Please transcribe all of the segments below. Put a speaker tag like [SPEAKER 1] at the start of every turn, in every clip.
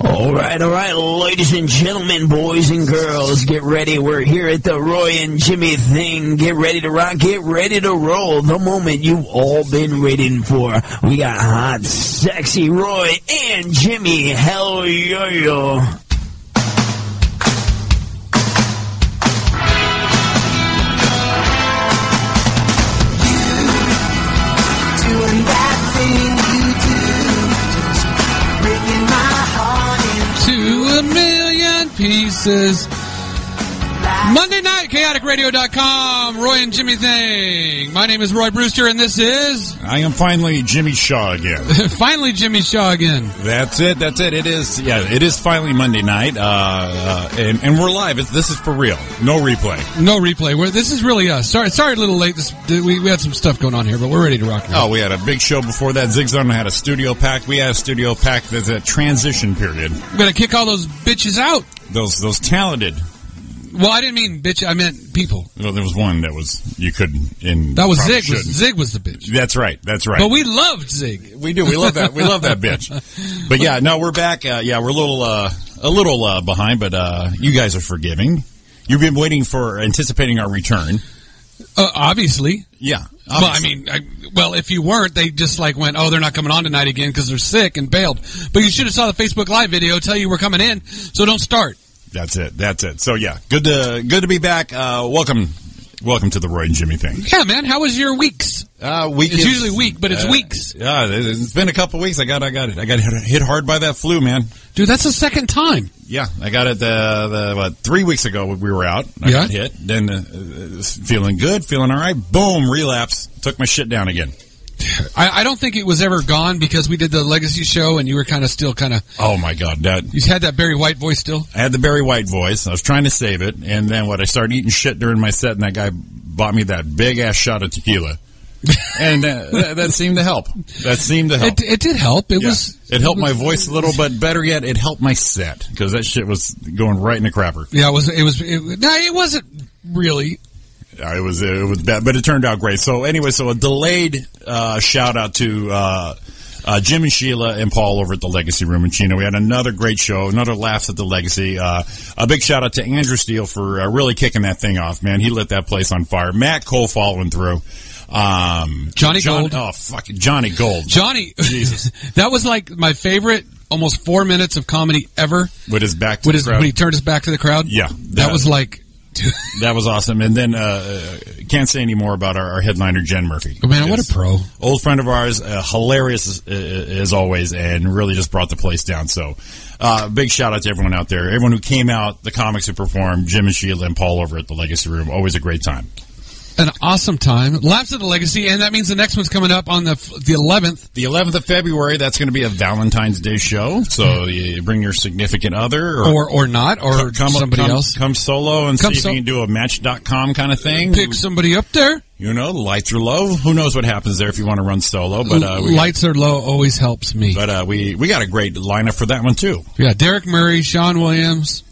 [SPEAKER 1] All right, all right, ladies and gentlemen, boys and girls, get ready. We're here at the Roy and Jimmy thing. Get ready to rock, get ready to roll. The moment you've all been waiting for. We got hot, sexy Roy and Jimmy. Hell yo yo.
[SPEAKER 2] doing that thing you do, just breaking my heart in
[SPEAKER 3] to a million pieces. Monday night, chaoticradio.com, Roy and Jimmy Thing. My name is Roy Brewster, and this is
[SPEAKER 4] I am finally Jimmy Shaw again.
[SPEAKER 3] finally Jimmy Shaw again.
[SPEAKER 4] That's it. That's it. It is. Yeah, it is finally Monday night, uh, uh, and, and we're live. It's, this is for real. No replay.
[SPEAKER 3] No replay. We're, this is really us. Sorry, sorry, a little late. This we, we had some stuff going on here, but we're ready to rock. and roll.
[SPEAKER 4] Oh, we had a big show before that. Zig Zigzone had a studio pack. We had a studio pack. There's a transition period.
[SPEAKER 3] We're gonna kick all those bitches out.
[SPEAKER 4] Those those talented.
[SPEAKER 3] Well, I didn't mean bitch. I meant people.
[SPEAKER 4] Well, there was one that was you couldn't. In
[SPEAKER 3] That was
[SPEAKER 4] probably
[SPEAKER 3] Zig. Was,
[SPEAKER 4] shouldn't.
[SPEAKER 3] Zig was the bitch.
[SPEAKER 4] That's right. That's right.
[SPEAKER 3] But we loved Zig.
[SPEAKER 4] We do. We love that. We love that bitch. But yeah, no, we're back. Uh, yeah, we're a little uh, a little uh, behind, but uh, you guys are forgiving. You've been waiting for anticipating our return.
[SPEAKER 3] Uh, obviously.
[SPEAKER 4] Yeah.
[SPEAKER 3] Well, I mean, I, well, if you weren't, they just like went, oh, they're not coming on tonight again because they're sick and bailed. But you should have saw the Facebook Live video tell you we're coming in, so don't start.
[SPEAKER 4] that's it. That's it. So yeah, good to good to be back. Uh, welcome, welcome to the Roy and Jimmy thing.
[SPEAKER 3] Yeah, man, how was your weeks?
[SPEAKER 4] Uh, week
[SPEAKER 3] It's usually week, but
[SPEAKER 4] Uh,
[SPEAKER 3] it's weeks.
[SPEAKER 4] Yeah, it- it's been a couple weeks. I got I got it. I got hit hit hard by that flu, man.
[SPEAKER 3] Dude, that's the second time.
[SPEAKER 4] Yeah, I got it the, the what, three weeks ago when we were out. I
[SPEAKER 3] Yeah.
[SPEAKER 4] got hit. Then uh, uh, feeling good, feeling all right. Boom, relapse. Took my shit down again.
[SPEAKER 3] I, I don't think it was ever gone because we did the Legacy show and you were kind of still kind of,
[SPEAKER 4] Oh my god, that
[SPEAKER 3] you had that Barry White voice still.
[SPEAKER 4] I had the Barry White voice. I was trying to save it, and then what? I started eating shit during my set, and that guy bought me that big ass shot of tequila, and uh, that, that seemed to help. That seemed to help.
[SPEAKER 3] It, it did help. It
[SPEAKER 4] Yeah.
[SPEAKER 3] was.
[SPEAKER 4] it helped my voice a little, but better yet, it helped my set because that shit was going right in the crapper.
[SPEAKER 3] Yeah, it was. It was. It, no, it wasn't really.
[SPEAKER 4] Uh, It was it was bad, but it turned out great. So anyway, so a delayed uh, shout out to uh, uh, Jim and Sheila and Paul over at the Legacy Room in Chino. We had another great show, another laughs at the Legacy. Uh, a big shout out to Andrew Steele for uh, really kicking that thing off, man. He lit that place on fire. Matt Cole following through. Um,
[SPEAKER 3] Johnny
[SPEAKER 4] John-
[SPEAKER 3] Gold.
[SPEAKER 4] Oh fuck, Johnny Gold
[SPEAKER 3] Johnny,
[SPEAKER 4] Jesus.
[SPEAKER 3] that was like my favorite almost four minutes of comedy ever.
[SPEAKER 4] with his back to
[SPEAKER 3] What
[SPEAKER 4] the
[SPEAKER 3] is
[SPEAKER 4] crowd.
[SPEAKER 3] when he turned his back to the crowd?
[SPEAKER 4] Yeah.
[SPEAKER 3] that was like, dude,
[SPEAKER 4] that was awesome. And then uh, uh, can't say any more about our, our headliner Jen Murphy.
[SPEAKER 3] Oh, man, what a
[SPEAKER 4] Yes.
[SPEAKER 3] pro!
[SPEAKER 4] old friend of ours, uh, hilarious as, uh, as always, and really just brought the place down. So, uh, big shout out to everyone out there, everyone who came out, the comics who performed, Jim and Sheila and Paul over at the Legacy Room. Always a great time.
[SPEAKER 3] An awesome time. Laughs at the legacy, and that means the next one's coming up on the f- the eleventh.
[SPEAKER 4] The 11th of February, that's going to be a Valentine's Day show. So you bring your significant other or,
[SPEAKER 3] Hmm. Or, or not, or somebody
[SPEAKER 4] come,
[SPEAKER 3] else.
[SPEAKER 4] Come solo and
[SPEAKER 3] Come
[SPEAKER 4] see
[SPEAKER 3] so-
[SPEAKER 4] if you can do a match.com kind of thing.
[SPEAKER 3] Pick somebody up there.
[SPEAKER 4] You know, the lights are low. Who knows what happens there if you want to run solo. But uh, we,
[SPEAKER 3] Lights are low always helps me.
[SPEAKER 4] but uh, we we got a great lineup for that one too.
[SPEAKER 3] yeah, Derek Murray, Sean Williams.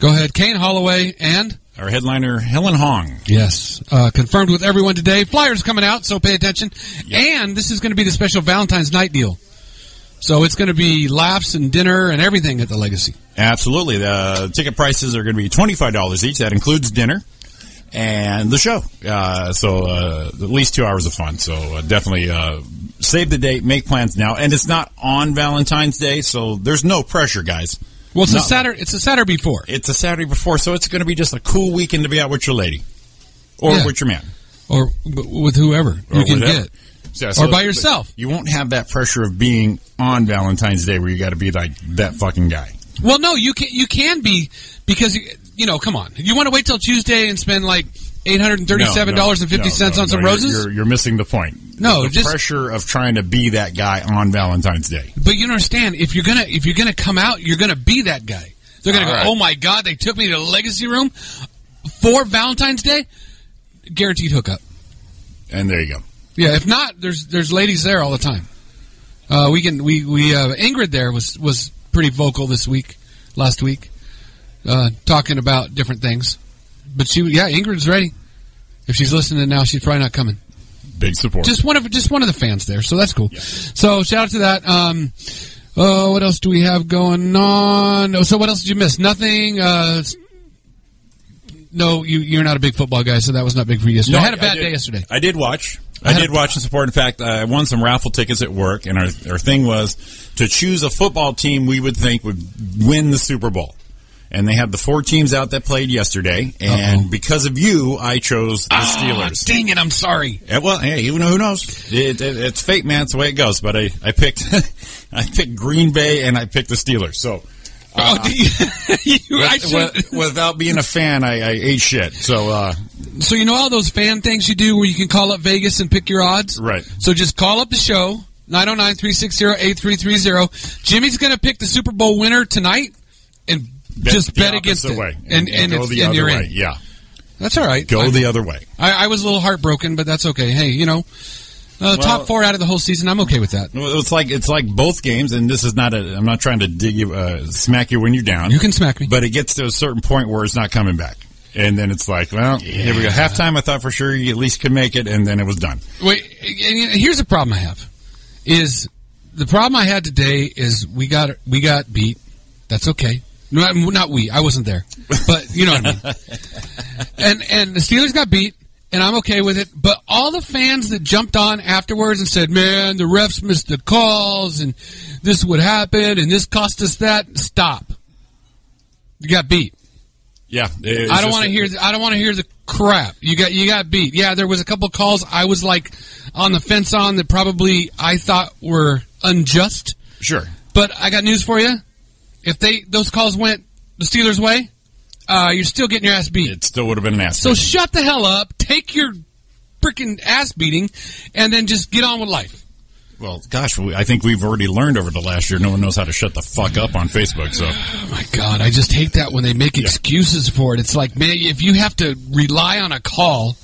[SPEAKER 3] Go ahead, Kane Holloway, and
[SPEAKER 4] Our headliner Helen Hong.
[SPEAKER 3] yes, uh, confirmed with everyone today. Flyers coming out, so pay attention. And this is going to be the special Valentine's night deal. So it's going to be laughs and dinner and everything at the Legacy.
[SPEAKER 4] Absolutely. The ticket prices are going to be $25 each. That includes dinner and the show. Uh, so uh, at least two hours of fun. So uh, definitely uh, save the date, make plans now. And it's not on Valentine's Day, so there's no pressure, guys.
[SPEAKER 3] Well, it's a
[SPEAKER 4] No.
[SPEAKER 3] Saturday. It's a Saturday before.
[SPEAKER 4] It's a Saturday before, so it's going to be just a cool weekend to be out with your lady or
[SPEAKER 3] Yeah.
[SPEAKER 4] with your man.
[SPEAKER 3] or w- with whoever
[SPEAKER 4] Or
[SPEAKER 3] you can
[SPEAKER 4] whatever.
[SPEAKER 3] get.
[SPEAKER 4] So-
[SPEAKER 3] Or by yourself.
[SPEAKER 4] You won't have that pressure of being on Valentine's Day where you got to be like that fucking guy.
[SPEAKER 3] Well, no, you can you can be because you, you know, come on, you want to wait till Tuesday and spend like eight hundred and thirty-seven dollars and fifty cents
[SPEAKER 4] no,
[SPEAKER 3] on
[SPEAKER 4] no,
[SPEAKER 3] some
[SPEAKER 4] you're-
[SPEAKER 3] roses.
[SPEAKER 4] You're, you're missing the point.
[SPEAKER 3] No,
[SPEAKER 4] the
[SPEAKER 3] just-
[SPEAKER 4] pressure of trying to be that guy on Valentine's Day.
[SPEAKER 3] But you don't understand if you're gonna if you're gonna come out, you're gonna be that guy. They're gonna
[SPEAKER 4] All
[SPEAKER 3] go,
[SPEAKER 4] right.
[SPEAKER 3] oh my god, they took me to the legacy room for Valentine's Day, guaranteed hookup.
[SPEAKER 4] And there you go.
[SPEAKER 3] Yeah, if not, there's there's ladies there all the time. Uh, we can we we uh, Ingrid there was was pretty vocal this week, last week, uh, talking about different things. But she yeah, Ingrid's ready. If she's listening now, she's probably not coming.
[SPEAKER 4] Big support.
[SPEAKER 3] Just one of just one of the fans there, so that's cool. So shout out to that. Um, Oh, what else do we have going on? Oh, so what else did you miss? Nothing. Uh, s- no, you you're not a big football guy, so that was not big for you yesterday. I had a bad
[SPEAKER 4] did-
[SPEAKER 3] day yesterday.
[SPEAKER 4] I did watch.
[SPEAKER 3] I
[SPEAKER 4] I
[SPEAKER 3] had
[SPEAKER 4] did
[SPEAKER 3] a-
[SPEAKER 4] watch and support. In fact, I won some raffle tickets at work, and our, our thing was to choose a football team we would think would win the Super Bowl. And they had the four teams out that played yesterday, and
[SPEAKER 3] Uh-oh.
[SPEAKER 4] because of you, I chose the Steelers.
[SPEAKER 3] Ah, dang it! I'm sorry.
[SPEAKER 4] Yeah, well, hey, you know who knows? It, it, it's fate, man. It's the way it goes. But I, I picked, I picked Green Bay, and I picked the Steelers. So
[SPEAKER 3] oh, did you, you- I
[SPEAKER 4] with-
[SPEAKER 3] should-
[SPEAKER 4] with- without being a fan, I, I ate shit. So uh,
[SPEAKER 3] so you know all those fan things you do where you can call up Vegas and pick your odds?
[SPEAKER 4] Right.
[SPEAKER 3] So just call up the show, 909-360-8330. Jimmy's going to pick the Super Bowl winner tonight and
[SPEAKER 4] bet
[SPEAKER 3] just
[SPEAKER 4] the
[SPEAKER 3] bet against
[SPEAKER 4] opposite
[SPEAKER 3] it.
[SPEAKER 4] way,
[SPEAKER 3] And, and,
[SPEAKER 4] go
[SPEAKER 3] it's,
[SPEAKER 4] the
[SPEAKER 3] and
[SPEAKER 4] other
[SPEAKER 3] you're
[SPEAKER 4] way.
[SPEAKER 3] in.
[SPEAKER 4] Yeah,
[SPEAKER 3] That's all right.
[SPEAKER 4] go
[SPEAKER 3] I,
[SPEAKER 4] the other way.
[SPEAKER 3] I, I was a little heartbroken, but that's okay. Hey, you know, uh, top four out of the whole season, I'm okay with that.
[SPEAKER 4] Well, It's like it's like both games, and this is not a. I'm not trying to dig you, uh, smack you when you're down.
[SPEAKER 3] You can smack me.
[SPEAKER 4] but it gets to a certain point where it's not coming back, and then it's like, well, here we go. Halftime, I thought for sure you at least could make it, and then it was done.
[SPEAKER 3] Wait, and and here's a problem I have. Is the problem I had today is we got we got beat. That's okay. No, I'm- not we. I wasn't there, but you know what I mean. And and the Steelers got beat, and I'm okay with it. But all the fans that jumped on afterwards and said, "Man, the refs missed the calls, and this would happen, and this cost us that." Stop. You got beat.
[SPEAKER 4] Yeah,
[SPEAKER 3] I
[SPEAKER 4] it- it's
[SPEAKER 3] don't
[SPEAKER 4] just-
[SPEAKER 3] want to hear. I don't want to hear the crap. You got you got beat. Yeah, there was a couple calls I was like on the fence on that probably I thought were unjust.
[SPEAKER 4] Sure,
[SPEAKER 3] But I got news for you. If they those calls went the Steelers' way, uh, you're still getting your ass beat.
[SPEAKER 4] it still would have been an ass.
[SPEAKER 3] so
[SPEAKER 4] beating.
[SPEAKER 3] shut the hell up. Take your freaking ass beating, and then just get on with life.
[SPEAKER 4] Well, gosh, we, I think we've already learned over the last year. No one knows how to shut the fuck up on Facebook. So
[SPEAKER 3] Oh my god, I just hate that when they make excuses for it. It's like, man, if you have to rely on a call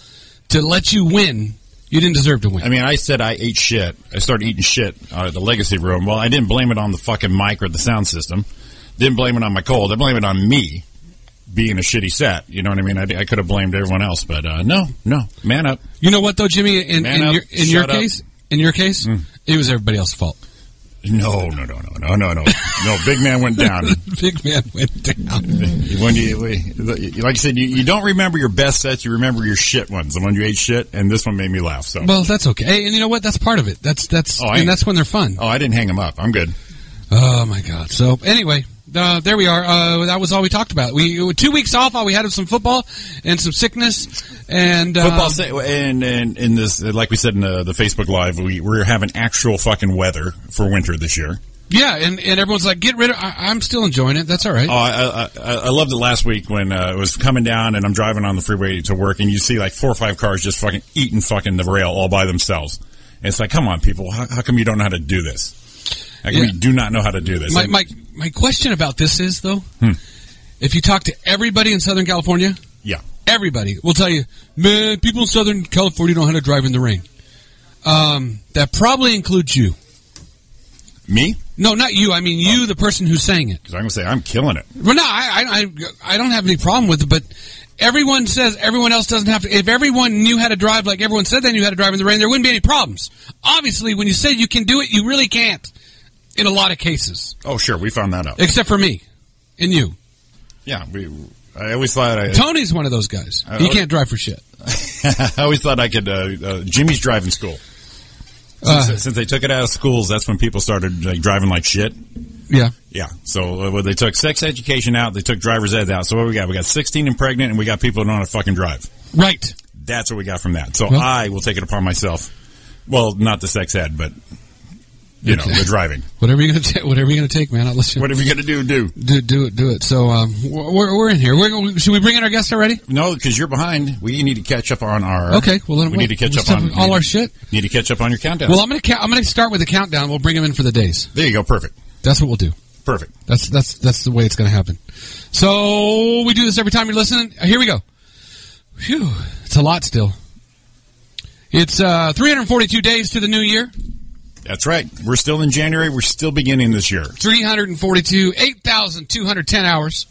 [SPEAKER 3] to let you win, you didn't deserve to win.
[SPEAKER 4] I mean, I said I ate shit. I started eating shit out of the legacy room. Well, I didn't blame it on the fucking mic or the sound system. Didn't blame it on my cold. I blame it on me being a shitty set. You know what I mean? I, I could have blamed everyone else, but uh, no, no, man up.
[SPEAKER 3] You know what though, Jimmy? In,
[SPEAKER 4] Man
[SPEAKER 3] in
[SPEAKER 4] up,
[SPEAKER 3] your in your
[SPEAKER 4] shut up. Mm.
[SPEAKER 3] case, in your case, it was everybody else's fault.
[SPEAKER 4] No, no, no, no, no, no, no. No, big man went down.
[SPEAKER 3] Big man went down.
[SPEAKER 4] When you, like I said, you, you don't remember your best sets. You remember your shit ones. The one you ate shit, and this one made me laugh. So,
[SPEAKER 3] Well, that's okay, Hey, and you know what? That's part of it. That's that's
[SPEAKER 4] Oh, I-
[SPEAKER 3] and that's when they're fun.
[SPEAKER 4] oh, I didn't hang him up. I'm good.
[SPEAKER 3] Oh my god! So anyway, uh, there we are. Uh, that was all we talked about. We two weeks off. All we had was some football and some sickness and uh,
[SPEAKER 4] Football sa- and and in this, like we said in the, the Facebook Live, we we're having actual fucking weather for winter this year.
[SPEAKER 3] Yeah, and, and everyone's like, get rid of. I, I'm still enjoying it. That's all right.
[SPEAKER 4] Oh, I, I, I I loved it last week when uh, it was coming down and I'm driving on the freeway to work and you see like four or five cars just fucking eating fucking the rail all by themselves. And it's like, come on, people, how, how come you don't know how to do this? How come
[SPEAKER 3] Yeah.
[SPEAKER 4] you do not know how to do this?
[SPEAKER 3] my,
[SPEAKER 4] And-
[SPEAKER 3] my my question about this is though,
[SPEAKER 4] Hmm.
[SPEAKER 3] if you talk to everybody in Southern California,
[SPEAKER 4] yeah,
[SPEAKER 3] everybody will tell you, man, people in Southern California know how to drive in the rain. Um, that probably includes you.
[SPEAKER 4] me
[SPEAKER 3] No, not you. I mean you, the person who sang it.
[SPEAKER 4] because I'm gonna say I'm killing it.
[SPEAKER 3] Well, no, I, I, I, I don't have any problem with it, but everyone says everyone else doesn't have to. If everyone knew how to drive like everyone said they knew how to drive in the rain, there wouldn't be any problems. Obviously, when you say you can do it, you really can't in a lot of cases,
[SPEAKER 4] Oh, sure, we found that out.
[SPEAKER 3] except for me and you.
[SPEAKER 4] yeah, we. I always thought I,
[SPEAKER 3] Tony's one of those guys. He can't drive for shit.
[SPEAKER 4] I always thought I could. Uh, uh, Jimmy's driving school. Since,
[SPEAKER 3] Uh.
[SPEAKER 4] since they took it out of schools, that's when people started like, driving like shit.
[SPEAKER 3] Yeah.
[SPEAKER 4] Yeah. So uh, well, they took sex education out, they took driver's ed out. So what we got? We got 16 and pregnant, and we got people who don't know how to fucking drive.
[SPEAKER 3] Right.
[SPEAKER 4] That's what we got from that. So
[SPEAKER 3] Well-
[SPEAKER 4] I will take it upon myself. Well, not the sex ed, but you know, the driving.
[SPEAKER 3] Whatever you're gonna ta- whatever you're gonna take, man. I'll let you
[SPEAKER 4] Whatever you got to do, do.
[SPEAKER 3] do, do it. Do it. So um, we're, we're in here. We're, should we bring in our guest already?
[SPEAKER 4] No, because you're behind. We need to catch up on our.
[SPEAKER 3] Okay, well, let him
[SPEAKER 4] we
[SPEAKER 3] wait.
[SPEAKER 4] need to catch
[SPEAKER 3] We
[SPEAKER 4] up
[SPEAKER 3] still
[SPEAKER 4] on
[SPEAKER 3] have all our shit?
[SPEAKER 4] Need to catch up on your countdown.
[SPEAKER 3] Well, I'm gonna ca- I'm gonna start with a countdown. We'll bring him in for the days.
[SPEAKER 4] there you go. Perfect.
[SPEAKER 3] That's what we'll do.
[SPEAKER 4] Perfect.
[SPEAKER 3] That's that's that's the way it's going to happen. So we do this every time you're listening. Here we go. Phew, it's a lot still. It's uh, 342 days to the new year.
[SPEAKER 4] That's right. We're still in January. We're still beginning this year.
[SPEAKER 3] 342, 8,210 hours,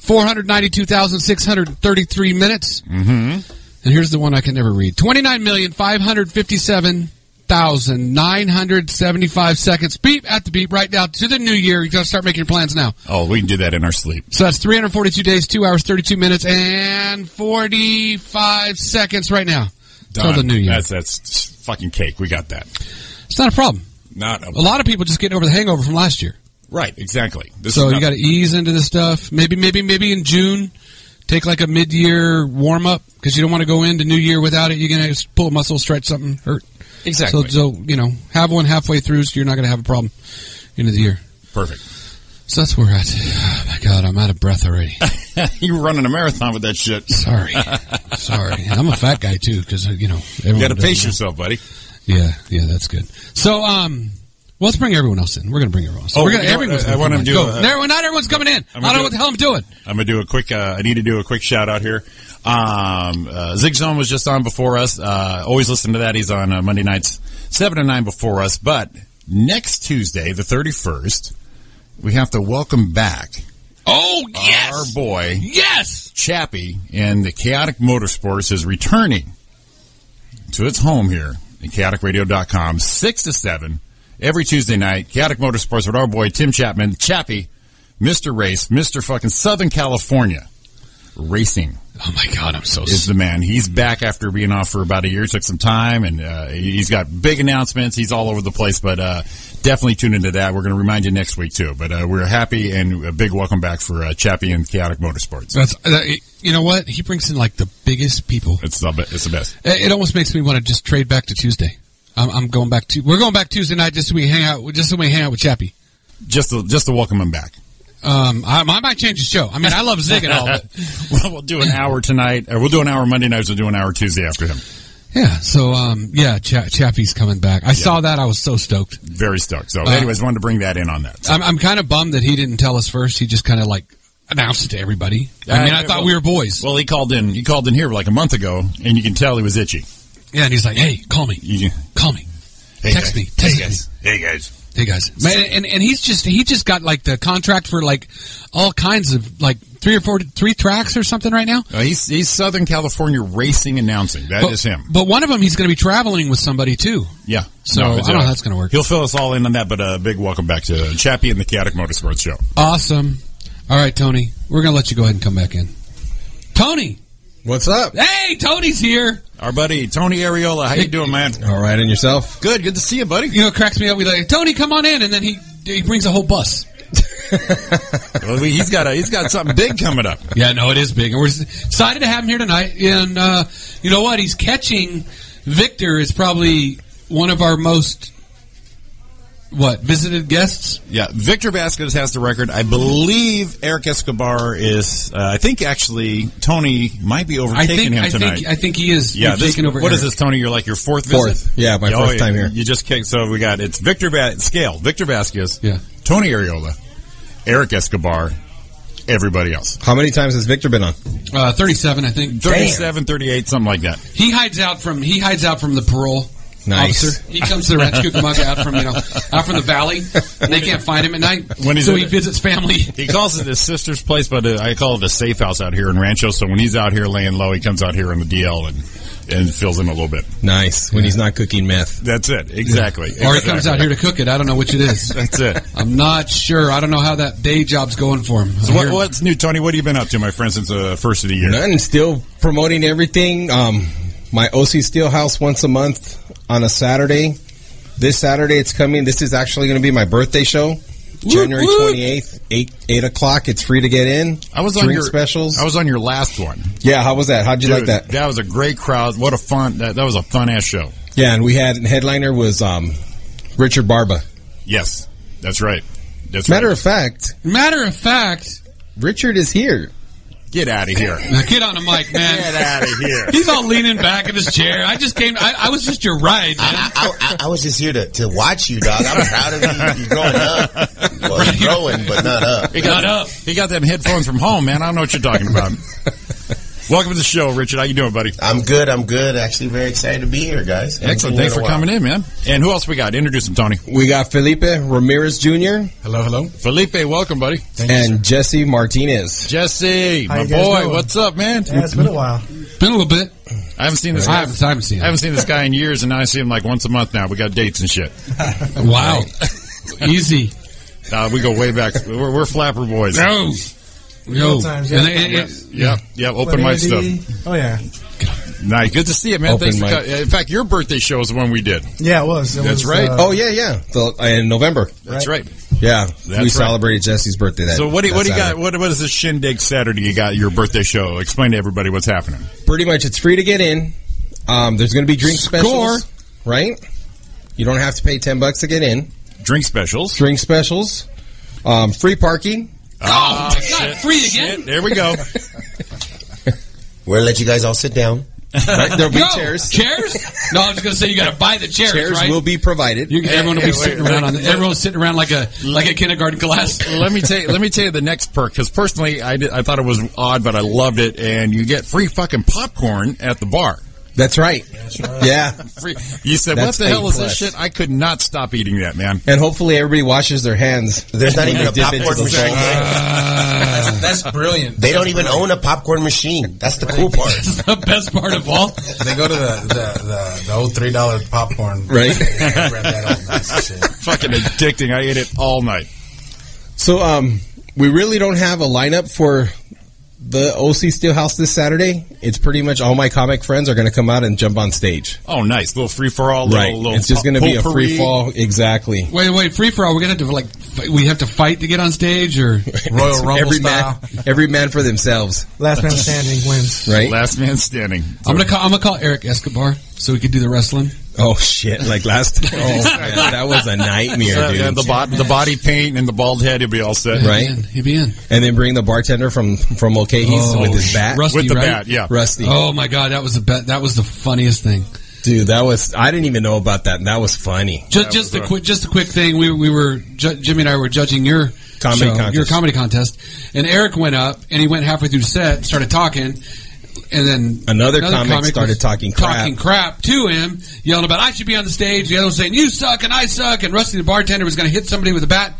[SPEAKER 3] 492,633 minutes. Mm-hmm. And here's the one I can never read 29,557,000. 1,975 seconds. Beep at the beep right now to the new year. You got to start making your plans now.
[SPEAKER 4] Oh, we can do that in our sleep.
[SPEAKER 3] So that's 342 days, 2 hours, 32 minutes, and 45 seconds right now. Till
[SPEAKER 4] Done.
[SPEAKER 3] the new year.
[SPEAKER 4] That's that's fucking cake. We got that.
[SPEAKER 3] it's not a problem.
[SPEAKER 4] Not
[SPEAKER 3] A lot of people just getting over the hangover from last year.
[SPEAKER 4] right. Exactly. This
[SPEAKER 3] So
[SPEAKER 4] is
[SPEAKER 3] you
[SPEAKER 4] not-
[SPEAKER 3] got to ease into this stuff. Maybe, maybe, maybe in June, take like a mid-year warm-up because you don't want to go into New Year without it. You're going to just pull a muscle, stretch something, hurt.
[SPEAKER 4] exactly
[SPEAKER 3] So, so you know, have one halfway through, so you're not going to have a problem into the year.
[SPEAKER 4] perfect.
[SPEAKER 3] So that's where we're at. Oh my God, I'm out of breath already.
[SPEAKER 4] you were running a marathon with that shit.
[SPEAKER 3] Sorry, sorry. I'm a fat guy too, because you know everyone.
[SPEAKER 4] You got to
[SPEAKER 3] doesn't
[SPEAKER 4] pace
[SPEAKER 3] know.
[SPEAKER 4] yourself, buddy.
[SPEAKER 3] Yeah, yeah, that's good. So, um, well, let's bring everyone else in. We're going to bring everyone else.
[SPEAKER 4] Oh,
[SPEAKER 3] we're going
[SPEAKER 4] you know what?
[SPEAKER 3] everyone's.
[SPEAKER 4] I- I
[SPEAKER 3] gonna
[SPEAKER 4] wanna
[SPEAKER 3] come in.
[SPEAKER 4] do
[SPEAKER 3] Go.
[SPEAKER 4] a-
[SPEAKER 3] Everyone- not everyone's coming in. I
[SPEAKER 4] I'm
[SPEAKER 3] don't
[SPEAKER 4] gonna
[SPEAKER 3] know
[SPEAKER 4] do-
[SPEAKER 3] what the hell I'm doing.
[SPEAKER 4] I'm gonna do a quick. Uh, I need to do a quick shout out here. Um, uh, Zig Zone was just on before us. Uh, always listen to that. He's on uh, Monday nights, seven to nine before us. But next Tuesday, the thirty first, we have to welcome back
[SPEAKER 3] Oh yes,
[SPEAKER 4] our boy
[SPEAKER 3] yes.
[SPEAKER 4] Chappie and the Chaotic Motorsports is returning to its home here at chaoticradio.com, 6 to 7, every Tuesday night. Chaotic Motorsports with our boy Tim Chapman, Chappie, Mr. Race, Mr. fucking Southern California. Racing
[SPEAKER 3] Oh my God, I'm so.
[SPEAKER 4] is the man. He's back after being off for about a year. Took some time, and uh, he's got big announcements. He's all over the place, but uh, definitely tune into that. We're going to remind you next week too. But uh, we're happy and a big welcome back for uh, Chappie and Chaotic Motorsports.
[SPEAKER 3] That's that, you know what he brings in like the biggest people.
[SPEAKER 4] It's the be- it's the best.
[SPEAKER 3] It, it almost makes me want to just trade back to Tuesday. I'm, I'm going back to. We're going back Tuesday night just so we hang out. Just so we hang out with Chappie.
[SPEAKER 4] just to, just to welcome him back.
[SPEAKER 3] Um, I, I might change the show. I mean, I love Zig and all, but
[SPEAKER 4] well, we'll do an hour tonight, or we'll do an hour Monday nights. We'll do an hour Tuesday after him.
[SPEAKER 3] yeah. So, um, yeah, Cha- Chappie's coming back. I saw that. I was so stoked.
[SPEAKER 4] Very stoked. So, anyways, wanted to bring that in on that.
[SPEAKER 3] I'm, I'm kind of bummed that he didn't tell us first. He just kind of like announced it to everybody. I
[SPEAKER 4] Uh,
[SPEAKER 3] mean, I
[SPEAKER 4] yeah,
[SPEAKER 3] thought
[SPEAKER 4] well-
[SPEAKER 3] we were boys.
[SPEAKER 4] Well, he called in. He called in here like a month ago, and you can tell he was itchy.
[SPEAKER 3] yeah, and he's like, "Hey, call me.
[SPEAKER 4] You can-
[SPEAKER 3] Call me.
[SPEAKER 4] hey,
[SPEAKER 3] Text
[SPEAKER 4] guys.
[SPEAKER 3] me. Text
[SPEAKER 4] hey
[SPEAKER 3] me."
[SPEAKER 4] guys. Hey guys.
[SPEAKER 3] Hey guys, man, and and he's just he just got like the contract for like all kinds of like three or four three tracks or something right now.
[SPEAKER 4] Uh, he's he's Southern California racing announcing. That is
[SPEAKER 3] but,
[SPEAKER 4] him.
[SPEAKER 3] But one of them he's going to be traveling with somebody too.
[SPEAKER 4] Yeah.
[SPEAKER 3] So, I
[SPEAKER 4] it's,
[SPEAKER 3] don't know
[SPEAKER 4] uh,
[SPEAKER 3] how that's gonna work.
[SPEAKER 4] He'll fill us all in on that. But a uh, big welcome back to Chappie and the Chaotic Motorsports Show.
[SPEAKER 3] Awesome. All right, Tony, we're going to let you go ahead and come back in. Tony,
[SPEAKER 5] What's up?
[SPEAKER 3] hey, Tony's here.
[SPEAKER 4] Our buddy Tony Ariola. How you doing, man?
[SPEAKER 5] All right, and yourself?
[SPEAKER 4] Good. Good to see you, buddy.
[SPEAKER 3] You know, it cracks me up. We like Tony, come on in, and then he he brings a whole bus.
[SPEAKER 4] Well, we- he's got a, he's got something big coming up.
[SPEAKER 3] Yeah, no, it is big, and we're excited to have him here tonight. And uh, you know what? He's catching Victor is probably one of our most what visited guests.
[SPEAKER 4] Yeah, Victor Vasquez has the record. I believe Eric Escobar is. Uh, I think actually Tony might be
[SPEAKER 3] I
[SPEAKER 4] overtaking
[SPEAKER 3] think
[SPEAKER 4] him
[SPEAKER 3] I
[SPEAKER 4] tonight.
[SPEAKER 3] think I think he is.
[SPEAKER 4] yeah,
[SPEAKER 3] He's
[SPEAKER 4] this,
[SPEAKER 3] taking over.
[SPEAKER 4] what is
[SPEAKER 3] Eric.
[SPEAKER 4] this, Tony? You're like your fourth,
[SPEAKER 5] Fourth.
[SPEAKER 4] visit?
[SPEAKER 5] Yeah, my
[SPEAKER 4] Oh,
[SPEAKER 5] first
[SPEAKER 4] yeah,
[SPEAKER 5] time here.
[SPEAKER 4] You just kicked. So we got it's Victor Va- scale, Victor Vasquez,
[SPEAKER 3] Yeah.
[SPEAKER 4] Tony Ariola, Eric Escobar, everybody else.
[SPEAKER 5] How many times has Victor been on?
[SPEAKER 3] Uh, Thirty-seven, I think.
[SPEAKER 4] 37, 38, something like that.
[SPEAKER 3] He hides out from he hides out from the parole.
[SPEAKER 5] Nice.
[SPEAKER 3] Officer. He comes to the Rancho Cucamonga out from you know out from the valley. And they can't find him at night,
[SPEAKER 4] When he's
[SPEAKER 3] so
[SPEAKER 4] in
[SPEAKER 3] he
[SPEAKER 4] it.
[SPEAKER 3] visits family.
[SPEAKER 4] He calls it his sister's place, but uh, I call it a safe house out here in Rancho. So when he's out here laying low, he comes out here on the DL and and fills in a little bit.
[SPEAKER 5] Nice. When he's not cooking meth.
[SPEAKER 4] That's it, exactly.
[SPEAKER 3] Or he comes out here to cook it. I don't know which it is.
[SPEAKER 4] That's it.
[SPEAKER 3] I'm not sure. I don't know how that day job's going for him.
[SPEAKER 4] So
[SPEAKER 3] I'm
[SPEAKER 4] what,
[SPEAKER 3] here-
[SPEAKER 4] what's new, Tony? What have you been up to, my friend, since the first of the year?
[SPEAKER 5] None. Still promoting everything. Um, my OC Steelhouse once a month on a Saturday. This Saturday it's coming. This is actually going to be my birthday show. January
[SPEAKER 3] whoop.
[SPEAKER 5] twenty eighth, eight eight o'clock. It's free to get in.
[SPEAKER 4] I was on
[SPEAKER 5] Drink
[SPEAKER 4] your
[SPEAKER 5] specials.
[SPEAKER 4] I was on your last one.
[SPEAKER 5] yeah, how was that? How'd you like
[SPEAKER 4] Dude,
[SPEAKER 5] that?
[SPEAKER 4] That was a great crowd. What a fun that, that was a fun ass show.
[SPEAKER 5] Yeah, and we had headliner was um, Richard Barba.
[SPEAKER 4] Yes, that's right. That's
[SPEAKER 5] Matter
[SPEAKER 4] right.
[SPEAKER 5] of fact,
[SPEAKER 3] Matter of fact,
[SPEAKER 5] Richard is here.
[SPEAKER 4] get out of here.
[SPEAKER 3] now get on a mic,
[SPEAKER 4] get
[SPEAKER 3] man.
[SPEAKER 4] out of here.
[SPEAKER 3] He's all leaning back in his chair. I just came. I, I was just your ride.
[SPEAKER 4] Ah,
[SPEAKER 3] Man.
[SPEAKER 6] I, I, I was just here to, to watch you, dog. I'm proud of you. You're growing up. Well, you're growing, but not up.
[SPEAKER 4] He got up. He got them headphones from home, man. I don't know what you're talking about. Welcome to the show, Richard. How you doing, buddy?
[SPEAKER 6] I'm good. I'm good. Actually, very excited to be here, guys.
[SPEAKER 4] Excellent. Thanks for coming in, man. And who else we got? Introduce him, Tony.
[SPEAKER 5] We got Felipe Ramirez Jr.
[SPEAKER 7] Hello, hello.
[SPEAKER 4] Felipe, welcome, buddy.
[SPEAKER 5] and Jesse Martinez.
[SPEAKER 4] Jesse,
[SPEAKER 7] How
[SPEAKER 4] my
[SPEAKER 7] you guys
[SPEAKER 4] boy,
[SPEAKER 7] doing?
[SPEAKER 4] what's up, man?
[SPEAKER 7] Yeah, it's been a while.
[SPEAKER 3] Been a little bit.
[SPEAKER 4] I haven't seen this.
[SPEAKER 3] I
[SPEAKER 4] Guy,
[SPEAKER 3] haven't, I haven't seen
[SPEAKER 4] I
[SPEAKER 3] it.
[SPEAKER 4] haven't seen this guy in years, and now I see him like once a month. Now we got dates and shit.
[SPEAKER 3] Wow. Easy.
[SPEAKER 4] Uh, we go way back. We're, we're flapper boys.
[SPEAKER 3] No. Yo.
[SPEAKER 8] times, yeah.
[SPEAKER 3] And it- it-
[SPEAKER 4] Yep, yep. Open mic stuff.
[SPEAKER 8] Oh yeah,
[SPEAKER 4] Nice, good to see you, man.
[SPEAKER 9] Open
[SPEAKER 4] Thanks. For
[SPEAKER 9] mic.
[SPEAKER 4] co- in fact, your birthday show is the one we did.
[SPEAKER 8] yeah, it was. It
[SPEAKER 4] That's
[SPEAKER 8] was,
[SPEAKER 4] right.
[SPEAKER 9] Oh yeah, yeah. The, in November.
[SPEAKER 4] That's right.
[SPEAKER 9] Yeah, we
[SPEAKER 4] right.
[SPEAKER 9] celebrated Jesse's birthday. That
[SPEAKER 4] So what do you,
[SPEAKER 9] that
[SPEAKER 4] what do you got?
[SPEAKER 9] Saturday.
[SPEAKER 4] What what is this shindig Saturday? You got your birthday show. Explain to everybody what's happening.
[SPEAKER 9] Pretty much, it's free to get in. Um, there's going to be drink specials, right? You don't have to pay ten bucks to get in.
[SPEAKER 4] Drink specials.
[SPEAKER 9] Drink specials, um, free parking.
[SPEAKER 4] Ah,
[SPEAKER 3] Oh, my God, free again?
[SPEAKER 4] Shit, there we go.
[SPEAKER 6] We're gonna let you guys all sit down.
[SPEAKER 9] Right? There'll be
[SPEAKER 3] Yo,
[SPEAKER 9] chairs.
[SPEAKER 3] Chairs? No, I was going to say you got to buy the chairs,
[SPEAKER 9] Chairs
[SPEAKER 3] right?
[SPEAKER 9] will be provided.
[SPEAKER 3] You, everyone will be
[SPEAKER 4] Hey, wait,
[SPEAKER 3] sitting
[SPEAKER 4] wait.
[SPEAKER 3] around on the, everyone's sitting around like a like a kindergarten class.
[SPEAKER 4] let me tell you, let me tell you the next perk because personally, I did, I thought it was odd, but I loved it. And you get free fucking popcorn at the bar.
[SPEAKER 9] That's right. Yeah,
[SPEAKER 4] Free. You said,
[SPEAKER 9] That's
[SPEAKER 4] "What the hell
[SPEAKER 9] A
[SPEAKER 4] is this
[SPEAKER 9] plus.
[SPEAKER 4] shit?" I could not stop eating that, man.
[SPEAKER 9] and hopefully everybody washes their hands.
[SPEAKER 6] There's not
[SPEAKER 9] when
[SPEAKER 6] even
[SPEAKER 9] they
[SPEAKER 6] a
[SPEAKER 9] dip into
[SPEAKER 6] popcorn
[SPEAKER 9] the
[SPEAKER 6] machine.
[SPEAKER 9] bowl.
[SPEAKER 8] That's brilliant.
[SPEAKER 6] They don't even own a popcorn machine. That's the cool part.
[SPEAKER 3] the best part of all.
[SPEAKER 8] They go to the the, the, the old three dollar popcorn.
[SPEAKER 9] Right.
[SPEAKER 8] Grab that old piece of shit.
[SPEAKER 4] Fucking addicting. I ate it all night.
[SPEAKER 9] So um, we really don't have a lineup for the OC Steelhouse this Saturday. It's pretty much all my comic friends are going to come out and jump on stage.
[SPEAKER 4] Oh, nice little free for all. Little, little
[SPEAKER 9] It's just going to be a
[SPEAKER 4] potpourri.
[SPEAKER 9] free fall. Exactly.
[SPEAKER 3] Wait, wait, free for all. We're gonna have to like fi- we have to fight to get on stage, or
[SPEAKER 8] Royal Rumble
[SPEAKER 9] every
[SPEAKER 8] style.
[SPEAKER 9] man, every man for themselves,
[SPEAKER 8] Last man standing wins.
[SPEAKER 9] right?
[SPEAKER 4] Last man standing.
[SPEAKER 3] I'm gonna call I'm gonna call Eric Escobar so we can do the wrestling.
[SPEAKER 9] Oh shit! Like last, oh, man, that was a nightmare,
[SPEAKER 4] Yeah,
[SPEAKER 9] dude.
[SPEAKER 4] the, bo- the body paint and the bald head, you'll be all set.
[SPEAKER 9] Right.
[SPEAKER 3] Man, he'd be in.
[SPEAKER 9] And then bring the bartender from from Mulcahy's with his bat,
[SPEAKER 3] Rusty,
[SPEAKER 4] With the
[SPEAKER 3] right?
[SPEAKER 4] bat, yeah.
[SPEAKER 9] Rusty.
[SPEAKER 3] Oh my god, that was the be- that was the funniest thing.
[SPEAKER 9] Dude, that was I didn't even know about that. and That was funny.
[SPEAKER 3] Just just a quick just a quick thing. We we were ju- Jimmy and I were judging your
[SPEAKER 9] Comedy
[SPEAKER 3] show,
[SPEAKER 9] contest.
[SPEAKER 3] your comedy contest, and Eric went up and he went halfway through the set, started talking. And then
[SPEAKER 9] Another comic
[SPEAKER 3] was
[SPEAKER 9] started talking crap.
[SPEAKER 3] talking crap to him, yelling about I should be on the stage. The other was saying you suck and I suck, and Rusty the bartender was going to hit somebody with a bat,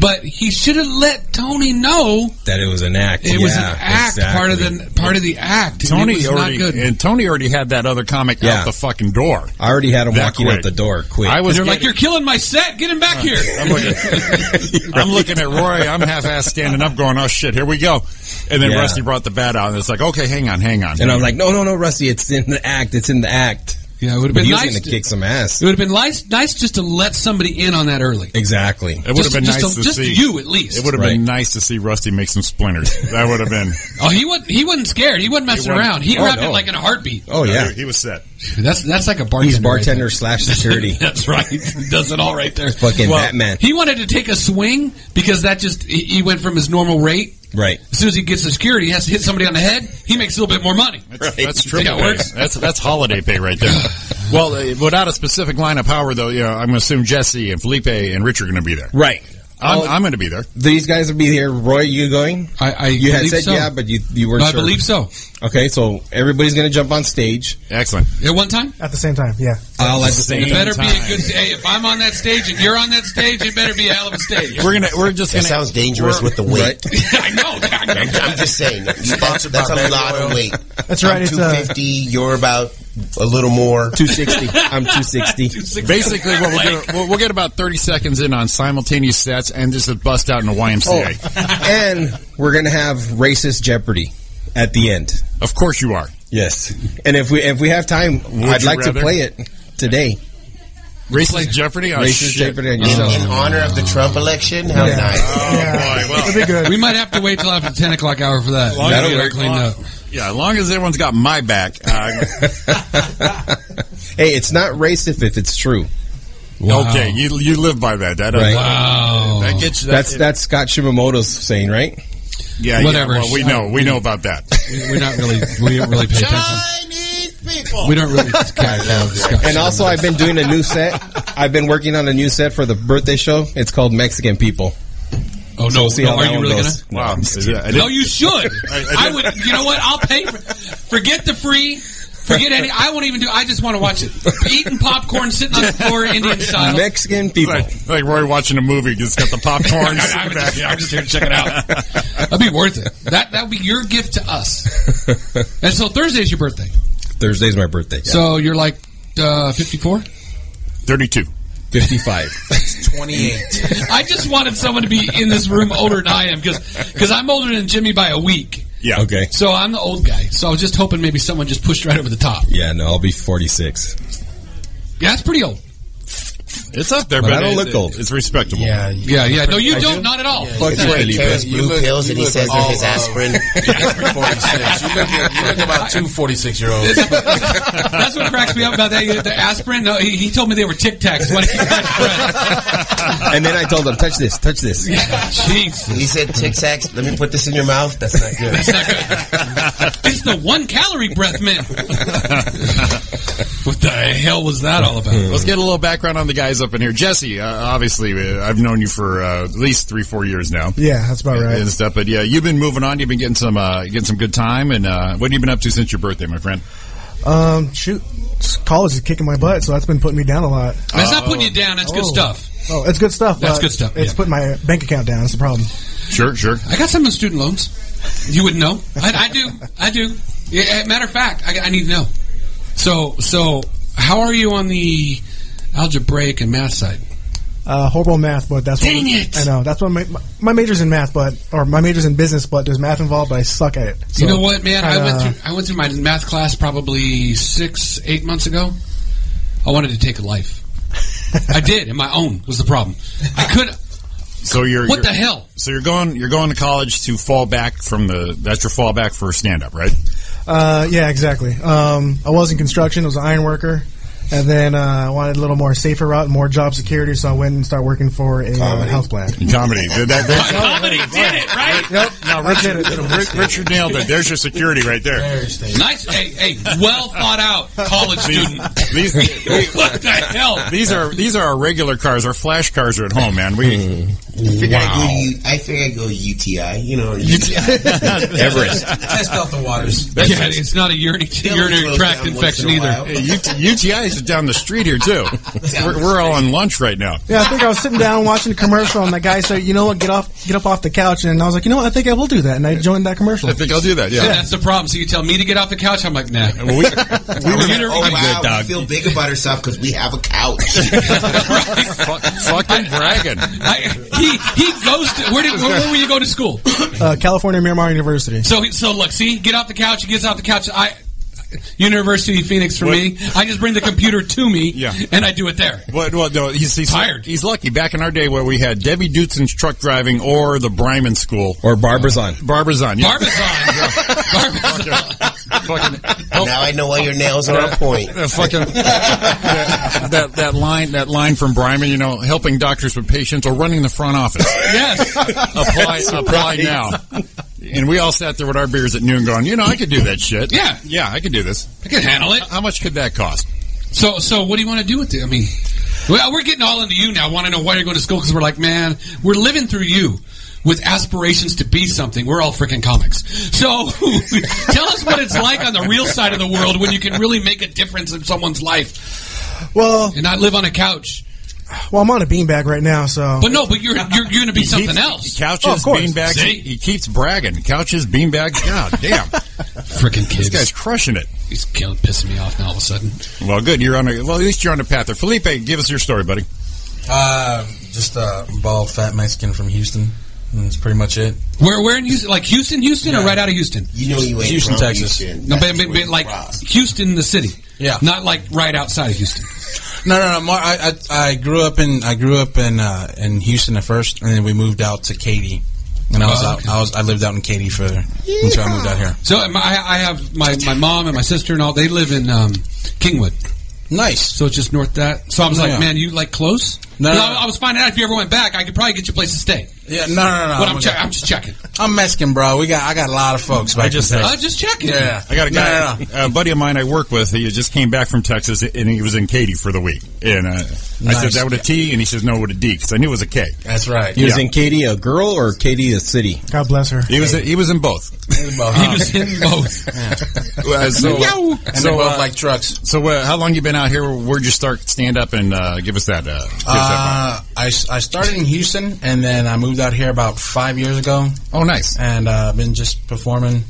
[SPEAKER 3] but he should have let Tony know
[SPEAKER 9] That it was an act.
[SPEAKER 3] it
[SPEAKER 9] yeah,
[SPEAKER 3] was an act, part of
[SPEAKER 9] exactly.
[SPEAKER 3] the part of the act. and it
[SPEAKER 4] Tony
[SPEAKER 3] was
[SPEAKER 4] already
[SPEAKER 3] not good.
[SPEAKER 4] and Tony already had that other comic
[SPEAKER 9] Yeah.
[SPEAKER 4] out the fucking door.
[SPEAKER 9] I already had him
[SPEAKER 4] That
[SPEAKER 9] walking
[SPEAKER 4] quick.
[SPEAKER 9] out the door quick.
[SPEAKER 4] I was
[SPEAKER 3] They're like,
[SPEAKER 4] getting-
[SPEAKER 3] "You're killing my set. Get him back here."
[SPEAKER 4] I'm looking, I'm looking at Roy. I'm half-ass standing up, going, "Oh shit, here we go!" And then
[SPEAKER 9] Yeah.
[SPEAKER 4] Rusty brought the bat out, and it's like, "Okay, hang on, hang on."
[SPEAKER 9] and I'm like, no, no, no, Rusty, it's in the act. It's in the act.
[SPEAKER 3] Yeah, it would have
[SPEAKER 9] But
[SPEAKER 3] been
[SPEAKER 9] he was
[SPEAKER 3] nice.
[SPEAKER 9] going
[SPEAKER 3] to-
[SPEAKER 9] to kick some ass.
[SPEAKER 3] It would have been nice, nice just to let somebody in on that early.
[SPEAKER 9] Exactly.
[SPEAKER 4] it would have
[SPEAKER 3] Just-
[SPEAKER 4] been
[SPEAKER 3] just
[SPEAKER 4] nice
[SPEAKER 3] to-
[SPEAKER 4] to
[SPEAKER 3] just
[SPEAKER 4] see
[SPEAKER 3] you at least.
[SPEAKER 4] It would have been nice to see Rusty make some splinters. That would have been.
[SPEAKER 3] Oh, he wasn't. He wasn't scared. He wasn't messing
[SPEAKER 4] wasn't-
[SPEAKER 3] around. He
[SPEAKER 9] Oh,
[SPEAKER 3] grabbed
[SPEAKER 9] no.
[SPEAKER 3] it like in a heartbeat.
[SPEAKER 9] Oh yeah,
[SPEAKER 4] he was set.
[SPEAKER 3] That's that's like a bartender.
[SPEAKER 9] he's bartender
[SPEAKER 3] right
[SPEAKER 9] slash
[SPEAKER 3] there.
[SPEAKER 9] security.
[SPEAKER 3] that's right. He does it all right there.
[SPEAKER 9] Fucking Batman.
[SPEAKER 3] He wanted to take a swing because that just he, he went from his normal rate.
[SPEAKER 9] Right.
[SPEAKER 3] As soon as he gets the security, he has to hit somebody on the head. He makes a little bit more money.
[SPEAKER 4] That's, that's
[SPEAKER 3] Think
[SPEAKER 4] triple
[SPEAKER 3] that
[SPEAKER 4] pay.
[SPEAKER 3] works?
[SPEAKER 4] That's that's holiday pay right there. well, uh, without a specific lineup, however, though, you know, I'm going to assume Jesse and Felipe and Rich are going to be there.
[SPEAKER 9] Right.
[SPEAKER 4] I'm, I'm going to be there.
[SPEAKER 9] These guys will be here. Roy, you going?
[SPEAKER 3] I, I
[SPEAKER 9] You had
[SPEAKER 3] believe
[SPEAKER 9] said
[SPEAKER 3] so.
[SPEAKER 9] yeah, but you you were
[SPEAKER 3] I
[SPEAKER 9] sure.
[SPEAKER 3] believe so.
[SPEAKER 9] Okay, so everybody's going to jump on stage
[SPEAKER 4] Excellent.
[SPEAKER 3] At one time,
[SPEAKER 8] At the same time, yeah.
[SPEAKER 9] all at the same
[SPEAKER 3] it better be a
[SPEAKER 9] time.
[SPEAKER 3] good. Hey, if I'm on that stage and you're on that stage, it better be a hell of a stage.
[SPEAKER 4] We're gonna. We're just
[SPEAKER 6] That
[SPEAKER 4] gonna.
[SPEAKER 6] sounds dangerous with the
[SPEAKER 9] Right.
[SPEAKER 6] weight.
[SPEAKER 3] I know.
[SPEAKER 6] I'm just saying. That's, that's a lot of weight.
[SPEAKER 8] That's right,
[SPEAKER 6] I'm
[SPEAKER 8] it's, uh,
[SPEAKER 6] 250. You're about a little more.
[SPEAKER 9] 260. I'm 260.
[SPEAKER 4] Basically, what we'll, do, we'll, we'll get about 30 seconds in on simultaneous sets and just a bust out in a
[SPEAKER 9] Oh.
[SPEAKER 4] YMCA.
[SPEAKER 9] and we're going to have racist jeopardy at the end.
[SPEAKER 4] Of course you are.
[SPEAKER 9] Yes. And if we if we have time, I'd
[SPEAKER 4] you
[SPEAKER 9] like
[SPEAKER 4] rather?
[SPEAKER 9] to play it today.
[SPEAKER 4] Racist Jeopardy? Oh,
[SPEAKER 9] racist
[SPEAKER 4] shit.
[SPEAKER 9] jeopardy on
[SPEAKER 6] In,
[SPEAKER 9] yourself.
[SPEAKER 6] in honor of the Trump election? How
[SPEAKER 8] Yeah.
[SPEAKER 6] nice.
[SPEAKER 4] Oh, boy. Well,
[SPEAKER 8] It'll be good.
[SPEAKER 3] We might have to wait till after the 10 o'clock hour for that.
[SPEAKER 4] long as
[SPEAKER 9] That'll
[SPEAKER 4] you-
[SPEAKER 9] work.
[SPEAKER 3] Cleaned
[SPEAKER 4] long-
[SPEAKER 3] up.
[SPEAKER 4] Yeah, as long as everyone's got my back. Uh,
[SPEAKER 9] hey, it's not racist if it's true.
[SPEAKER 3] Wow.
[SPEAKER 4] Okay, you you live by that. That,
[SPEAKER 9] Right.
[SPEAKER 3] Wow.
[SPEAKER 4] that gets you. that-
[SPEAKER 9] That's that's Scott Shimamoto's saying, right?
[SPEAKER 4] yeah, yeah,
[SPEAKER 3] whatever.
[SPEAKER 4] well, we know. We know about that.
[SPEAKER 3] We- We're not really, we don't really pay attention.
[SPEAKER 6] Chinese people.
[SPEAKER 3] We don't really. Scott,
[SPEAKER 9] And also, I've been doing a new set. I've been working on a new set for the birthday show. It's called Mexican People.
[SPEAKER 3] oh
[SPEAKER 9] So
[SPEAKER 3] no,
[SPEAKER 9] we'll see
[SPEAKER 3] no,
[SPEAKER 9] how
[SPEAKER 3] are
[SPEAKER 9] that
[SPEAKER 3] you
[SPEAKER 9] one
[SPEAKER 3] really
[SPEAKER 9] goes.
[SPEAKER 4] Wow. Yeah,
[SPEAKER 3] gonna?
[SPEAKER 4] I
[SPEAKER 3] No,
[SPEAKER 4] didn't-
[SPEAKER 3] you should.
[SPEAKER 4] I-
[SPEAKER 3] I, would. You know what? I'll pay. For, forget the free. Forget any. I won't even do. I just want to watch it. Eating popcorn, sitting on the floor, Indian style.
[SPEAKER 9] Mexican people.
[SPEAKER 4] like, like Roy watching a movie, just got the popcorn.
[SPEAKER 3] I- I'm just- I'm just here to check it out. That'd be worth it. That that would be your gift to us. And so Thursday's your birthday.
[SPEAKER 5] Thursday's my birthday. Yeah.
[SPEAKER 3] So you're like uh, 54?
[SPEAKER 4] 32.
[SPEAKER 5] 55.
[SPEAKER 7] 28.
[SPEAKER 3] I just wanted someone to be in this room older than I am because I'm older than Jimmy by a week.
[SPEAKER 4] Yeah.
[SPEAKER 5] okay.
[SPEAKER 3] So I'm the old guy. So I was just hoping maybe someone just pushed right over the top.
[SPEAKER 5] Yeah, no, I'll be 46.
[SPEAKER 3] Yeah, that's pretty old.
[SPEAKER 4] It's up there,
[SPEAKER 5] But
[SPEAKER 4] but,
[SPEAKER 5] I don't
[SPEAKER 4] it-
[SPEAKER 5] look
[SPEAKER 4] it-
[SPEAKER 5] old.
[SPEAKER 4] It's respectable.
[SPEAKER 7] Yeah. you-
[SPEAKER 3] Yeah, yeah. No, you
[SPEAKER 5] I
[SPEAKER 3] don't.
[SPEAKER 5] do?
[SPEAKER 3] Not at all.
[SPEAKER 5] Fuck you,
[SPEAKER 6] He carries
[SPEAKER 5] Felipe.
[SPEAKER 7] you
[SPEAKER 6] blue
[SPEAKER 7] look-
[SPEAKER 6] pills
[SPEAKER 7] you
[SPEAKER 6] and he
[SPEAKER 7] look
[SPEAKER 6] says they're
[SPEAKER 7] all
[SPEAKER 6] his
[SPEAKER 7] of-
[SPEAKER 6] aspirin.
[SPEAKER 7] You're 46. You look, you look about two 46 year olds.
[SPEAKER 3] That's what cracks me up about that. The aspirin. No, he, he told me they were Tic Tacs. What if you had friends?
[SPEAKER 5] And then I told him, touch this, touch this.
[SPEAKER 3] Jesus.
[SPEAKER 6] He said Tic Tacs. Let me put this in your mouth. That's not good.
[SPEAKER 3] It's the one calorie breath mint. what the hell was that all about?
[SPEAKER 4] Let's get a little background on the guys up in here. Jesse, uh, obviously, uh, I've known you for uh, at least three, four years now.
[SPEAKER 10] Yeah, that's about right.
[SPEAKER 4] And stuff, but yeah, you've been moving on. You've been getting some, uh, getting some good time. And uh, what have you been up to since your birthday, my friend?
[SPEAKER 10] Um, shoot, college is kicking my butt, so that's been putting me down a lot.
[SPEAKER 3] That's not putting you down. That's good
[SPEAKER 10] Oh.
[SPEAKER 3] stuff.
[SPEAKER 10] Oh, it's good stuff.
[SPEAKER 3] That's
[SPEAKER 10] but
[SPEAKER 3] good stuff,
[SPEAKER 10] It's
[SPEAKER 3] yeah.
[SPEAKER 10] putting my bank account down. That's the problem.
[SPEAKER 4] Sure, sure.
[SPEAKER 3] I got some in student loans. You wouldn't know. I, I do. I do. Yeah, matter of fact, I, I need to know. So, so how are you on the algebraic and math side?
[SPEAKER 10] Uh, horrible math, but that's
[SPEAKER 3] Dang
[SPEAKER 10] what
[SPEAKER 3] it!
[SPEAKER 10] I know. That's what my, my my major's in math, but or my major's in business, but there's math involved. But I suck at it.
[SPEAKER 3] you
[SPEAKER 10] So,
[SPEAKER 3] know what, man? I went
[SPEAKER 10] kinda-
[SPEAKER 3] through I went through my math class probably six, eight months ago. I wanted to take a life. I did, and my own was the problem. I could.
[SPEAKER 4] So you're
[SPEAKER 3] What the
[SPEAKER 4] you're-
[SPEAKER 3] hell?
[SPEAKER 4] So you're going, you're going to college to fall back from the. That's your fallback for stand up, right?
[SPEAKER 10] Uh, yeah, exactly. Um, I was in construction. I was an iron worker. And then uh, I wanted a little more safer route, more job security, so I went and started working for a uh, health plan.
[SPEAKER 4] Comedy. That- that- that's-
[SPEAKER 3] Comedy did it, right?
[SPEAKER 10] Yep, that's it.
[SPEAKER 4] Rick- Richard nailed it. There's your security right there.
[SPEAKER 7] Very stable.
[SPEAKER 3] Nice. Hey, hey, well thought out college student.
[SPEAKER 4] These,
[SPEAKER 3] what the hell?
[SPEAKER 4] these are these are our regular cars. Our flash cars are at home, man. We
[SPEAKER 6] I figure I
[SPEAKER 4] Wow.
[SPEAKER 6] go. U- I figure I go UTI. You know UTI.
[SPEAKER 3] Hmm.
[SPEAKER 5] Everest.
[SPEAKER 7] Test out the waters.
[SPEAKER 3] Yeah, it's not a urinary,
[SPEAKER 6] They only
[SPEAKER 3] urinary
[SPEAKER 6] close
[SPEAKER 3] tract
[SPEAKER 6] down once
[SPEAKER 3] infection
[SPEAKER 6] in a
[SPEAKER 3] either.
[SPEAKER 6] while.
[SPEAKER 4] Hey, UT- UTI is down the street here too. We're, we're all on lunch right now.
[SPEAKER 10] Yeah, I think I was sitting down watching a commercial, and the guy said, "You know what? Get off, get up off the couch." And I was like, "You know what? I think I will do that." And I joined that commercial.
[SPEAKER 4] I think I'll do that.
[SPEAKER 3] So
[SPEAKER 4] Yeah.
[SPEAKER 3] that's the problem. So you tell me to get off the couch. I'm like, nah.
[SPEAKER 4] Well, we-
[SPEAKER 3] I'm
[SPEAKER 6] Oh
[SPEAKER 3] urinary-
[SPEAKER 6] wow,
[SPEAKER 5] good, dog.
[SPEAKER 6] we feel big about ourselves because we have a couch.
[SPEAKER 4] fuck- fucking bragging.
[SPEAKER 3] I, he he goes to where did where, where will you go to school?
[SPEAKER 10] Uh, California Miramar University.
[SPEAKER 3] So so look, see, get off the couch. He gets off the couch. I University of Phoenix for
[SPEAKER 4] What?
[SPEAKER 3] me. I just bring the computer to me,
[SPEAKER 4] Yeah.
[SPEAKER 3] and I do it there.
[SPEAKER 4] But well, no, he's, he's
[SPEAKER 3] Tired.
[SPEAKER 4] He's lucky. Back in our day, where we had Debbie Dutzen's truck driving or the Bryman School,
[SPEAKER 5] Or Barbara's on.
[SPEAKER 4] Barbizon. Yeah.
[SPEAKER 3] Barbizon. Barbizon.
[SPEAKER 4] fucking
[SPEAKER 6] now I know why your nails are on point.
[SPEAKER 4] Uh, fucking that, that that line that line from Bryman, you know, helping doctors with patients or running the front office.
[SPEAKER 3] Yes.
[SPEAKER 4] apply apply now. And we all sat there with our beers at noon, going, you know, I could do that shit.
[SPEAKER 3] Yeah.
[SPEAKER 4] yeah, I could do this.
[SPEAKER 3] I can handle it.
[SPEAKER 4] How much could that cost?
[SPEAKER 3] So so what do you want to do with it? I mean, well, we're getting all into you now. Want to know why you're going to school? Because we're like, man, we're living through you. With aspirations to be something, we're all freaking comics. So, tell us what it's like on the real side of the world when you can really make a difference in someone's life
[SPEAKER 10] Well,
[SPEAKER 3] and not live on a couch.
[SPEAKER 10] well, I'm on a beanbag right now, so
[SPEAKER 3] But no, but you're you're, you're going to be something else.
[SPEAKER 10] Oh,
[SPEAKER 4] Couches,
[SPEAKER 10] of course.
[SPEAKER 4] beanbags.
[SPEAKER 3] See?
[SPEAKER 4] He keeps bragging. Couches, beanbags. God damn,
[SPEAKER 3] Freaking
[SPEAKER 4] this guy's
[SPEAKER 3] kids.
[SPEAKER 4] crushing it.
[SPEAKER 3] He's killing, pissing me off now all of a sudden.
[SPEAKER 4] Well, good. You're on a. Well, at least you're on a path there. Felipe, give us your story, buddy.
[SPEAKER 7] Uh, just a bald, fat Mexican from Houston. And that's pretty much it.
[SPEAKER 3] Where where in Houston? Like Houston, Houston, or
[SPEAKER 7] Yeah.
[SPEAKER 3] right out of Houston?
[SPEAKER 6] You know you ain't
[SPEAKER 7] Houston,
[SPEAKER 6] from
[SPEAKER 7] Texas.
[SPEAKER 6] Houston.
[SPEAKER 3] No, but,
[SPEAKER 6] That's
[SPEAKER 3] but-
[SPEAKER 6] where
[SPEAKER 3] but
[SPEAKER 6] you
[SPEAKER 3] like
[SPEAKER 6] from.
[SPEAKER 3] Houston, the city.
[SPEAKER 7] Yeah.
[SPEAKER 3] not like right outside of Houston.
[SPEAKER 7] No, no, no. Mar- I, I, I grew up in I grew up in uh, in Houston at first, and then we moved out to Katy. And I was
[SPEAKER 3] Oh,
[SPEAKER 7] out,
[SPEAKER 3] okay.
[SPEAKER 7] I was I lived out in Katy for until I moved out here.
[SPEAKER 3] So um, I, I have my, my mom and my sister and all. They live in um, Kingwood,
[SPEAKER 7] Nice.
[SPEAKER 3] so it's just north that. So I was like,
[SPEAKER 7] Yeah.
[SPEAKER 3] man, you like close?
[SPEAKER 7] No,
[SPEAKER 3] Because
[SPEAKER 7] no,
[SPEAKER 3] I,
[SPEAKER 7] no.
[SPEAKER 3] I was finding out if you ever went back, I could probably get you a place to stay.
[SPEAKER 7] Yeah. No, no, no.
[SPEAKER 3] But
[SPEAKER 7] I'm,
[SPEAKER 3] I'm, che- I'm just checking.
[SPEAKER 7] I'm Mexican, bro. We got I got a lot of folks. Back I
[SPEAKER 4] just
[SPEAKER 7] in
[SPEAKER 3] I'm
[SPEAKER 7] Texas.
[SPEAKER 3] just checking.
[SPEAKER 7] yeah.
[SPEAKER 4] I got a
[SPEAKER 7] No,
[SPEAKER 4] guy,
[SPEAKER 7] no, no.
[SPEAKER 4] a buddy of mine I work with. He just came back from Texas, and he was in Katy for the week. And uh, I said
[SPEAKER 7] Nice.
[SPEAKER 4] that with a T, and he says no with a D because I knew it was a K.
[SPEAKER 7] That's right.
[SPEAKER 5] He was
[SPEAKER 4] Yeah.
[SPEAKER 5] in Katie a girl or Katie a city?
[SPEAKER 10] God bless her.
[SPEAKER 4] He was he was in both.
[SPEAKER 3] He was hitting both.
[SPEAKER 4] Uh, so,
[SPEAKER 7] Uh, and they
[SPEAKER 4] so,
[SPEAKER 7] both
[SPEAKER 4] uh,
[SPEAKER 7] like trucks.
[SPEAKER 4] so uh, how long you been out here? Where'd you start stand up and uh, give us that? Uh, give us that
[SPEAKER 7] Uh, I, s- I started in Houston, and then I moved out here about five years ago,
[SPEAKER 4] one? oh, nice.
[SPEAKER 7] and uh, been just performing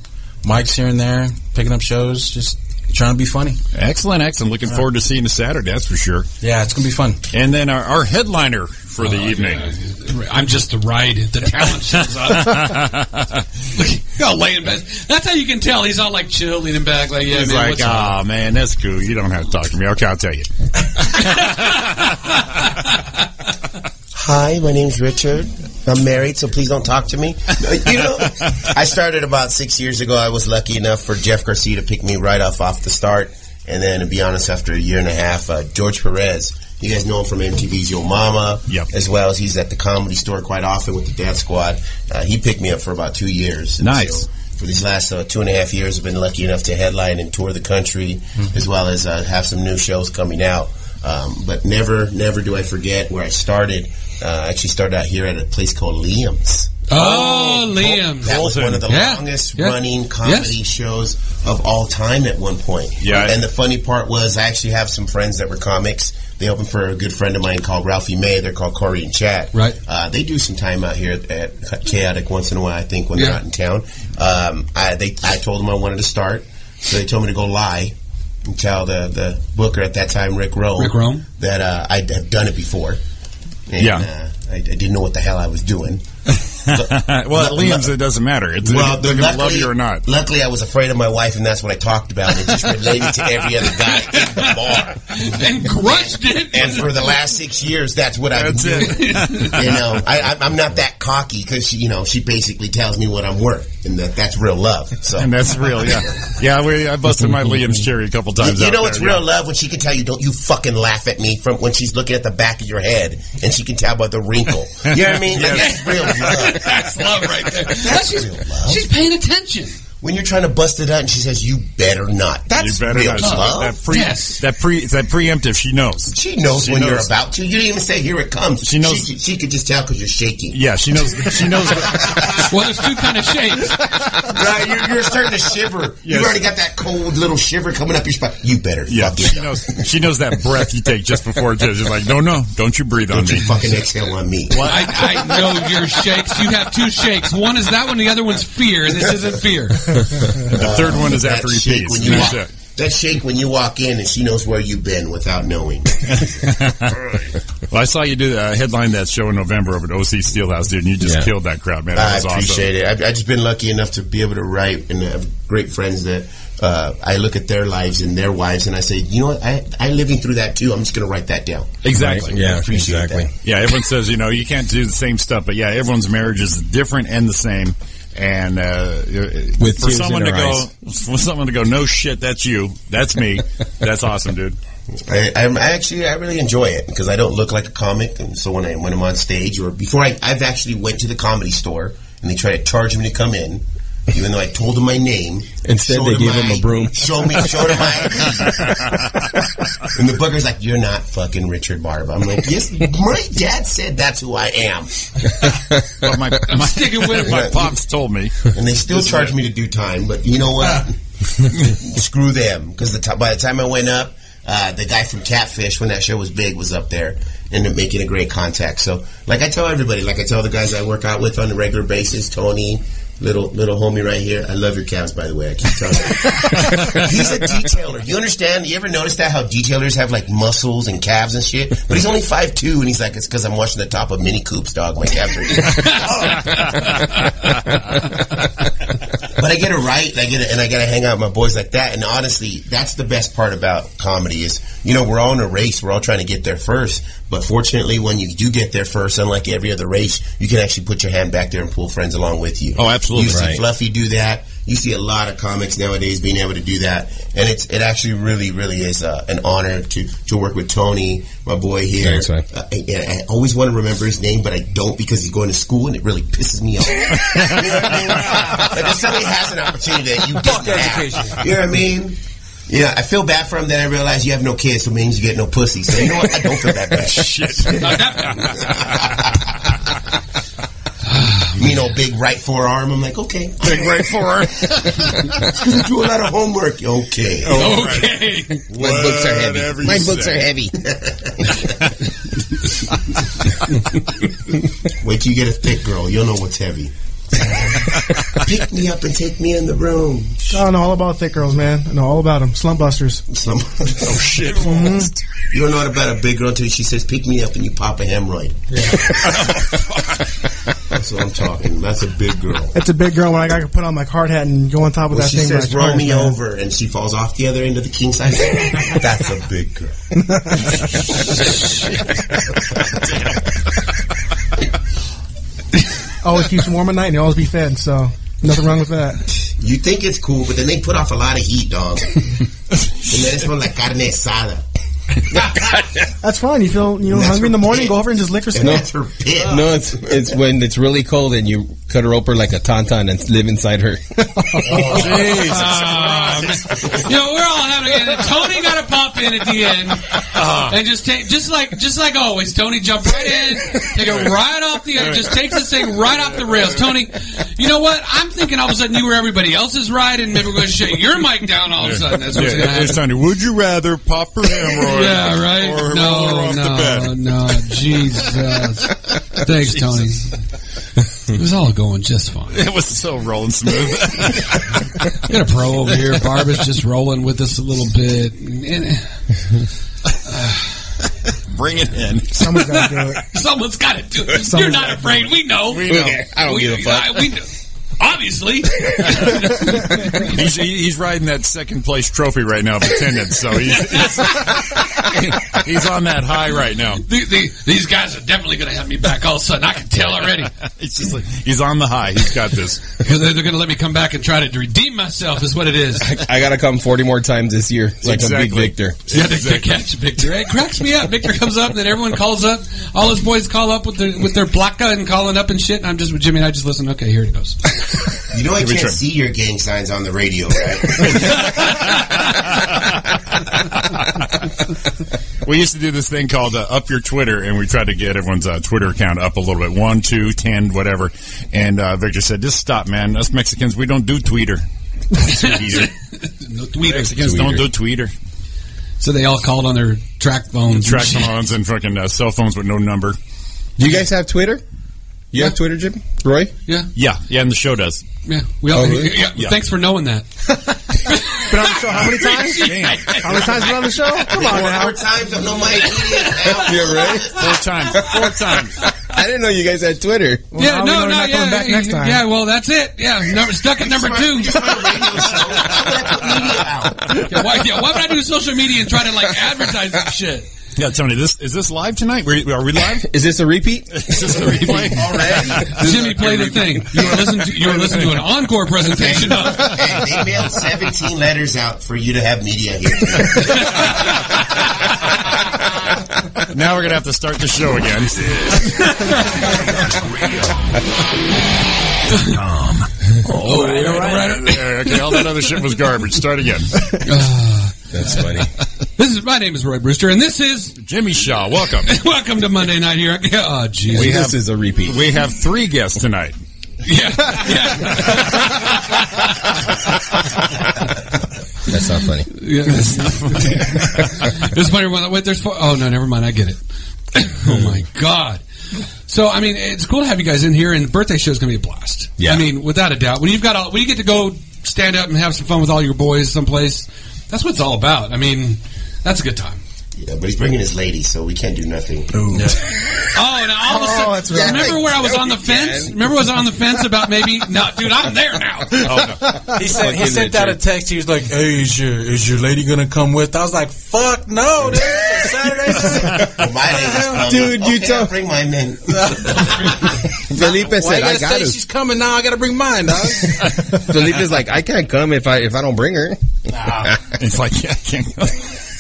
[SPEAKER 7] mics here and there, picking up shows, just trying to be funny.
[SPEAKER 4] Excellent, excellent. Looking forward to seeing you Saturday, that's for sure.
[SPEAKER 7] Yeah, it's gonna be fun.
[SPEAKER 4] And then our, our headliner for
[SPEAKER 3] Oh,
[SPEAKER 4] the evening.
[SPEAKER 3] I'm just the ride. The talent shows up. Look, he'll lay in bed. That's how you can tell. He's all like chill, leaning back, like yeah,
[SPEAKER 4] He's
[SPEAKER 3] man,
[SPEAKER 4] like,
[SPEAKER 3] what's up?
[SPEAKER 4] oh man, that's cool. You don't have to talk to me. Okay, I'll tell you.
[SPEAKER 6] Hi, my name's Richard. I'm married, so please don't talk to me. You know, I started about six years ago. I was lucky enough for Jeff Garcia to pick me right off off the start, and then to be honest, after a year and a half, uh, George Perez. You guys know him from MTV's Yo Mama,
[SPEAKER 4] Yep.
[SPEAKER 6] as well as he's at the Comedy Store quite often with the Dance Squad. Uh, he picked me up for about two years. And
[SPEAKER 4] Nice.
[SPEAKER 6] so for these last uh, two and a half years, I've been lucky enough to headline and tour the country, as well as uh, have some new shows coming out. Um, but never, never do I forget where I started. Uh, I actually started out here at a place called Liam's.
[SPEAKER 4] uh,
[SPEAKER 3] Oh, Liam's.
[SPEAKER 6] That was one of the
[SPEAKER 3] Yeah.
[SPEAKER 6] longest
[SPEAKER 3] Yeah.
[SPEAKER 6] running comedy
[SPEAKER 3] Yes.
[SPEAKER 6] shows of all time at one point.
[SPEAKER 4] Yeah.
[SPEAKER 6] And the funny part was, I actually have some friends that were comics. They opened for a good friend of mine called Ralphie May. They're called Corey and Chad.
[SPEAKER 3] Right.
[SPEAKER 6] Uh, they do some time out here at, at Chaotic once in a while, I think, when
[SPEAKER 3] Yeah.
[SPEAKER 6] they're not in town. Um, I, they, I told them I wanted to start, so they told me to go lie and tell the, the booker at that time, Rick Rome,
[SPEAKER 3] Rick Rome.
[SPEAKER 6] that uh, I had done it before. And,
[SPEAKER 4] Yeah.
[SPEAKER 6] Uh, I, I didn't know what the hell I was doing.
[SPEAKER 4] well, at Liam's, it doesn't matter. It's,
[SPEAKER 6] Well,
[SPEAKER 4] they're going to love
[SPEAKER 6] luckily-
[SPEAKER 4] you or not.
[SPEAKER 6] Luckily, I was afraid of my wife, and that's what I talked about. It just related to every other guy in the bar.
[SPEAKER 3] and crushed it.
[SPEAKER 6] And for the last six years, that's what I've
[SPEAKER 4] That's
[SPEAKER 6] been
[SPEAKER 4] it.
[SPEAKER 6] doing. You know, I, I, I'm not that cocky because she, you know, she basically tells me what I'm worth, and that that's real love. So.
[SPEAKER 4] And that's real, yeah. Yeah, we, I busted my Liam's cherry a couple
[SPEAKER 6] You,
[SPEAKER 4] times.
[SPEAKER 6] you
[SPEAKER 4] out
[SPEAKER 6] know
[SPEAKER 4] there,
[SPEAKER 6] it's
[SPEAKER 4] yeah.
[SPEAKER 6] real love when she can tell you, "Don't you fucking laugh at me!" From when she's looking at the back of your head, and she can tell by the wrinkle. You know what I mean? Like,
[SPEAKER 4] Yes.
[SPEAKER 6] that's real love.
[SPEAKER 3] That's love right there.
[SPEAKER 6] That's
[SPEAKER 3] she's,
[SPEAKER 6] real love.
[SPEAKER 3] she's paying attention.
[SPEAKER 6] When you're trying to bust it out, and she says, "You better not." That's
[SPEAKER 4] you better
[SPEAKER 6] real
[SPEAKER 4] not.
[SPEAKER 6] love.
[SPEAKER 4] That pre,
[SPEAKER 3] Yes.
[SPEAKER 4] that pre, that preemptive. She knows.
[SPEAKER 6] She knows when you're
[SPEAKER 4] knows.
[SPEAKER 6] about to. You didn't even say, "Here it comes."
[SPEAKER 4] She knows-
[SPEAKER 6] She, she could just tell because you're shaking.
[SPEAKER 4] Yeah, she knows. She knows.
[SPEAKER 3] Well, there's two kind of shapes.
[SPEAKER 6] Right, you're, you're starting to shiver.
[SPEAKER 4] Yes.
[SPEAKER 6] You've already got that cold little shiver coming up your spine. You better
[SPEAKER 4] yeah,
[SPEAKER 6] fucking
[SPEAKER 4] she knows. She knows that breath you take just before it does. She's like, no, no, don't you breathe on
[SPEAKER 6] don't
[SPEAKER 4] me.
[SPEAKER 6] you fucking exhale on me.
[SPEAKER 3] I, I know your shakes. You have two shakes. One is that one. The other one's fear. And this isn't fear.
[SPEAKER 4] The third one is
[SPEAKER 6] That
[SPEAKER 4] after he
[SPEAKER 6] shake
[SPEAKER 4] pees.
[SPEAKER 6] when you
[SPEAKER 4] That's
[SPEAKER 6] walk-
[SPEAKER 4] it.
[SPEAKER 6] That shake when you walk in and she knows where you've been without knowing.
[SPEAKER 4] Well, I saw you do uh, headline that show in November over at OC Steelhouse, dude, and you just
[SPEAKER 5] Yeah.
[SPEAKER 4] killed that crowd, man. That
[SPEAKER 6] I
[SPEAKER 4] was awesome.
[SPEAKER 6] appreciate it. I've, I've just been lucky enough to be able to write and have great friends that uh, I look at their lives and their wives and I say, you know what? I, I'm living through that too. I'm just going to write that down.
[SPEAKER 4] Exactly.
[SPEAKER 5] Yeah,
[SPEAKER 6] Appreciate that.
[SPEAKER 5] exactly.
[SPEAKER 4] Yeah, everyone says you know you can't do the same stuff, but yeah, everyone's marriage is different and the same. And uh,
[SPEAKER 5] With
[SPEAKER 4] for
[SPEAKER 5] tears
[SPEAKER 4] someone
[SPEAKER 5] in
[SPEAKER 4] to
[SPEAKER 5] her
[SPEAKER 4] go, for someone to go, no shit, that's you, that's me, that's awesome, dude.
[SPEAKER 6] I, I'm I actually I really enjoy it because I don't look like a comic, and so when I when I'm on stage or before I I've actually went to the comedy store and they try to charge me to come in, even though I told them my name.
[SPEAKER 5] Instead,
[SPEAKER 6] showed
[SPEAKER 5] they gave
[SPEAKER 6] my-
[SPEAKER 5] him a broom.
[SPEAKER 6] Show me, showed him my ID. and the booker's like, "You're not fucking Richard Barba." I'm like, "Yes, my dad said that's who I am,"
[SPEAKER 4] But my
[SPEAKER 3] I'm
[SPEAKER 4] my,
[SPEAKER 3] sticking with
[SPEAKER 4] my
[SPEAKER 3] it.
[SPEAKER 4] pops told me.
[SPEAKER 6] and they still charge me to do time. But you know what? Screw them because the t- by the time I went up, uh, the guy from Catfish, when that show was big, was up there and making a great contact. So, like I tell everybody, like I tell the guys I work out with on a regular basis, Tony. Little little homie right here. I love your calves, by the way. I keep telling you. he's a detailer. You understand? You ever notice that how detailers have like muscles and calves and shit? But he's only 5'2", and he's like, it's because I'm washing the top of mini coops, dog. My calves are. but I get it right. and I get it, and I got to hang out with my boys like that. And honestly, that's the best part about comedy is, you know, we're all in a race. We're all trying to get there first. But fortunately, when you do get there first, unlike every other race, you can actually put your hand back there and pull friends along with you.
[SPEAKER 4] Oh, absolutely.
[SPEAKER 6] You see
[SPEAKER 4] Right.
[SPEAKER 6] Fluffy do that. You see a lot of comics nowadays being able to do that, and it's it actually really, really is uh, an honor to to work with Tony, my boy here.
[SPEAKER 5] Thanks, man.
[SPEAKER 6] Uh, I, I I always want to remember his name, but I don't because he's going to school, and it really pisses me off. you know what I mean? Like if somebody has an opportunity that you don't have, you know what I mean? Yeah, I feel bad for him. Then I realize you have no kids, so it means you get no pussy. So you know what? I don't feel that bad. Shit. you know, big right forearm. I'm like, okay,
[SPEAKER 4] Big right for her.
[SPEAKER 6] you do a lot of homework. Okay.
[SPEAKER 10] Oh.
[SPEAKER 3] Okay.
[SPEAKER 6] My books are heavy.
[SPEAKER 4] My books are heavy.
[SPEAKER 6] Wait till you get a thick girl. You'll know what's heavy. Pick me up and take me in the room.
[SPEAKER 10] Oh, no, all about thick girls, man. I know all about them. Slump busters.
[SPEAKER 6] Some, oh shit! Mm-hmm. You don't know what about a big girl until she says, "Pick me up," and you pop a hemorrhoid. That's what I'm talking. That's a big girl.
[SPEAKER 10] That's a big girl when I got to put on my card hat and go on top of
[SPEAKER 6] When
[SPEAKER 10] that
[SPEAKER 6] she
[SPEAKER 10] thing.
[SPEAKER 6] says,
[SPEAKER 10] like, "Oh,
[SPEAKER 6] "Roll me
[SPEAKER 10] man.
[SPEAKER 6] over," and she falls off the other end of the king size, that's a big girl.
[SPEAKER 10] Always Oh, keeps warm at night and you always be fed, so nothing wrong with that.
[SPEAKER 6] You think it's cool, but then they put off a lot of heat, dog. and then it smells like carne asada.
[SPEAKER 10] That's fine. You feel you know
[SPEAKER 6] That's
[SPEAKER 10] hungry in the morning,
[SPEAKER 6] right.
[SPEAKER 10] go over and just lick her
[SPEAKER 6] And
[SPEAKER 10] skin.
[SPEAKER 6] that's her pit.
[SPEAKER 9] No, it's it's when it's really cold and you cut her open like a tauntaun and live inside her.
[SPEAKER 3] Um, you know, we're all having it. Tony got to pop in at the end
[SPEAKER 4] Uh-huh.
[SPEAKER 3] and just take, just like, just like always. Tony jumped right in, take it right off the, just takes this thing right off the rails. Tony, you know what? I'm thinking all of a sudden you were everybody else's ride, and then we're going to shut your mic down all of a sudden. That's what's going to happen.
[SPEAKER 4] it's time to, would you rather pop her hemorrhoid
[SPEAKER 3] Yeah, right.
[SPEAKER 4] or roll her
[SPEAKER 3] no,
[SPEAKER 4] off
[SPEAKER 3] no,
[SPEAKER 4] the bed?
[SPEAKER 3] no. Jesus. Thanks, Tony. It was all going just fine.
[SPEAKER 4] It was so rolling smooth.
[SPEAKER 3] Got a pro over here. Barbara's just rolling with us a little bit. And-
[SPEAKER 4] Bring it in.
[SPEAKER 10] Someone's got to do it.
[SPEAKER 3] Someone's got to do it. You're
[SPEAKER 10] Someone's
[SPEAKER 3] not afraid. We know. We
[SPEAKER 9] know. I don't give a fuck.
[SPEAKER 3] I- we know. Obviously.
[SPEAKER 4] He's, he- he's riding that second place trophy right now of attendance, so he's, he's, he's on that high right now.
[SPEAKER 3] The- the- these guys are definitely going to have me back all of a sudden. I can tell already.
[SPEAKER 4] It's just like, he's on the high. He's got this.
[SPEAKER 3] Because they're going to let me come back and try to redeem myself, is what it is.
[SPEAKER 9] I gotta come forty more times this year, so I can
[SPEAKER 4] Exactly.
[SPEAKER 9] beat Victor.
[SPEAKER 3] Yeah, they, they catch Victor. It cracks me up. Victor comes up, and then everyone calls up. All his boys call up with their with their blacka and calling up and shit. And I'm just with Jimmy, and I just listen. Okay, here it goes.
[SPEAKER 6] You know I
[SPEAKER 4] me
[SPEAKER 6] can't
[SPEAKER 4] trim.
[SPEAKER 6] see your gang signs on the radio, right?
[SPEAKER 4] We used to do this thing called uh, Up Your Twitter, and we tried to get everyone's uh, Twitter account up a little bit. One, two, ten, whatever. And uh, Victor said, just stop, man. Us Mexicans, we don't do Twitter. Tweeter.
[SPEAKER 3] no tweeters.
[SPEAKER 4] Mexicans don't do Twitter.
[SPEAKER 3] So they all called on their track phones.
[SPEAKER 4] Track
[SPEAKER 3] and shit.
[SPEAKER 4] phones and fucking uh, cell phones with no number.
[SPEAKER 9] Do you guys have Twitter? You have
[SPEAKER 3] Yeah.
[SPEAKER 9] Twitter, Jimmy? Roy?
[SPEAKER 3] Yeah,
[SPEAKER 4] Yeah, yeah, and the show does.
[SPEAKER 3] yeah. We all.
[SPEAKER 9] Oh, really?
[SPEAKER 3] yeah,
[SPEAKER 4] Yeah.
[SPEAKER 3] Thanks for knowing that.
[SPEAKER 10] Been on the show how many times?
[SPEAKER 4] Damn.
[SPEAKER 10] How many times been on the show? Come on now.
[SPEAKER 6] Four times I'm on my idiot.
[SPEAKER 9] Yeah, right.
[SPEAKER 4] Four times. Four times.
[SPEAKER 9] I didn't know you guys had Twitter.
[SPEAKER 10] Well,
[SPEAKER 3] yeah,
[SPEAKER 10] now we know
[SPEAKER 3] no,
[SPEAKER 10] you're
[SPEAKER 3] no,
[SPEAKER 10] not
[SPEAKER 3] yeah,
[SPEAKER 10] coming back
[SPEAKER 3] yeah,
[SPEAKER 10] next time.
[SPEAKER 3] yeah. Well, that's it. Yeah, number, stuck at number two. yeah, why, yeah, why would I do social media and try to like advertise that shit?
[SPEAKER 4] Yeah, Tony, this is this live tonight? Were- Are we live?
[SPEAKER 9] Is this a repeat?
[SPEAKER 4] Is this a replay? Already?
[SPEAKER 3] Jimmy, play the thing. You were listening to you were listening to an encore presentation of.
[SPEAKER 6] Hey, they mailed 17 letters out for you to have media here.
[SPEAKER 4] Now we're gonna have to start the show again. Oh,
[SPEAKER 3] All right, all right, all right.
[SPEAKER 4] okay, all that other shit was garbage. Start again.
[SPEAKER 9] That's funny.
[SPEAKER 3] This is my name is Roy Brewster, and this is
[SPEAKER 4] Jimmy Shaw, welcome.
[SPEAKER 3] welcome to Monday Night here. Oh, Jesus.
[SPEAKER 9] this
[SPEAKER 4] have-
[SPEAKER 9] is a repeat.
[SPEAKER 4] We have three guests tonight.
[SPEAKER 3] Yeah, yeah,
[SPEAKER 9] That's not funny.
[SPEAKER 3] yeah. This funny one. Wait, there's four. Oh no, never mind. I get it. oh my God. So I mean, it's cool to have you guys in here, and the birthday show is going to be a blast.
[SPEAKER 9] Yeah.
[SPEAKER 3] I mean, without a doubt. When you've got all, when you get to go stand up and have some fun with all your boys someplace, that's what it's all about. I mean, that's a good time.
[SPEAKER 6] Yeah, but he's bringing his lady, so we can't do nothing.
[SPEAKER 3] Oh, now all of a
[SPEAKER 10] Oh,
[SPEAKER 3] sudden,
[SPEAKER 10] that's right.
[SPEAKER 3] remember where I was
[SPEAKER 9] No,
[SPEAKER 3] on the
[SPEAKER 9] you
[SPEAKER 3] fence?
[SPEAKER 9] can.
[SPEAKER 3] Remember, I was on the fence about maybe? No, dude, I'm there now.
[SPEAKER 4] Oh,
[SPEAKER 11] He sent he
[SPEAKER 9] Fucking
[SPEAKER 11] sent out a
[SPEAKER 9] legit.
[SPEAKER 11] text. He was like, "Hey, is your is your lady gonna come with?" I was like, "Fuck no, dude! It's a Saturday." night."
[SPEAKER 6] Well, my lady's coming.
[SPEAKER 9] Dude, you
[SPEAKER 6] okay,
[SPEAKER 9] tell-
[SPEAKER 6] I'll bring my men.
[SPEAKER 9] Felipe
[SPEAKER 11] Why you
[SPEAKER 9] said,
[SPEAKER 11] gotta
[SPEAKER 9] "I
[SPEAKER 11] say
[SPEAKER 9] got to."
[SPEAKER 11] she's coming now? I gotta bring mine, dog.
[SPEAKER 9] Felipe's like, "I can't come if I if I don't bring her."
[SPEAKER 4] It's like yeah, I can't go.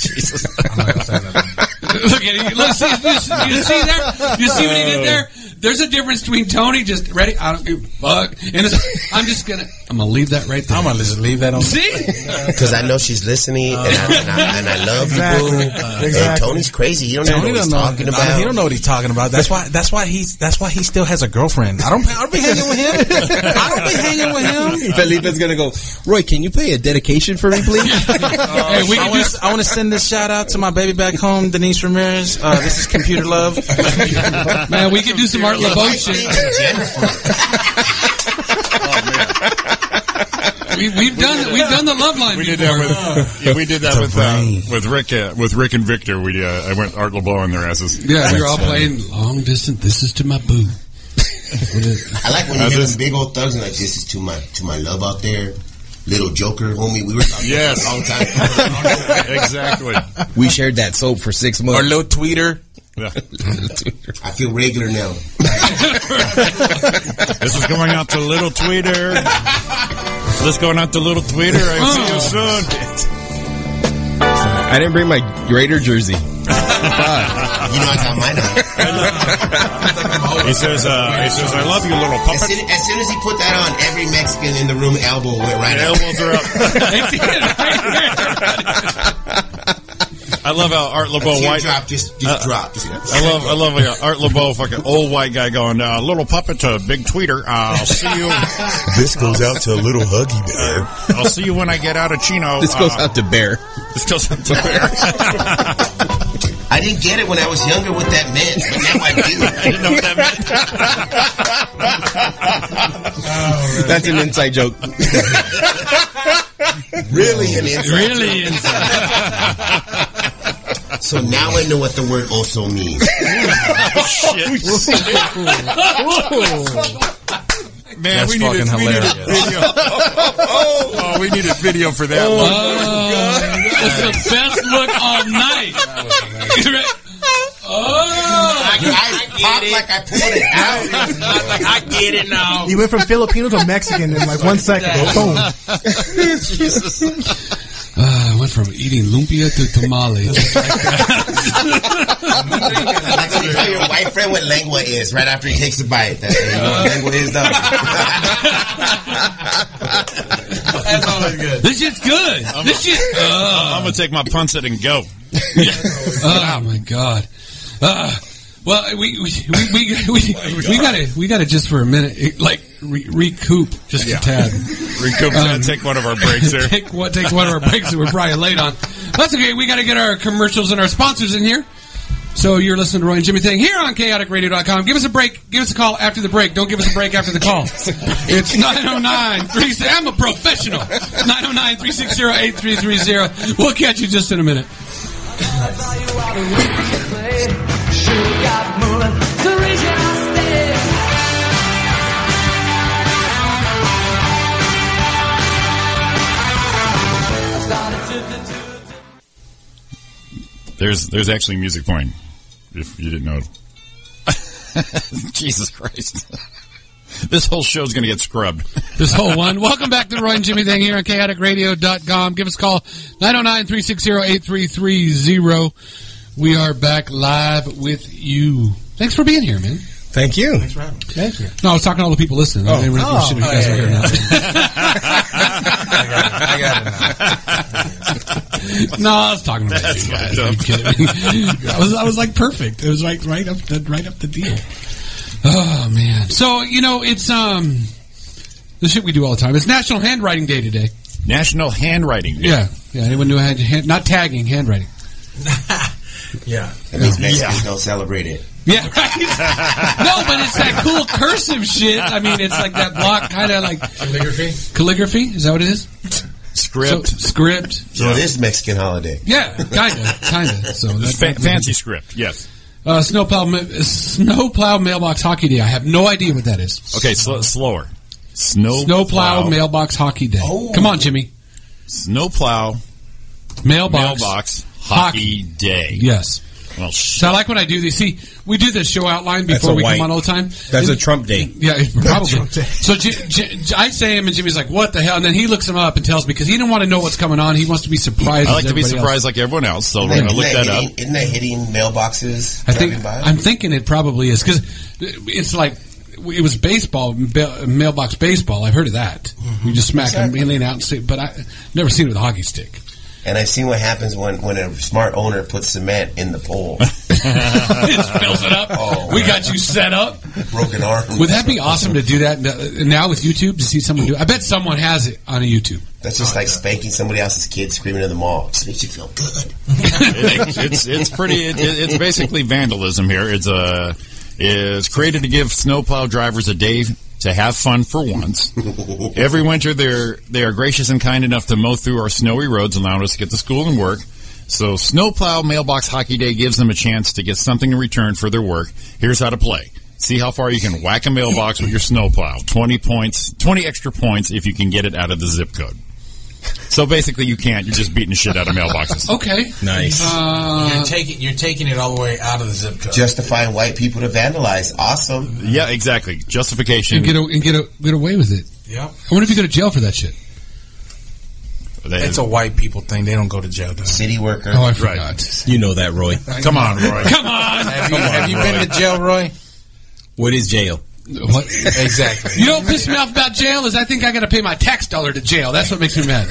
[SPEAKER 4] Jesus.
[SPEAKER 3] Look at him. Look, see, you, see- you see there? You see what he did there? There's a difference between Tony just ready. I don't give a fuck. And it's, I'm just gonna. I'm gonna leave that right there.
[SPEAKER 11] I'm gonna just leave that on.
[SPEAKER 3] see?
[SPEAKER 6] Because I know she's listening, and, I, and, I, and I love
[SPEAKER 10] Exactly.
[SPEAKER 6] you, boo. And
[SPEAKER 10] Exactly.
[SPEAKER 6] Tony's crazy. He don't even know
[SPEAKER 11] Tony
[SPEAKER 6] what he's
[SPEAKER 11] don't know.
[SPEAKER 6] talking
[SPEAKER 11] I mean,
[SPEAKER 6] about.
[SPEAKER 11] he don't know what he's talking about. That's why. That's why he's. That's why he still has a girlfriend. I don't. I don't be hanging with him. I don't be hanging with him.
[SPEAKER 9] Felipe's gonna go. Roy, can you play a dedication for me, please?
[SPEAKER 3] hey, we
[SPEAKER 11] I
[SPEAKER 3] can
[SPEAKER 11] wanna-
[SPEAKER 3] do.
[SPEAKER 11] I want to send this shout out to my baby back home, Denise Ramirez. Uh, this is Computer Love.
[SPEAKER 3] Man, we can do some Art
[SPEAKER 6] Your
[SPEAKER 3] LeBeau
[SPEAKER 6] wife
[SPEAKER 3] shit.
[SPEAKER 6] named Jennifer.
[SPEAKER 3] we, we've done we've done the love line
[SPEAKER 4] We
[SPEAKER 3] before.
[SPEAKER 4] did that with yeah, we did that with uh,
[SPEAKER 12] brain.
[SPEAKER 4] with Rick uh, with Rick and Victor. We uh, I went Art LeBlanc on their asses.
[SPEAKER 3] yeah, we were all playing long distance. This is to my boo.
[SPEAKER 6] I like when
[SPEAKER 4] I
[SPEAKER 6] you hear
[SPEAKER 4] just-
[SPEAKER 6] them big old thugs and like this is to my to my love out there. Little Joker, homie. We were talking
[SPEAKER 4] Yes.
[SPEAKER 6] a long time.
[SPEAKER 4] exactly.
[SPEAKER 5] We shared that soap for six
[SPEAKER 7] Or
[SPEAKER 5] months.
[SPEAKER 7] low tweeter.
[SPEAKER 4] Yeah.
[SPEAKER 6] I feel regular now.
[SPEAKER 4] This is going out to Little Tweeter. This going out to Little Tweeter. I see you soon.
[SPEAKER 5] I didn't bring my Raider jersey.
[SPEAKER 6] You know, I got mine on.
[SPEAKER 4] He says, uh, he says, I love you, little
[SPEAKER 6] As
[SPEAKER 4] puppet.
[SPEAKER 6] soon, as soon as he put that on, every Mexican in the room elbow went right out.
[SPEAKER 4] Elbows are up. I love how Art LeBeau white.
[SPEAKER 6] Teardrop just just dropped. Just-
[SPEAKER 4] I love, I love uh, Art LeBeau, fucking old white guy going, uh, little puppet to big tweeter. I'll see you.
[SPEAKER 12] This goes out to a little huggy bear.
[SPEAKER 4] I'll see you when I get out of Chino.
[SPEAKER 5] This goes
[SPEAKER 4] Uh,
[SPEAKER 5] out to Bear.
[SPEAKER 4] This goes out to Bear.
[SPEAKER 6] I didn't get it when I was younger what that meant, but now I do.
[SPEAKER 4] I didn't know what that meant.
[SPEAKER 5] That's an inside joke.
[SPEAKER 6] Really an inside.
[SPEAKER 3] Really, and
[SPEAKER 6] So now I know what the word also means.
[SPEAKER 4] Man,
[SPEAKER 7] That's
[SPEAKER 4] we needed,
[SPEAKER 7] fucking
[SPEAKER 4] we needed
[SPEAKER 7] hilarious.
[SPEAKER 4] video. oh, we needed video for that one.
[SPEAKER 3] it's the best look all night.
[SPEAKER 6] I, I popped like I pulled it out.
[SPEAKER 7] like, I get it now.
[SPEAKER 10] You went from Filipino to Mexican in like one second. Boom.
[SPEAKER 3] Uh, I went from eating lumpia to tamales.
[SPEAKER 6] Like when you tell your white friend what lengua is right after he takes a bite. That's you know what lengua is, dog.
[SPEAKER 7] That's always good.
[SPEAKER 3] this shit's good. This shit. Uh,
[SPEAKER 4] I'm gonna take my punset and go.
[SPEAKER 3] oh my god. Uh, well, we we we we, we, we gotta we gotta just for a minute it- like re- recoup just a tad.
[SPEAKER 4] Recoup's gonna take one of our breaks here.
[SPEAKER 3] take what takes one of our breaks that we're probably late on. That's okay. We got to get our commercials and our sponsors in here. So you're listening to Roy and Jimmy Thing here on chaoticradio.com. Give us a break. Give us a call after the break. Don't give us a break after the call. It's 909 I'm a professional. 909 360 8330. We'll catch you just in a minute.
[SPEAKER 4] There's there's actually music playing. If you didn't know. Jesus Christ. This whole show's gonna get scrubbed.
[SPEAKER 3] This whole one. Welcome back to the Roy and Jimmy Thing here on chaoticradio.com. Give us a call 909 360 8330. We are back live with you. Thanks for being here, man.
[SPEAKER 5] Thank you.
[SPEAKER 10] Thank you.
[SPEAKER 3] No, I was talking to all the people listening. I didn't really give a shit if you guys were here or
[SPEAKER 7] I got it now.
[SPEAKER 3] not. No, I was talking about
[SPEAKER 4] That's
[SPEAKER 3] you guys.
[SPEAKER 4] fucked
[SPEAKER 3] Are you
[SPEAKER 4] up.
[SPEAKER 3] kidding me? I was, I was like perfect. It was like right up, the, right up the deal. Oh man! So you know, it's um, the shit we do all the time. It's National Handwriting Day today.
[SPEAKER 4] National handwriting. Day.
[SPEAKER 3] Yeah, yeah. Anyone know hand, hand not tagging handwriting?
[SPEAKER 7] Yeah.
[SPEAKER 6] That means Mexicans don't celebrate it.
[SPEAKER 3] Yeah, right. no, but it's that cool cursive shit. I mean, it's like that block kind of like
[SPEAKER 7] Calligraphy?
[SPEAKER 3] calligraphy. Is that what it is?
[SPEAKER 4] Script.
[SPEAKER 3] So, script.
[SPEAKER 6] So it is Mexican holiday.
[SPEAKER 3] Yeah, kinda, kinda. So uh, that,
[SPEAKER 4] Fa- fancy script. Yes.
[SPEAKER 3] Uh, snowplow, ma- snowplow mailbox hockey day. I have no idea what that is.
[SPEAKER 4] Okay. Sl- slower. Snow.
[SPEAKER 3] Snowplow
[SPEAKER 4] plow-
[SPEAKER 3] mailbox hockey day. Come on, Jimmy.
[SPEAKER 4] Snowplow.
[SPEAKER 3] Mailbox.
[SPEAKER 4] Mailbox. Hockey, day.
[SPEAKER 3] Yes.
[SPEAKER 4] Well, sh-
[SPEAKER 3] So I like when I do these. See, we do this show outline
[SPEAKER 5] That's
[SPEAKER 3] before
[SPEAKER 5] a
[SPEAKER 3] we
[SPEAKER 5] white-
[SPEAKER 3] come on all the time.
[SPEAKER 5] That's a Trump day.
[SPEAKER 3] Yeah, it- probably. So J- J- J- I say him, and Jimmy's like, "What the hell?" And then he looks him up and tells me because he didn't want to know what's going on. He wants to be surprised.
[SPEAKER 4] I
[SPEAKER 3] as
[SPEAKER 4] like to be
[SPEAKER 3] everybody else.
[SPEAKER 4] surprised like everyone else. So we're
[SPEAKER 6] Isn't
[SPEAKER 4] gonna look that up.
[SPEAKER 6] hitting, Isn't that hitting mailboxes?
[SPEAKER 3] I think
[SPEAKER 6] driving by?
[SPEAKER 3] I'm thinking it probably is because it's like it was baseball ba- mailbox baseball. I've heard of that.
[SPEAKER 6] Mm-hmm.
[SPEAKER 3] You just smack them, and lean out and see. But I never seen it with a hockey stick.
[SPEAKER 6] and I've seen what happens when, when a smart owner puts cement in the pole.
[SPEAKER 3] Just fills it up.
[SPEAKER 6] Oh,
[SPEAKER 3] we
[SPEAKER 6] man.
[SPEAKER 3] got you set up.
[SPEAKER 6] Broken arm.
[SPEAKER 3] Would that be awesome to do that n- now with YouTube to see someone do? it? I bet someone has it on a YouTube.
[SPEAKER 6] That's just like spanking somebody else's kid screaming in the mall. Just makes you feel good.
[SPEAKER 4] It- it's it's pretty. It, it- it's uh, basically vandalism here. It's a is created to give snowplow drivers a day to have fun for once. Every winter, they're they are gracious and kind enough to mow through our snowy roads, allowing us to get to school and work. So, Snowplow Mailbox Hockey Day gives them a chance to get something in return for their work. Here's how to play. See how far you can whack a mailbox with your snowplow. 20 points, 20 extra points if you can get it out of the zip code. So basically, you can't. You're just beating the shit out of mailboxes.
[SPEAKER 3] Okay.
[SPEAKER 5] Nice.
[SPEAKER 3] Uh,
[SPEAKER 7] you're taking you're taking it all the way out of the zip code.
[SPEAKER 6] Justifying white people to vandalize. Awesome.
[SPEAKER 4] Yeah, exactly. Justification.
[SPEAKER 3] And get a, and get a, get away with it.
[SPEAKER 7] yep.
[SPEAKER 3] I wonder if you go to jail for that shit.
[SPEAKER 4] They-
[SPEAKER 7] It's a white people thing. They don't go to jail. Though.
[SPEAKER 6] City worker.
[SPEAKER 3] Oh, I
[SPEAKER 4] Right.
[SPEAKER 3] forgot.
[SPEAKER 5] You know that, Roy.
[SPEAKER 4] come on, Roy.
[SPEAKER 3] Come on.
[SPEAKER 7] Have you, have you been to jail, Roy?
[SPEAKER 5] What is jail?
[SPEAKER 3] What?
[SPEAKER 7] Exactly.
[SPEAKER 3] You know what pisses me off about jail is I think I got to pay my tax dollar to jail. That's what makes me mad.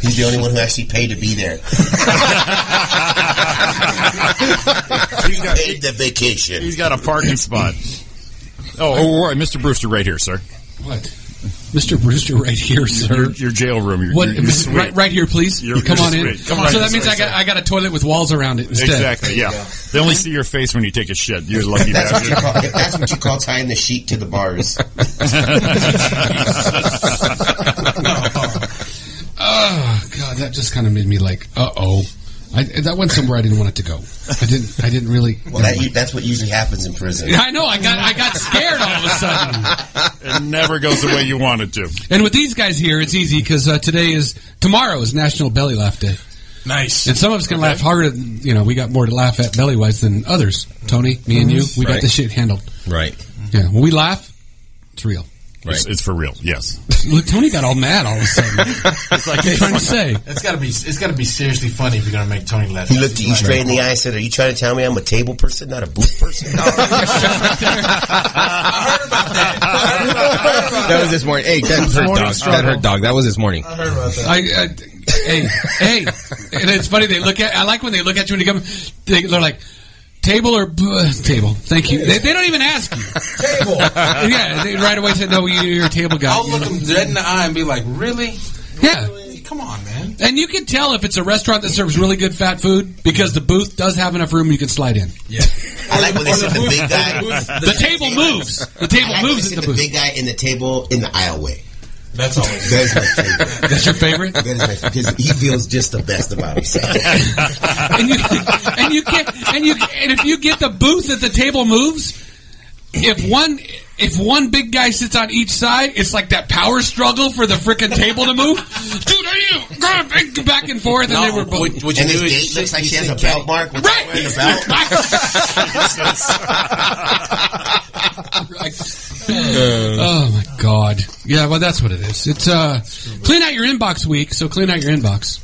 [SPEAKER 6] He's the only one who actually paid to be there. he paid the vacation.
[SPEAKER 4] He's got a parking spot. Oh, oh, Roy, Mr. Brewster, right here, sir.
[SPEAKER 3] What? Mr. Brewster, right here,
[SPEAKER 4] Your,
[SPEAKER 3] sir.
[SPEAKER 4] your jail room. Your,
[SPEAKER 3] What?
[SPEAKER 4] your, your suite.
[SPEAKER 3] right, right here, please.
[SPEAKER 4] You're-
[SPEAKER 3] Come
[SPEAKER 4] you're
[SPEAKER 3] on in.
[SPEAKER 4] sweet. Come on
[SPEAKER 3] so
[SPEAKER 4] in.
[SPEAKER 3] that means I got I got a toilet with walls around it instead.
[SPEAKER 4] Exactly. Yeah. They only see your face when you take a shit. You're lucky
[SPEAKER 6] That's what you
[SPEAKER 4] bastard.
[SPEAKER 6] call, if that's what you call tying the sheet to the bars.
[SPEAKER 3] Oh God, that just kind of made me like, uh oh. I, that went somewhere I didn't want it to go. I didn't. I didn't really.
[SPEAKER 6] Well, that, you, that's what usually happens in prison.
[SPEAKER 3] I know. I got. I got scared all of a sudden.
[SPEAKER 4] it never goes the way you want it to.
[SPEAKER 3] And with these guys here, it's easy because uh, today is tomorrow is National Belly Laugh Day,
[SPEAKER 7] Nice.
[SPEAKER 3] and some of us can laugh harder. than- You know, we got more to laugh at belly wise than others. Tony, me, and you, we got
[SPEAKER 5] Right.
[SPEAKER 3] this shit handled.
[SPEAKER 5] Right.
[SPEAKER 3] Yeah, when we laugh, it's real.
[SPEAKER 4] It's, it's for real. Yes.
[SPEAKER 3] Look, Tony got all mad all of a sudden.
[SPEAKER 4] It's like
[SPEAKER 3] What are you trying to say?
[SPEAKER 7] It's gotta be. It's gotta be seriously funny if you're gonna make Tony laugh.
[SPEAKER 6] He looked at you straight in the eye and said, Are you trying to tell me I'm a table person, not a booth person?
[SPEAKER 7] I heard about that. I heard about that.
[SPEAKER 5] That was this morning. Hey, that hurt
[SPEAKER 10] morning
[SPEAKER 5] dog. That
[SPEAKER 10] struggle.
[SPEAKER 5] hurt dog. That was this morning.
[SPEAKER 7] I heard about that.
[SPEAKER 3] I, I, hey, hey, and it's funny. They look at. I like when they look at you when you come. They, they're like. Table or uh, table? Thank you. They, they don't even ask you.
[SPEAKER 7] Table.
[SPEAKER 3] Yeah, they right away said, "No, you- you're a table guy."
[SPEAKER 7] I'll look him dead in the eye and be like, "Really?
[SPEAKER 3] Yeah.
[SPEAKER 7] Really? Come on, man."
[SPEAKER 3] And you can tell if it's a restaurant that serves really good fat food because the booth does have enough room you can slide in.
[SPEAKER 7] Yeah.
[SPEAKER 6] I like when they said the big guy.
[SPEAKER 3] The table moves. The table
[SPEAKER 6] I like when they
[SPEAKER 3] moves
[SPEAKER 6] said
[SPEAKER 3] at the
[SPEAKER 6] the big
[SPEAKER 3] booth.
[SPEAKER 6] guy in the table in the aisleway.
[SPEAKER 7] That's always.
[SPEAKER 6] That is my favorite.
[SPEAKER 3] That's your favorite.
[SPEAKER 6] That is my favorite. Because he feels just the best about himself.
[SPEAKER 3] And you and you can't and you and if you get the booth that the table moves, if one if one big guy sits on each side, it's like that power struggle for the freaking table to move. Dude, are you grab- back and forth? And they were both.
[SPEAKER 7] what, what you
[SPEAKER 6] And his
[SPEAKER 7] do is you
[SPEAKER 6] date
[SPEAKER 7] sit-
[SPEAKER 6] looks like
[SPEAKER 7] you
[SPEAKER 6] she has
[SPEAKER 7] sit
[SPEAKER 6] a belt mark without
[SPEAKER 3] Right.
[SPEAKER 6] wearing a belt.
[SPEAKER 3] Like, oh my god! Yeah, well, that's what it is. It's uh, clean out your inbox week. So clean out your inbox.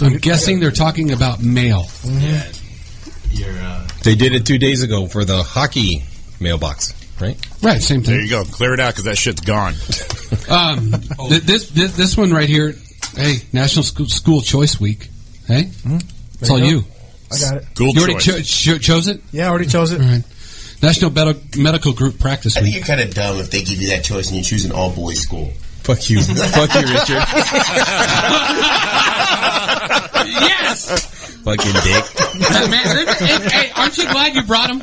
[SPEAKER 3] I'm guessing they're talking about mail.
[SPEAKER 7] Your, uh,
[SPEAKER 5] They did it two days ago for the hockey mailbox, right?
[SPEAKER 3] Right, same
[SPEAKER 4] There
[SPEAKER 3] thing.
[SPEAKER 4] you go. Clear it out because that shit's gone.
[SPEAKER 3] Um, th- this, this this one right here. Hey, National School, School Choice Week. Hey, it's all you.
[SPEAKER 10] I got it.
[SPEAKER 4] Cool
[SPEAKER 3] You already
[SPEAKER 4] choice.
[SPEAKER 3] cho- cho- chose it.
[SPEAKER 10] Yeah, I already chose it.
[SPEAKER 3] All right. National Medi- Medical Group Practice
[SPEAKER 6] I think
[SPEAKER 3] Week.
[SPEAKER 6] you're kind of dumb if they give you that choice and you choose an all boys school.
[SPEAKER 5] Fuck you. Fuck you, Richard.
[SPEAKER 3] yes,
[SPEAKER 5] Fucking dick.
[SPEAKER 3] Hey, man, hey, hey, aren't you glad you brought him?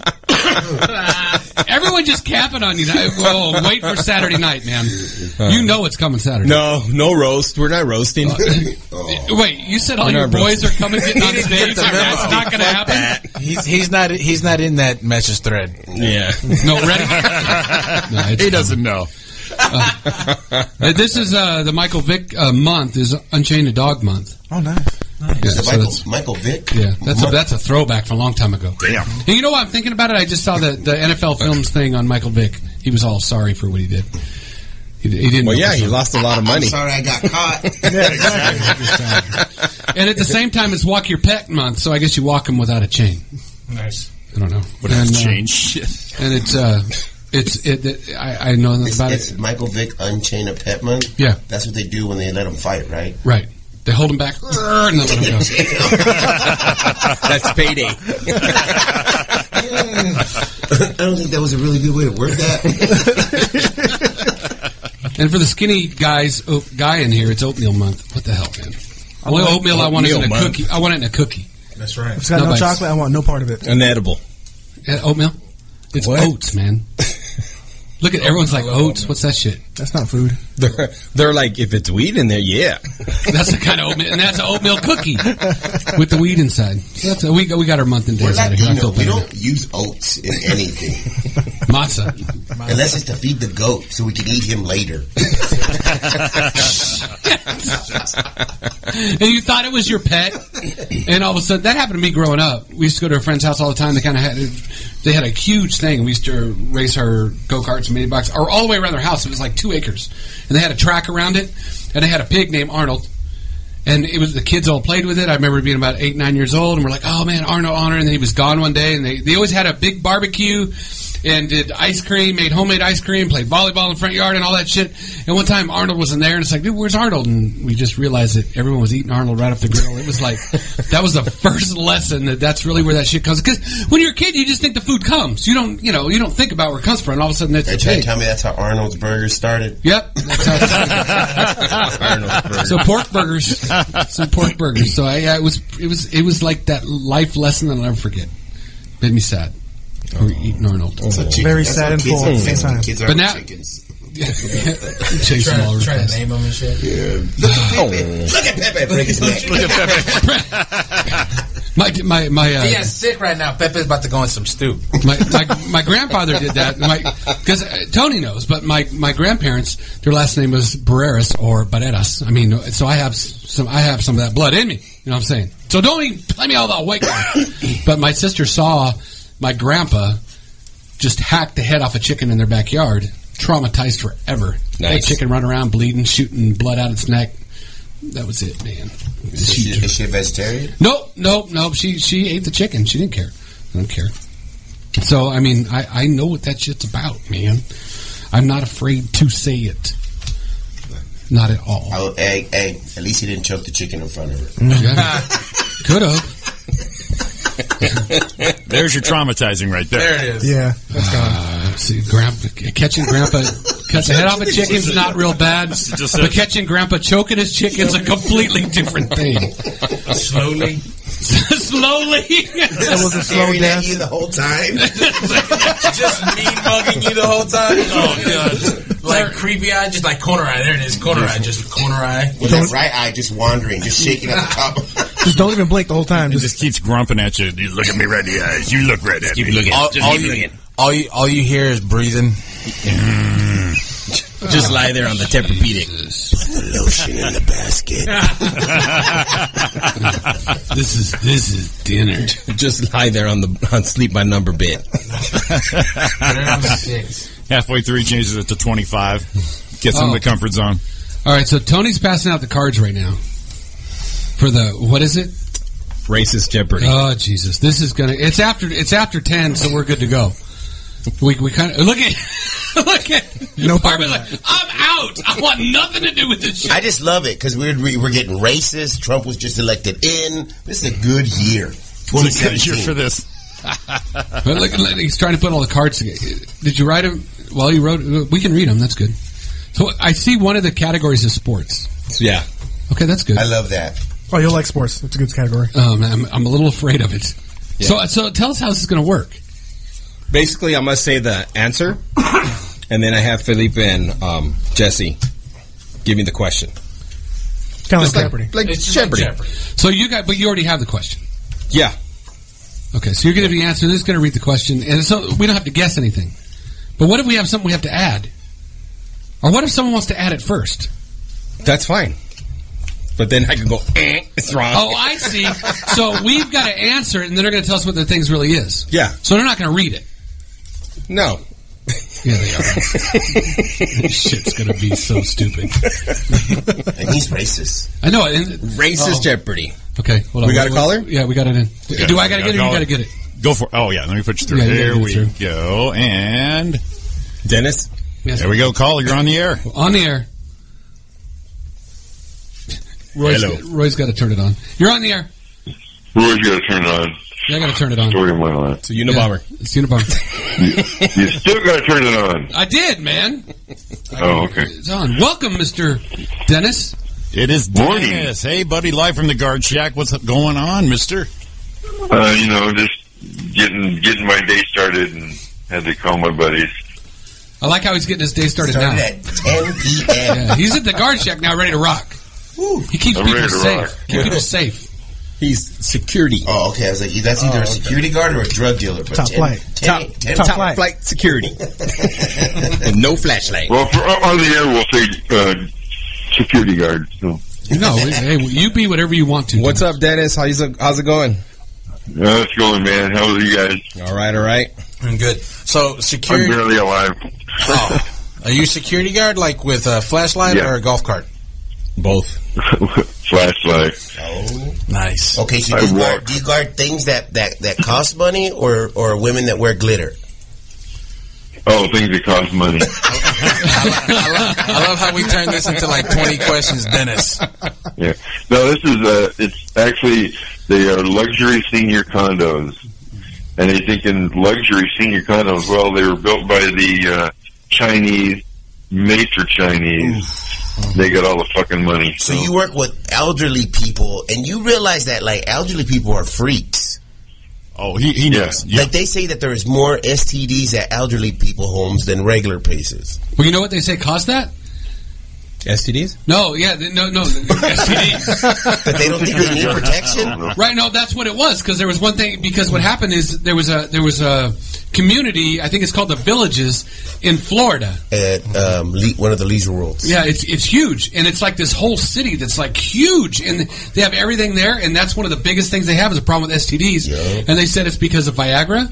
[SPEAKER 3] Everyone just capping on you. Now. Whoa, wait for Saturday night, man. You know it's coming Saturday.
[SPEAKER 5] No, no roast. We're not roasting.
[SPEAKER 3] Wait, you said all
[SPEAKER 5] We're
[SPEAKER 3] your
[SPEAKER 5] not bro-
[SPEAKER 3] boys are coming getting on stage.
[SPEAKER 7] get the memo.
[SPEAKER 3] That's not going to happen.
[SPEAKER 7] he's he's not he's not in that message thread.
[SPEAKER 5] yeah.
[SPEAKER 3] No, ready? No, it's
[SPEAKER 4] He doesn't know.
[SPEAKER 3] Uh, this is uh, the Michael Vick uh, month is Unchained a Dog month.
[SPEAKER 7] Oh, nice.
[SPEAKER 3] Yeah,
[SPEAKER 6] The
[SPEAKER 3] so
[SPEAKER 6] Michael,
[SPEAKER 3] that's,
[SPEAKER 6] Michael Vick?
[SPEAKER 3] yeah, that's a, that's a throwback from a long time ago.
[SPEAKER 4] Damn.
[SPEAKER 3] And you know what? I'm thinking about it. I just saw the, the NFL Films thing on Michael Vick. He was all sorry for what he did. He, he didn't.
[SPEAKER 5] Well, yeah,
[SPEAKER 3] he
[SPEAKER 5] he lost a lot of money.
[SPEAKER 6] I'm sorry I got caught.
[SPEAKER 3] And at the same time, it's Walk Your Pet month, so I guess you walk him without a chain.
[SPEAKER 7] Nice.
[SPEAKER 3] I don't know.
[SPEAKER 4] But
[SPEAKER 3] and,
[SPEAKER 4] it's
[SPEAKER 3] uh,
[SPEAKER 4] changed. Shit.
[SPEAKER 3] and it's uh, it's it. it- I, I know nothing
[SPEAKER 6] It's,
[SPEAKER 3] about
[SPEAKER 6] it's
[SPEAKER 3] it.
[SPEAKER 6] Michael Vick Unchain a Petman.
[SPEAKER 3] Yeah.
[SPEAKER 6] That's what they do when they let him fight, right?
[SPEAKER 3] Right. They hold him back and then let him go.
[SPEAKER 5] That's payday.
[SPEAKER 6] I don't think that was a really good way to word that.
[SPEAKER 3] And for the skinny guys, oh, guy in here, it's oatmeal month. What the hell, man? Only oatmeal, I want it in a
[SPEAKER 5] oatmeal month.
[SPEAKER 3] cookie. I want it in a cookie.
[SPEAKER 7] That's right.
[SPEAKER 10] If it's got
[SPEAKER 3] No
[SPEAKER 10] no,
[SPEAKER 3] bites.
[SPEAKER 10] chocolate, I want no part of it.
[SPEAKER 5] Unedible.
[SPEAKER 3] Yeah, oatmeal. It's
[SPEAKER 5] What?
[SPEAKER 3] oats, man. Look at everyone's like oats. What's that shit?
[SPEAKER 10] That's not food.
[SPEAKER 5] They're, they're like, if it's weed in there, yeah.
[SPEAKER 3] That's the kind of oatmeal, and that's an oatmeal cookie with the weed inside. So that's a, we got- we got our month and
[SPEAKER 6] We're
[SPEAKER 3] days out of here. I
[SPEAKER 6] Latino.
[SPEAKER 3] feel
[SPEAKER 6] We
[SPEAKER 3] better.
[SPEAKER 6] don't use oats in anything
[SPEAKER 3] Matzah.
[SPEAKER 6] unless it's to feed the goat so we can eat him later.
[SPEAKER 3] and you thought it was your pet, and all of a sudden that happened to me growing up. We used to go to a friend's house all the time. They kind of had they had a huge thing. We used to race her go karts and mini bikes, or all the way around their house. It was like two acres, and they had a track around it, and they had a pig named Arnold. And it was the kids all played with it. I remember being about eight, nine years old, and we're like, "Oh man, Arnold, Arnold!" And then he was gone one day, and they, they always had a big barbecue and did ice cream, made homemade ice cream, played volleyball in the front yard, and all that shit. And one time Arnold wasn't there, and it's like, "Dude, where's Arnold?" And we just realized that everyone was eating Arnold right off the grill. It was like that was the first lesson that that's really where that shit comes. Because when you're a kid, you just think the food comes. You don't, you know, you don't think about where it comes from. And all of a sudden, it's
[SPEAKER 6] They
[SPEAKER 3] a
[SPEAKER 6] try to
[SPEAKER 3] pig.
[SPEAKER 6] tell me that's how Arnold's Burgers started.
[SPEAKER 3] Yep. That's how it
[SPEAKER 6] Arnold's Burgers.
[SPEAKER 3] so pork burgers, some pork burgers. So I, I was, it was, it was like that life lesson that I'll never forget. Made me sad. We were eating Arnold.
[SPEAKER 6] So chicken-
[SPEAKER 10] Very
[SPEAKER 6] that's
[SPEAKER 10] sad
[SPEAKER 6] what
[SPEAKER 10] and
[SPEAKER 6] kids
[SPEAKER 10] full
[SPEAKER 6] are-
[SPEAKER 10] at the same
[SPEAKER 6] that's what
[SPEAKER 10] time.
[SPEAKER 6] Kids are
[SPEAKER 3] But now-
[SPEAKER 6] chickens.
[SPEAKER 3] Chase them all over
[SPEAKER 7] Try to
[SPEAKER 3] fast.
[SPEAKER 7] name them and shit.
[SPEAKER 6] Look at Pepe. Look at Pepe break his neck.
[SPEAKER 3] My my my, uh,
[SPEAKER 7] Yeah, sick right now. Pepe's about to go in some stew.
[SPEAKER 3] my my my grandfather did that. Because uh, Tony knows, but my my grandparents, their last name was Barreras or Barreras. I mean, uh, so I have s- some I have some of that blood in me. You know what I'm saying? So don't even play me all that white guy. but my sister saw my grandpa just hack the head off a chicken in their backyard, traumatized forever.
[SPEAKER 5] Nice.
[SPEAKER 3] That chicken run around bleeding, shooting blood out its neck. That was it, man.
[SPEAKER 6] Is she, is she a vegetarian?
[SPEAKER 3] Nope, nope, nope. She she ate the chicken. She didn't care. I don't care. So I mean, I I know what that shit's about, man. I'm not afraid to say it. Not at all.
[SPEAKER 6] Oh, hey, hey. At least he didn't choke the chicken in front of her.
[SPEAKER 3] Could have.
[SPEAKER 4] There's your traumatizing right there.
[SPEAKER 7] it is.
[SPEAKER 10] Yeah.
[SPEAKER 3] Uh, see, grandpa catching grandpa cuts the head off a chicken's not real bad,
[SPEAKER 4] Just a-
[SPEAKER 3] but catching grandpa choking his chicken's a completely different thing.
[SPEAKER 7] Slowly.
[SPEAKER 3] Slowly.
[SPEAKER 10] It was a slow
[SPEAKER 6] Staring at
[SPEAKER 10] death.
[SPEAKER 6] you the whole time.
[SPEAKER 7] just me mugging you the whole time. Oh god. Like creepy eye, just like corner eye. There it is, corner eye, just corner eye.
[SPEAKER 6] With that right eye just wandering, just shaking at the top.
[SPEAKER 10] Just don't even blink the whole time.
[SPEAKER 4] It
[SPEAKER 10] Just
[SPEAKER 4] just keeps grumping at you. You look at me right in the eyes. You look right at me. Look
[SPEAKER 7] All, all you, all you all you hear is breathing.
[SPEAKER 9] Just lie there on the Tempur-Pedic.
[SPEAKER 6] Lotion in the basket.
[SPEAKER 3] this is this is dinner.
[SPEAKER 5] Just lie there on the on sleep by number bed.
[SPEAKER 4] Halfway through, he changes it to 25. Gets him in
[SPEAKER 3] Oh.
[SPEAKER 4] the comfort zone.
[SPEAKER 3] All right, so Tony's passing out the cards right now for the what is it?
[SPEAKER 5] Racist Jeopardy.
[SPEAKER 3] Oh Jesus! This is gonna. It's after. It's after ten, so we're good to go. We we kind of look at look at no Barbara's like I'm out. I want nothing to do with this shit.
[SPEAKER 6] I just love it because we're we- we're getting racist. Trump was just elected in. This is a good year.
[SPEAKER 4] It's a good year
[SPEAKER 6] 2017.
[SPEAKER 4] for this.
[SPEAKER 3] But look, look, he's trying to put all the cards together. Did you write them? Well, you wrote. We can read them. That's good. So I see one of the categories is sports.
[SPEAKER 5] Yeah.
[SPEAKER 3] Okay, that's good.
[SPEAKER 6] I love that.
[SPEAKER 10] oh, you'll like sports. It's a good category.
[SPEAKER 3] Um, I'm, I'm a little afraid of it. So so tell us how this is going to work.
[SPEAKER 5] Basically, I'm gonna say the answer, and then I have Felipe and um, Jesse give me the question.
[SPEAKER 10] Kind of
[SPEAKER 5] Just
[SPEAKER 10] like
[SPEAKER 5] like,
[SPEAKER 10] Oh, Jeopardy.
[SPEAKER 5] like
[SPEAKER 7] It's
[SPEAKER 5] Jeopardy.
[SPEAKER 7] Jeopardy.
[SPEAKER 3] So you got, but you already have the question.
[SPEAKER 5] Yeah.
[SPEAKER 3] Okay, so you're going to be answering. This is going to read the question, and so we don't have to guess anything. But what if we have something we have to add, or what if someone wants to add it first?
[SPEAKER 5] That's fine. But then I can go. Eh, it's wrong.
[SPEAKER 3] Oh, I see. so we've got to answer it, and then they're going to tell us what the things really is.
[SPEAKER 5] Yeah.
[SPEAKER 3] So they're not going to read it.
[SPEAKER 5] No.
[SPEAKER 3] Yeah, they are. this shit's going to be so stupid.
[SPEAKER 6] And he's racist.
[SPEAKER 3] I know. it, And,
[SPEAKER 5] Racist
[SPEAKER 6] Oh,
[SPEAKER 5] Jeopardy.
[SPEAKER 3] okay, hold on.
[SPEAKER 5] We got a caller?
[SPEAKER 3] Yeah, we got it in. Do I got to get it? or You got to get it.
[SPEAKER 4] Go for it. Oh, yeah. Let me put you through.
[SPEAKER 3] Yeah, you
[SPEAKER 4] there
[SPEAKER 3] gotta
[SPEAKER 4] we
[SPEAKER 3] get it
[SPEAKER 4] go. And
[SPEAKER 5] Dennis.
[SPEAKER 3] Yes.
[SPEAKER 4] there we go. Caller, you're on the air.
[SPEAKER 3] On the air. Roy's,
[SPEAKER 4] Hello.
[SPEAKER 3] Roy's got to turn it on. You're on the air.
[SPEAKER 11] Roy's got to turn it on.
[SPEAKER 3] Yeah, I got to turn it on.
[SPEAKER 11] Story of my life.
[SPEAKER 5] So Unabomber.
[SPEAKER 3] Yeah, it's Unabomber.
[SPEAKER 11] You still got to turn it on.
[SPEAKER 3] I did, man.
[SPEAKER 11] Oh, okay.
[SPEAKER 3] It's on. Welcome, Mister Dennis.
[SPEAKER 4] It is
[SPEAKER 11] Morning.
[SPEAKER 4] Dennis. Hey, buddy. Live from the guard shack. What's going on, mister?
[SPEAKER 11] Uh, you know, just getting getting my day started and had to call my buddies.
[SPEAKER 3] I like how he's getting his day started,
[SPEAKER 6] Started
[SPEAKER 3] now.
[SPEAKER 6] at 10 p.m.
[SPEAKER 3] Yeah, he's at the guard shack now, ready to rock. He keeps
[SPEAKER 6] I'm
[SPEAKER 3] people
[SPEAKER 6] ready to
[SPEAKER 3] safe.
[SPEAKER 6] rock.
[SPEAKER 3] Keep people safe.
[SPEAKER 6] He's security. Oh, okay. I was like, that's either a security guard or a drug dealer. But
[SPEAKER 3] Top
[SPEAKER 5] flight.
[SPEAKER 6] Top,
[SPEAKER 5] Top flight. security. and no flashlight.
[SPEAKER 11] Well, for, uh, on the air, we'll say uh, security guard. So.
[SPEAKER 3] No, hey, you be whatever you want to.
[SPEAKER 5] What's up, Dennis? How's it, how's it going?
[SPEAKER 11] Uh, it's going, man. How are you guys?
[SPEAKER 5] All right, all right.
[SPEAKER 7] I'm good. So
[SPEAKER 11] I'm
[SPEAKER 7] security.
[SPEAKER 11] barely alive.
[SPEAKER 7] Oh, are you security guard like with a flashlight
[SPEAKER 11] Yeah.
[SPEAKER 7] or a golf cart?
[SPEAKER 5] Both.
[SPEAKER 11] Flashlight.
[SPEAKER 7] Nice.
[SPEAKER 6] Oh. Okay, so
[SPEAKER 11] I
[SPEAKER 6] do you, guard,
[SPEAKER 11] walk.
[SPEAKER 6] do you guard things that, that, that cost money or, or women that wear glitter?
[SPEAKER 11] Oh, things that cost money.
[SPEAKER 7] I love, I love how we turned this into like 20 questions, Dennis.
[SPEAKER 11] Yeah. No, this is uh It's actually they are luxury senior condos, and they think in luxury senior condos. Well, they were built by the uh, Chinese, made for Chinese. They got all the fucking money.
[SPEAKER 6] So you work with elderly people, and you realize that like elderly people are freaks.
[SPEAKER 4] Oh, he, he knows.
[SPEAKER 6] Like they say that there is more STDs at elderly people homes than regular places.
[SPEAKER 3] Well, you know what they say caused that?
[SPEAKER 5] STDs?
[SPEAKER 3] No, yeah, th- no, no. th- STDs.
[SPEAKER 6] But they don't think they need protection.
[SPEAKER 3] Right? No, that's what it was because there was one thing. Because what happened is there was a there was a community. I think it's called the Villages in Florida.
[SPEAKER 6] At um, le- one of the leisure worlds.
[SPEAKER 3] Yeah, it's it's huge, and it's like this whole city that's like huge, and they have everything there, and that's one of the biggest things they have is a problem with STDs, and they said it's because of Viagra.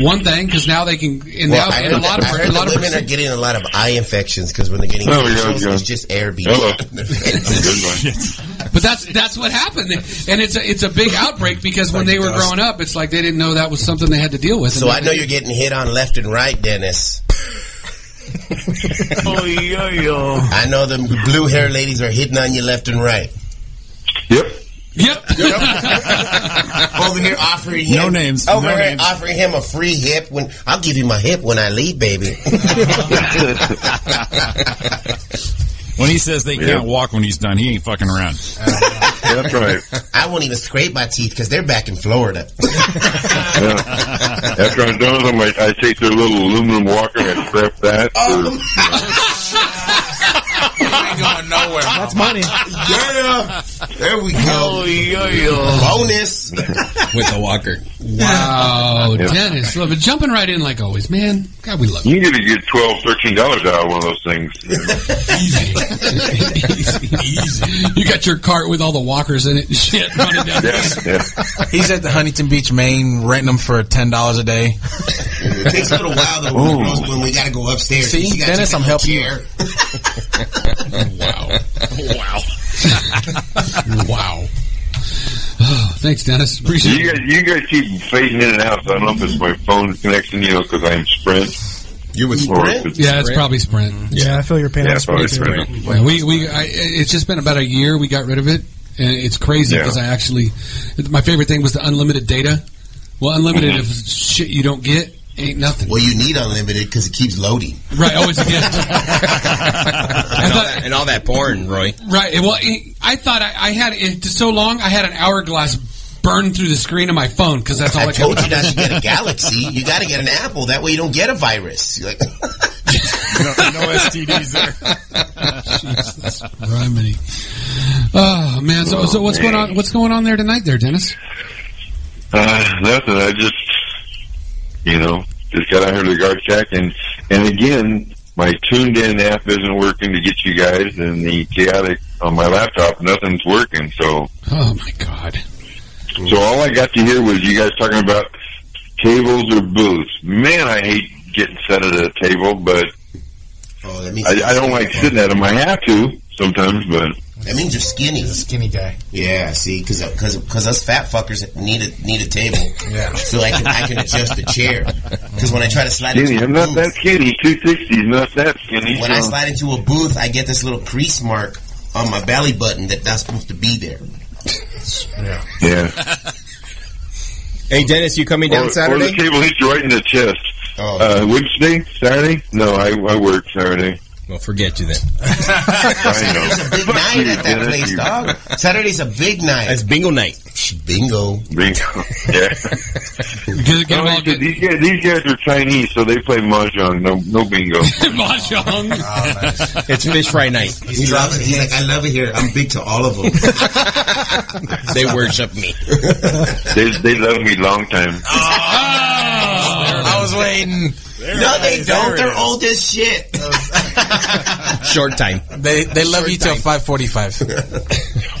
[SPEAKER 3] One thing, because now they can, and
[SPEAKER 6] Well,
[SPEAKER 3] now
[SPEAKER 6] I
[SPEAKER 3] and a
[SPEAKER 6] heard
[SPEAKER 3] lot
[SPEAKER 6] that-
[SPEAKER 3] of
[SPEAKER 6] I heard
[SPEAKER 3] a lot
[SPEAKER 6] that
[SPEAKER 3] of
[SPEAKER 6] women are getting a lot of eye infections because when they're getting
[SPEAKER 11] Oh, yeah,
[SPEAKER 6] infections,
[SPEAKER 11] yeah.
[SPEAKER 6] it's just air beads.
[SPEAKER 11] Hello. Good one.
[SPEAKER 3] But that's that's what happened, and it's a it's a big outbreak because when they were growing up, it's like they didn't know that was something they had to deal with.
[SPEAKER 6] so I know you're getting hit on left and right, Dennis.
[SPEAKER 1] Oh, yo, yo.
[SPEAKER 6] I know them blue hair ladies are hitting on you left and right.
[SPEAKER 11] Yep.
[SPEAKER 3] Yep.
[SPEAKER 6] Over here offering him
[SPEAKER 4] No names,
[SPEAKER 6] Over
[SPEAKER 4] no
[SPEAKER 6] here
[SPEAKER 4] names.
[SPEAKER 6] offering him a free hip when I'll give you my hip when I leave, baby.
[SPEAKER 4] When he says they can't walk when he's done, he ain't fucking around.
[SPEAKER 11] That's right.
[SPEAKER 6] I won't even scrape my teeth because they're back in Florida.
[SPEAKER 11] After I'm done with them, I, I take their little aluminum walker and I strap that.
[SPEAKER 6] Oh.
[SPEAKER 11] to-
[SPEAKER 7] ain't going nowhere.
[SPEAKER 10] That's money.
[SPEAKER 6] yeah, there we
[SPEAKER 1] Oh,
[SPEAKER 6] go.
[SPEAKER 1] yo, yo.
[SPEAKER 6] Bonus.
[SPEAKER 5] With a walker.
[SPEAKER 3] Wow, Dennis, love it. jumping right in like always, man. God, we love you.
[SPEAKER 11] you can get a good twelve, thirteen dollars out of one of those things.
[SPEAKER 3] you got your cart with all the walkers in it and shit running down.
[SPEAKER 11] Yeah, yeah.
[SPEAKER 7] He's at the Huntington Beach, Maine, renting them for ten dollars a day.
[SPEAKER 6] It takes a little while though when, we go- when we gotta go upstairs.
[SPEAKER 7] See,
[SPEAKER 6] You gotta
[SPEAKER 7] Dennis,
[SPEAKER 6] take
[SPEAKER 7] I'm
[SPEAKER 6] a
[SPEAKER 7] helping you.
[SPEAKER 6] chair.
[SPEAKER 3] Wow. Oh, thanks, Dennis. Appreciate
[SPEAKER 11] You
[SPEAKER 3] it.
[SPEAKER 11] guys, you guys keep fading in and out. So I don't know if it's my phone connection, you know, because I'm Sprint.
[SPEAKER 5] You with
[SPEAKER 11] Or if it's,
[SPEAKER 3] Yeah, it's probably Sprint.
[SPEAKER 10] Yeah, I feel your pain.
[SPEAKER 11] yeah,
[SPEAKER 10] on
[SPEAKER 11] it's probably
[SPEAKER 10] Sprint, too.
[SPEAKER 11] Sprint.
[SPEAKER 3] Yeah, we we I, it's just been about a year. We got rid of it, and it's crazy
[SPEAKER 11] Yeah.
[SPEAKER 3] because I actually my favorite thing was the unlimited data. Well, unlimited if shit you don't get ain't nothing.
[SPEAKER 6] Well, you need unlimited because it keeps loading.
[SPEAKER 3] Right, always a gift.
[SPEAKER 5] And all,
[SPEAKER 3] I
[SPEAKER 5] that, and all that porn, Roy.
[SPEAKER 3] thought, right. Well, it- I thought I, I had it so long. I had an hourglass burned through the screen of my phone because that's all I,
[SPEAKER 6] I
[SPEAKER 3] could-
[SPEAKER 6] told you not to get a Galaxy. You gotta get an Apple. That way you don't get a virus. You're like,
[SPEAKER 4] No, no STDs there.
[SPEAKER 3] Criminy. Oh man. So, so what's going on? What's going on there tonight, there, Dennis?
[SPEAKER 11] Uh, nothing. I just, you know, just got out here to the guard shack, and and again, my tuned in app isn't working to get you guys, and the chaotic on my laptop, nothing's working. So,
[SPEAKER 3] Oh my God.
[SPEAKER 11] so all I got to hear was you guys talking about tables or booths. Man, I hate getting set at a table, but
[SPEAKER 6] oh, that means
[SPEAKER 11] I, I don't like sitting at them. I have to sometimes, but
[SPEAKER 6] That means you're skinny.
[SPEAKER 7] Skinny guy.
[SPEAKER 6] Yeah, see, because because us fat fuckers need a need a table.
[SPEAKER 7] Yeah.
[SPEAKER 6] So I can I can adjust the chair. Because when I try to slide
[SPEAKER 11] skinny.
[SPEAKER 6] into
[SPEAKER 11] I'm
[SPEAKER 6] a
[SPEAKER 11] not
[SPEAKER 6] booth,
[SPEAKER 11] that skinny. Two sixty is not that skinny.
[SPEAKER 6] when I
[SPEAKER 11] so-
[SPEAKER 6] slide into a booth, I get this little crease mark on my belly button that not supposed to be there.
[SPEAKER 11] yeah.
[SPEAKER 5] Hey, Dennis, you coming down
[SPEAKER 11] or, Or
[SPEAKER 5] Saturday?
[SPEAKER 11] the table hits you right in the chest.
[SPEAKER 6] Oh.
[SPEAKER 11] Uh, Wednesday, Saturday? No, I, I work Saturday.
[SPEAKER 5] Well, forget you then.
[SPEAKER 6] Saturday's a big night at that place, dog. Saturday's a big night. That's
[SPEAKER 5] bingo night.
[SPEAKER 6] Bingo.
[SPEAKER 11] Bingo. Yeah. No, he said, these, guys, these guys are Chinese, so they play mahjong. No, no bingo.
[SPEAKER 3] Mahjong.
[SPEAKER 5] it's fish fry night.
[SPEAKER 6] He loves it. He's like, I love it here. I'm big to all of them.
[SPEAKER 5] they worship me.
[SPEAKER 11] they they love me long time.
[SPEAKER 7] I was waiting.
[SPEAKER 6] No, they don't. They're old as shit.
[SPEAKER 5] Short time.
[SPEAKER 7] They they love you till five forty five.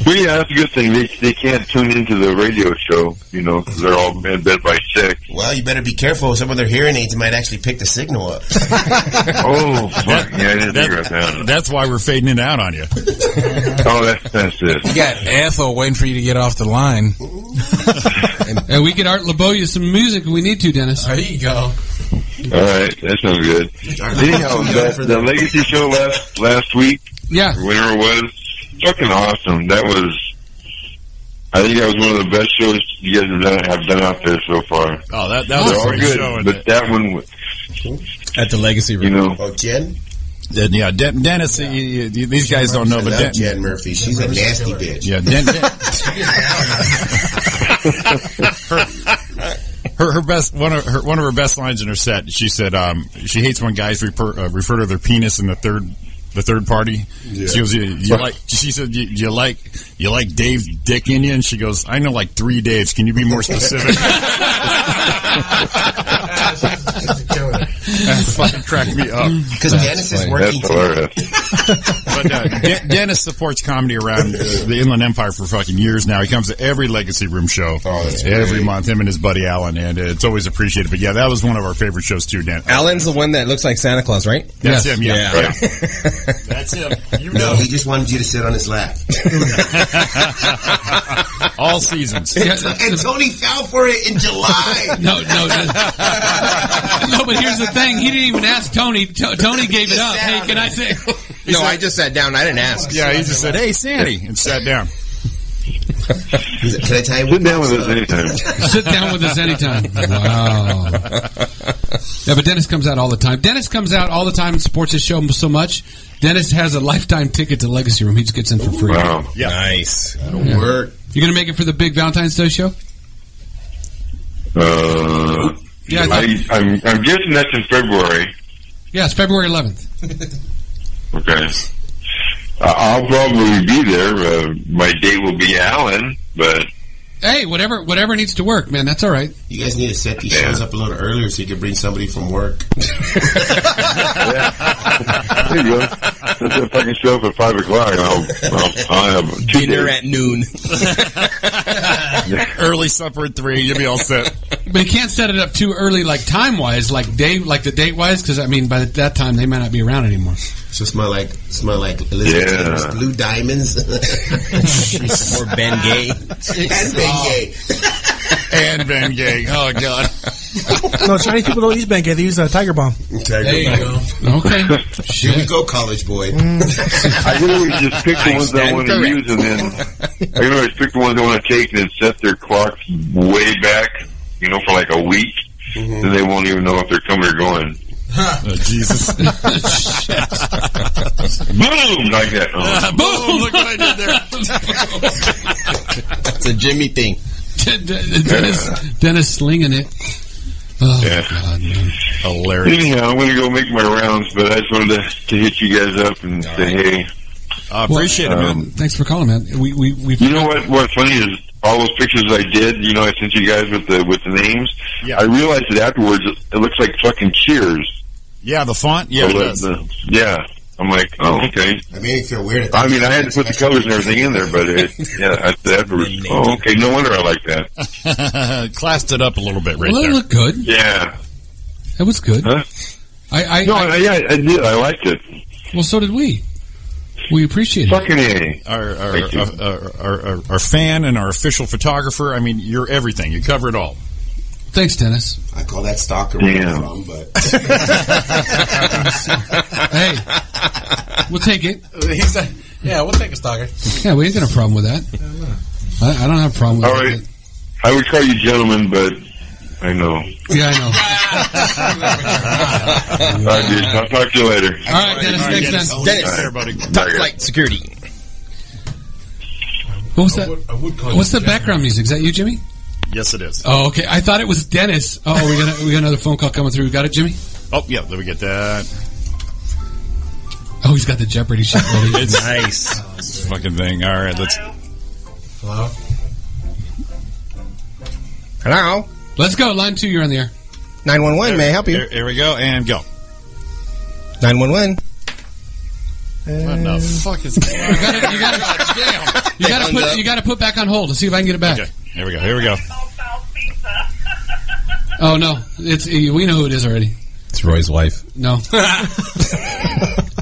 [SPEAKER 11] Well, yeah, that's a good thing. They they can't tune into the radio show. You know, 'cause they're all in bed by six.
[SPEAKER 6] Well, you better be careful. Some of their hearing aids might actually pick the signal up.
[SPEAKER 11] Oh, fuck. Yeah, I didn't think about that.
[SPEAKER 4] That's why we're fading it out on you.
[SPEAKER 11] Oh, that's that's it.
[SPEAKER 7] You got Ethel waiting for you to get off the line.
[SPEAKER 3] And we could Art LeBeau you some music if we need to, Dennis.
[SPEAKER 7] There you go.
[SPEAKER 11] All right, that sounds good. Anyhow, that, the Legacy show last last week,
[SPEAKER 3] Yeah.
[SPEAKER 11] or whatever it was, fucking awesome. That was, I think that was one of the best shows you guys have done, have done out there so far.
[SPEAKER 4] Oh, that, that was
[SPEAKER 11] They're
[SPEAKER 4] a
[SPEAKER 11] all
[SPEAKER 4] great show.
[SPEAKER 11] good,
[SPEAKER 4] and
[SPEAKER 11] but
[SPEAKER 4] it-
[SPEAKER 11] that one, was-
[SPEAKER 5] At the Legacy
[SPEAKER 11] you
[SPEAKER 5] Room.
[SPEAKER 11] know,
[SPEAKER 6] Oh, Jen?
[SPEAKER 4] and, yeah, Den- Dennis, you- you- you- these guys don't know,
[SPEAKER 6] I
[SPEAKER 4] but
[SPEAKER 6] love
[SPEAKER 4] Den-
[SPEAKER 6] Jen Murphy. She's a nasty bitch.
[SPEAKER 4] yeah, Den- Den- her her best one of her one of her best lines in her set. She said um, she hates when guys refer uh, refer to their penis in the third the third party. She goes, you, you like? She said, you, you like you like Dave's dick in you? And she goes, I know like three Daves. Can you be more specific? that fucking cracked me up.
[SPEAKER 6] Because Dennis is
[SPEAKER 11] that's
[SPEAKER 6] working too.
[SPEAKER 11] hilarious.
[SPEAKER 4] But uh, De- Dennis supports comedy around uh, the Inland Empire for fucking years now. He comes to every Legacy Room show every month. Him and his buddy Alan, and uh, it's always appreciated. But yeah, that was one of our favorite shows too, Dan.
[SPEAKER 5] Alan's the one that looks like Santa Claus, right?
[SPEAKER 4] That's
[SPEAKER 3] Yes.
[SPEAKER 4] him. Yeah,
[SPEAKER 5] Yeah.
[SPEAKER 4] yeah. that's him. You
[SPEAKER 6] No,
[SPEAKER 4] know,
[SPEAKER 6] he just wanted you to sit on his lap.
[SPEAKER 4] all seasons.
[SPEAKER 3] Yeah,
[SPEAKER 6] and Tony fell for it in July.
[SPEAKER 3] No, no, no. No, but here's the thing. He didn't even ask Tony. To- Tony gave it up. Hey, can I say?
[SPEAKER 5] no, I just sat down. I didn't ask.
[SPEAKER 4] Yeah, he just said, "Hey, Sandy," and sat down.
[SPEAKER 6] He's like, Can I tell you
[SPEAKER 11] Sit
[SPEAKER 6] what?
[SPEAKER 11] down with us anytime.
[SPEAKER 3] Sit down with us anytime. Wow. Yeah, but Dennis comes out all the time. Dennis comes out all the time and supports his show so much. Dennis has a lifetime ticket to Legacy Room. He just gets in for free.
[SPEAKER 11] Wow.
[SPEAKER 4] Yeah.
[SPEAKER 5] Nice.
[SPEAKER 6] Work.
[SPEAKER 3] You're going to make it for the big Valentine's Day show?
[SPEAKER 11] Uh,
[SPEAKER 3] Yeah, I
[SPEAKER 11] I,
[SPEAKER 3] thought-
[SPEAKER 11] I'm, I'm guessing that's in February.
[SPEAKER 3] Yeah, it's February 11th.
[SPEAKER 11] Okay. Uh, I'll probably be there. Uh, my date will be Alan, but
[SPEAKER 3] Hey, whatever whatever needs to work, man. That's all right.
[SPEAKER 6] You guys need to set these shows up a little earlier so you can bring somebody from work.
[SPEAKER 11] there you go. That's that fucking show up at five o'clock. I'll, I'll, I'll have two
[SPEAKER 5] Dinner
[SPEAKER 11] dates.
[SPEAKER 5] at noon.
[SPEAKER 4] Early supper at three. You'll be all set.
[SPEAKER 3] But you can't set it up too early, like time wise, like day, like the date wise, because I mean, by that time they might not be around anymore.
[SPEAKER 6] So smell like smell like Elizabeth
[SPEAKER 11] Yeah.
[SPEAKER 6] Taylor's blue diamonds.
[SPEAKER 5] or Ben Gay.
[SPEAKER 6] and Bengay.
[SPEAKER 4] And Van Gay. Oh God.
[SPEAKER 10] No, Chinese people don't use Bengay. They use uh, Tiger Bomb.
[SPEAKER 7] There you go.
[SPEAKER 3] Okay,
[SPEAKER 6] Here we go, college boy.
[SPEAKER 11] I can always just pick the ones I
[SPEAKER 5] stand
[SPEAKER 11] want to
[SPEAKER 5] corrected.
[SPEAKER 11] use, and then I can always pick the ones I want to take, and then set their clocks way back. You know, for like a week, then they won't even know if they're coming or going.
[SPEAKER 4] Oh, Jesus.
[SPEAKER 11] Boom! Like that. Oh.
[SPEAKER 3] boom! Look what I did there.
[SPEAKER 5] It's a Jimmy thing.
[SPEAKER 3] Dennis, Dennis slinging it. Oh,
[SPEAKER 11] Yeah.
[SPEAKER 3] God, man.
[SPEAKER 4] Hilarious.
[SPEAKER 11] Anyhow, I'm going to go make my rounds, but I just wanted to, to hit you guys up and say, hey,
[SPEAKER 4] I appreciate it, man.
[SPEAKER 11] um,
[SPEAKER 3] Thanks for calling, man. We we we.
[SPEAKER 11] you know what? What's funny is all those pictures I did. You know, I sent you guys with the with the names.
[SPEAKER 4] Yeah.
[SPEAKER 11] I realized that afterwards it, it looks like fucking Cheers.
[SPEAKER 4] Yeah, the font. Yeah,
[SPEAKER 11] The-
[SPEAKER 4] it does.
[SPEAKER 11] the- uh, yeah. I'm like, oh, okay.
[SPEAKER 6] I mean, you feel weird. At that.
[SPEAKER 11] I mean, I had to put the colors and everything in there, but it, yeah, I, the afterwards, oh, okay. No wonder I like that.
[SPEAKER 4] classed it up a little bit right
[SPEAKER 3] well, it
[SPEAKER 4] there.
[SPEAKER 3] looked good.
[SPEAKER 11] Yeah.
[SPEAKER 3] That was good.
[SPEAKER 11] Huh?
[SPEAKER 3] I, I,
[SPEAKER 11] No,
[SPEAKER 3] I-
[SPEAKER 11] I, yeah, I did. I liked it.
[SPEAKER 3] well, so did we. We appreciate it.
[SPEAKER 11] Fucking a.
[SPEAKER 4] our our,
[SPEAKER 11] Thank you.
[SPEAKER 4] our, our, our, our fan and our official photographer. I mean, you're everything. You cover it all.
[SPEAKER 3] Thanks, Dennis.
[SPEAKER 6] I call that stalker where
[SPEAKER 11] Damn.
[SPEAKER 6] I'm from, but
[SPEAKER 3] Hey, we'll take it.
[SPEAKER 7] He's like, yeah, we'll take a stalker.
[SPEAKER 3] Yeah, we ain't got a problem with that. I, I don't have a problem with
[SPEAKER 11] All
[SPEAKER 3] it.
[SPEAKER 11] right. I would call you gentlemen, but I know.
[SPEAKER 3] Yeah, I know.
[SPEAKER 13] All right, dude. I'll talk to you later.
[SPEAKER 3] All right, Dennis, next time. Dennis,
[SPEAKER 13] Top flight
[SPEAKER 1] security.
[SPEAKER 3] What was that?
[SPEAKER 4] call
[SPEAKER 3] What's
[SPEAKER 4] you
[SPEAKER 3] the background music? Is that you, Jimmy?
[SPEAKER 4] Yes, it is.
[SPEAKER 3] Oh, okay. I thought it was Dennis. Oh, we got we got another phone call coming through. We got it, Jimmy.
[SPEAKER 4] Oh, yeah. Let me get that.
[SPEAKER 3] Oh, he's got the Jeopardy shit ready.
[SPEAKER 4] It's nice. this fucking thing. All right, let's.
[SPEAKER 14] Hello?
[SPEAKER 9] Hello?
[SPEAKER 3] Let's go. Line two, you're on the air.
[SPEAKER 9] 911, may I help you?
[SPEAKER 4] Here, here we go, and go.
[SPEAKER 9] 911.
[SPEAKER 10] Uh,
[SPEAKER 4] What the fuck is
[SPEAKER 3] You gotta, you gotta, you gotta put you gotta put back on hold to see if I can get it back.
[SPEAKER 4] Okay, here we go. Here we go.
[SPEAKER 3] Oh no, it's we know who it is already.
[SPEAKER 9] It's Roy's wife.
[SPEAKER 3] No,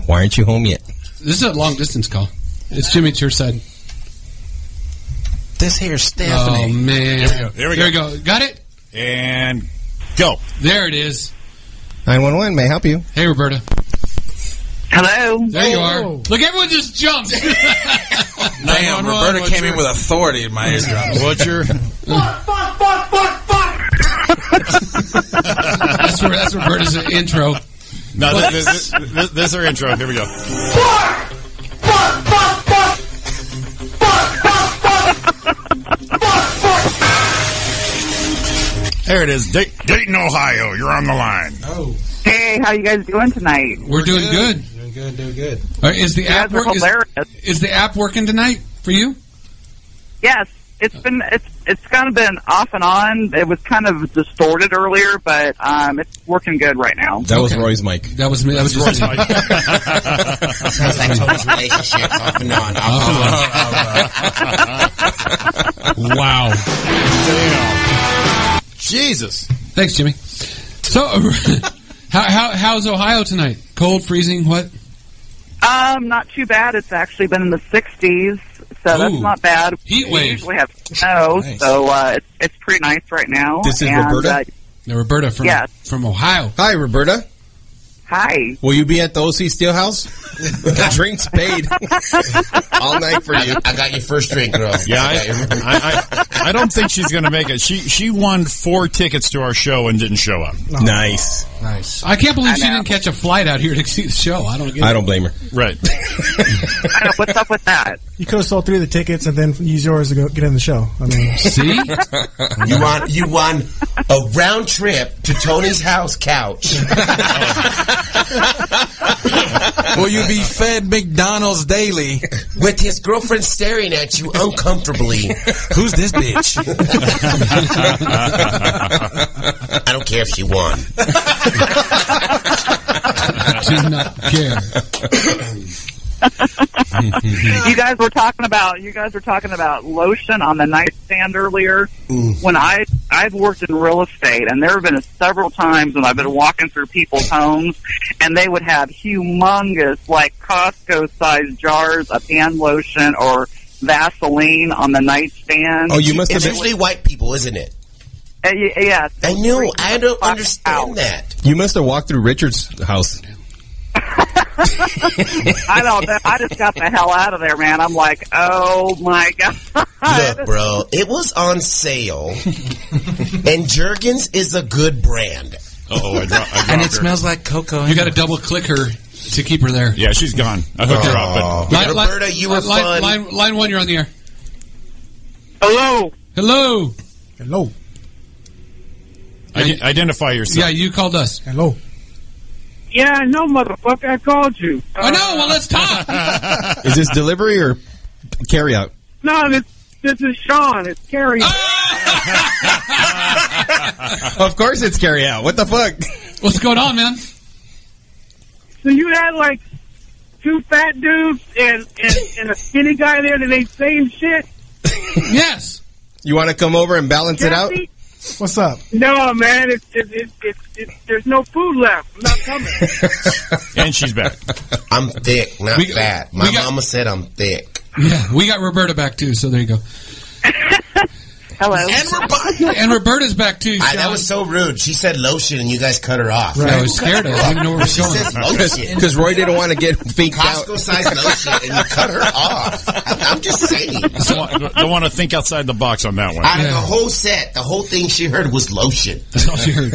[SPEAKER 9] Why aren't you home yet?
[SPEAKER 3] this is a long distance call. It's Jimmy. It's your side.
[SPEAKER 1] This here's
[SPEAKER 3] Oh
[SPEAKER 1] Stephanie.
[SPEAKER 3] man,
[SPEAKER 4] Here we go. Here we go.
[SPEAKER 3] Got it.
[SPEAKER 4] And go.
[SPEAKER 3] There it is.
[SPEAKER 9] 911, may I help you?
[SPEAKER 3] Hey, Roberta.
[SPEAKER 11] Hello.
[SPEAKER 3] There you are.
[SPEAKER 14] Oh.
[SPEAKER 3] Look, everyone just jumped.
[SPEAKER 14] Damn, Roberta came in with authority in my eardrums.
[SPEAKER 4] What's your?
[SPEAKER 3] that's where that's Roberta's intro.
[SPEAKER 4] No, this, this, this, this, this is our intro. Here we go. There it is. Da- Dayton, Ohio. You're on the line.
[SPEAKER 14] Oh,
[SPEAKER 11] Hey, how you guys doing tonight?
[SPEAKER 3] We're doing good.
[SPEAKER 14] doing good, doing good.
[SPEAKER 3] All right, is the
[SPEAKER 11] You
[SPEAKER 3] app
[SPEAKER 11] guys are
[SPEAKER 3] work, is,
[SPEAKER 11] hilarious.
[SPEAKER 3] is the app working tonight for you?
[SPEAKER 11] Yes, it's been it's it's kind of been off and on. It was kind of distorted earlier, but um, it's working good right now.
[SPEAKER 9] That was
[SPEAKER 3] Okay.
[SPEAKER 9] Roy's mic.
[SPEAKER 3] That was me. That was just me.
[SPEAKER 6] Sounds like Tony's relationship off and on. Off and
[SPEAKER 3] Oh,
[SPEAKER 6] on.
[SPEAKER 3] wow.
[SPEAKER 4] Jesus.
[SPEAKER 3] Thanks, Jimmy. So, how, how how's Ohio tonight? Cold, freezing, what?
[SPEAKER 11] Um, not too bad. It's actually been in the 60s, so
[SPEAKER 3] Ooh.
[SPEAKER 11] that's not bad.
[SPEAKER 3] Heat
[SPEAKER 11] we
[SPEAKER 3] wave.
[SPEAKER 11] usually have snow,
[SPEAKER 9] Nice.
[SPEAKER 11] so uh, it's it's pretty nice right now.
[SPEAKER 9] This is
[SPEAKER 11] and,
[SPEAKER 9] Roberta?
[SPEAKER 11] Uh,
[SPEAKER 3] Now, Roberta from
[SPEAKER 11] Yes.
[SPEAKER 3] from Ohio.
[SPEAKER 9] Hi, Roberta.
[SPEAKER 11] hi.
[SPEAKER 9] Will you be at the OC Steelhouse? Drinks paid. All night for you.
[SPEAKER 6] I got your first drink, girl.
[SPEAKER 4] Yeah,
[SPEAKER 6] I got
[SPEAKER 4] I,
[SPEAKER 6] your-
[SPEAKER 4] I, I, I don't think she's going to make it. She she won four tickets to our show and didn't show up.
[SPEAKER 9] Nice.
[SPEAKER 14] Nice.
[SPEAKER 3] I can't believe
[SPEAKER 11] I
[SPEAKER 3] she
[SPEAKER 6] uh,
[SPEAKER 11] know.
[SPEAKER 3] didn't catch a flight out here to see the show. I don't get
[SPEAKER 9] I
[SPEAKER 3] it.
[SPEAKER 9] don't blame her.
[SPEAKER 4] Right.
[SPEAKER 11] I know, what's up with that?
[SPEAKER 10] You could have sold three of the tickets and then use yours to go get in the show. I mean,
[SPEAKER 3] See?
[SPEAKER 6] You won, you won a round trip to Tony's house couch.
[SPEAKER 14] Will you be fed McDonald's daily?
[SPEAKER 6] with his girlfriend staring at you uncomfortably.
[SPEAKER 14] Who's this bitch?
[SPEAKER 6] I don't care if she won.
[SPEAKER 3] I do not care.
[SPEAKER 11] you guys were talking about you guys were talking about lotion on the nightstand earlier. When I I've worked in real estate, and there have been several times when I've been walking through people's homes, and they would have humongous, like Costco sized jars of hand lotion or Vaseline on the nightstand.
[SPEAKER 9] Oh, you must have
[SPEAKER 6] It's
[SPEAKER 9] been,
[SPEAKER 6] usually white people, isn't it?
[SPEAKER 11] Uh, y- yeah,
[SPEAKER 6] I know. I don't
[SPEAKER 11] Fuck
[SPEAKER 6] understand
[SPEAKER 11] out.
[SPEAKER 6] that.
[SPEAKER 9] you must have walked through Richard's house.
[SPEAKER 11] I don't. know. I just got the hell out of there, man. I'm like, oh my god.
[SPEAKER 6] Look, bro, it was on sale, and Jergens is a good brand.
[SPEAKER 4] Oh, I, dro- I dropped
[SPEAKER 14] and it
[SPEAKER 4] her.
[SPEAKER 14] smells like cocoa.
[SPEAKER 3] You got to double click her to keep her there.
[SPEAKER 4] Yeah, she's gone. I hooked her up, but
[SPEAKER 3] Line, line-
[SPEAKER 6] Roberta, you were
[SPEAKER 3] line,
[SPEAKER 6] fun.
[SPEAKER 3] Line, line one, you're on the air.
[SPEAKER 11] Hello.
[SPEAKER 3] Hello.
[SPEAKER 10] hello,
[SPEAKER 14] Oh.
[SPEAKER 4] I, identify
[SPEAKER 3] Yeah,
[SPEAKER 4] yourself.
[SPEAKER 3] you called us.
[SPEAKER 10] hello.
[SPEAKER 11] Yeah, I know, motherfucker. I called you.
[SPEAKER 3] I know. Oh, Well, let's talk.
[SPEAKER 9] Is this delivery or carry out?
[SPEAKER 11] No, this this is Sean. It's Carrie.
[SPEAKER 6] Oh!
[SPEAKER 9] Of course it's carry out. What the fuck?
[SPEAKER 3] What's going on, man?
[SPEAKER 11] So you had like two fat dudes and, and, and a skinny guy there that ain't saying shit.
[SPEAKER 3] Yes.
[SPEAKER 9] You want to come over and balance it out?
[SPEAKER 11] Jesse?
[SPEAKER 10] What's up?
[SPEAKER 11] No, man. It's, it's, it's, it's, it's, there's no food left. I'm not coming.
[SPEAKER 4] And she's back.
[SPEAKER 6] I'm thick, not
[SPEAKER 3] We-
[SPEAKER 6] fat.
[SPEAKER 3] we
[SPEAKER 6] My
[SPEAKER 3] got-
[SPEAKER 6] mama said I'm thick.
[SPEAKER 3] Yeah, we got Roberta back too. So there you go.
[SPEAKER 11] Hello.
[SPEAKER 6] And we're back.
[SPEAKER 3] And Roberta's back too.
[SPEAKER 6] I, that
[SPEAKER 3] Sean.
[SPEAKER 6] was so rude. She said lotion, and you guys cut her off.
[SPEAKER 3] I was scared. I didn't even know where
[SPEAKER 6] She
[SPEAKER 3] we were going.
[SPEAKER 6] says lotion.
[SPEAKER 9] Because Roy didn't want to get faked out.
[SPEAKER 6] Costco size lotion, and you cut her off. I, I'm just saying.
[SPEAKER 4] Don't want, don't want to think outside the box on that one.
[SPEAKER 6] Out of
[SPEAKER 3] Yeah.
[SPEAKER 6] the whole set, the whole thing she heard was lotion.
[SPEAKER 3] That's all she heard.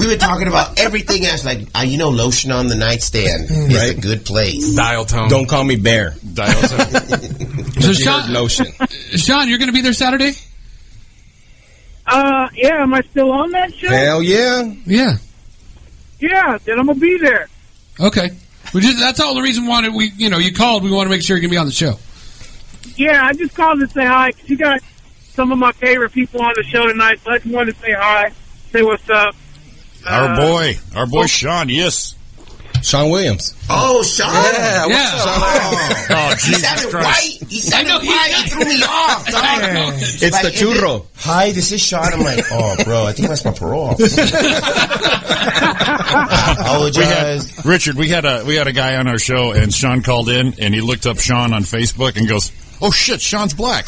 [SPEAKER 6] we were talking about everything else, like uh, you know, lotion on the nightstand
[SPEAKER 5] Mm.
[SPEAKER 6] is a good place.
[SPEAKER 7] Dial tone.
[SPEAKER 6] Don't
[SPEAKER 5] call me bear.
[SPEAKER 4] Dial tone.
[SPEAKER 3] So
[SPEAKER 5] But you heard
[SPEAKER 3] Sean,
[SPEAKER 5] lotion.
[SPEAKER 3] Sean, you're going to be there Saturday?
[SPEAKER 15] Uh, yeah, am I still on that show?
[SPEAKER 5] Hell yeah.
[SPEAKER 3] Yeah.
[SPEAKER 15] Yeah, then I'm gonna be there.
[SPEAKER 3] Okay. We just that's all the reason why we you know you called. We want to make sure you're going to be on the show.
[SPEAKER 15] Yeah, I just called to say hi 'cause you got some of my favorite people on the show tonight. So I just wanted to say hi, say what's up.
[SPEAKER 4] Our boy, our boy Sean, yes.
[SPEAKER 5] Sean Williams.
[SPEAKER 6] Oh, Sean.
[SPEAKER 5] Yeah, what's
[SPEAKER 6] Yeah.
[SPEAKER 5] up?
[SPEAKER 6] Oh,
[SPEAKER 4] Oh,
[SPEAKER 6] he sounded white. He sounded white. He threw me off. dog.
[SPEAKER 5] It's the
[SPEAKER 6] is it-
[SPEAKER 5] churro.
[SPEAKER 6] Hi, this is Sean. I'm like, oh, bro, I think that's my parole.
[SPEAKER 4] We had, Richard, we had a we had a guy on our show, and Sean called in, and he looked up Sean on Facebook and goes, "Oh shit, Sean's black."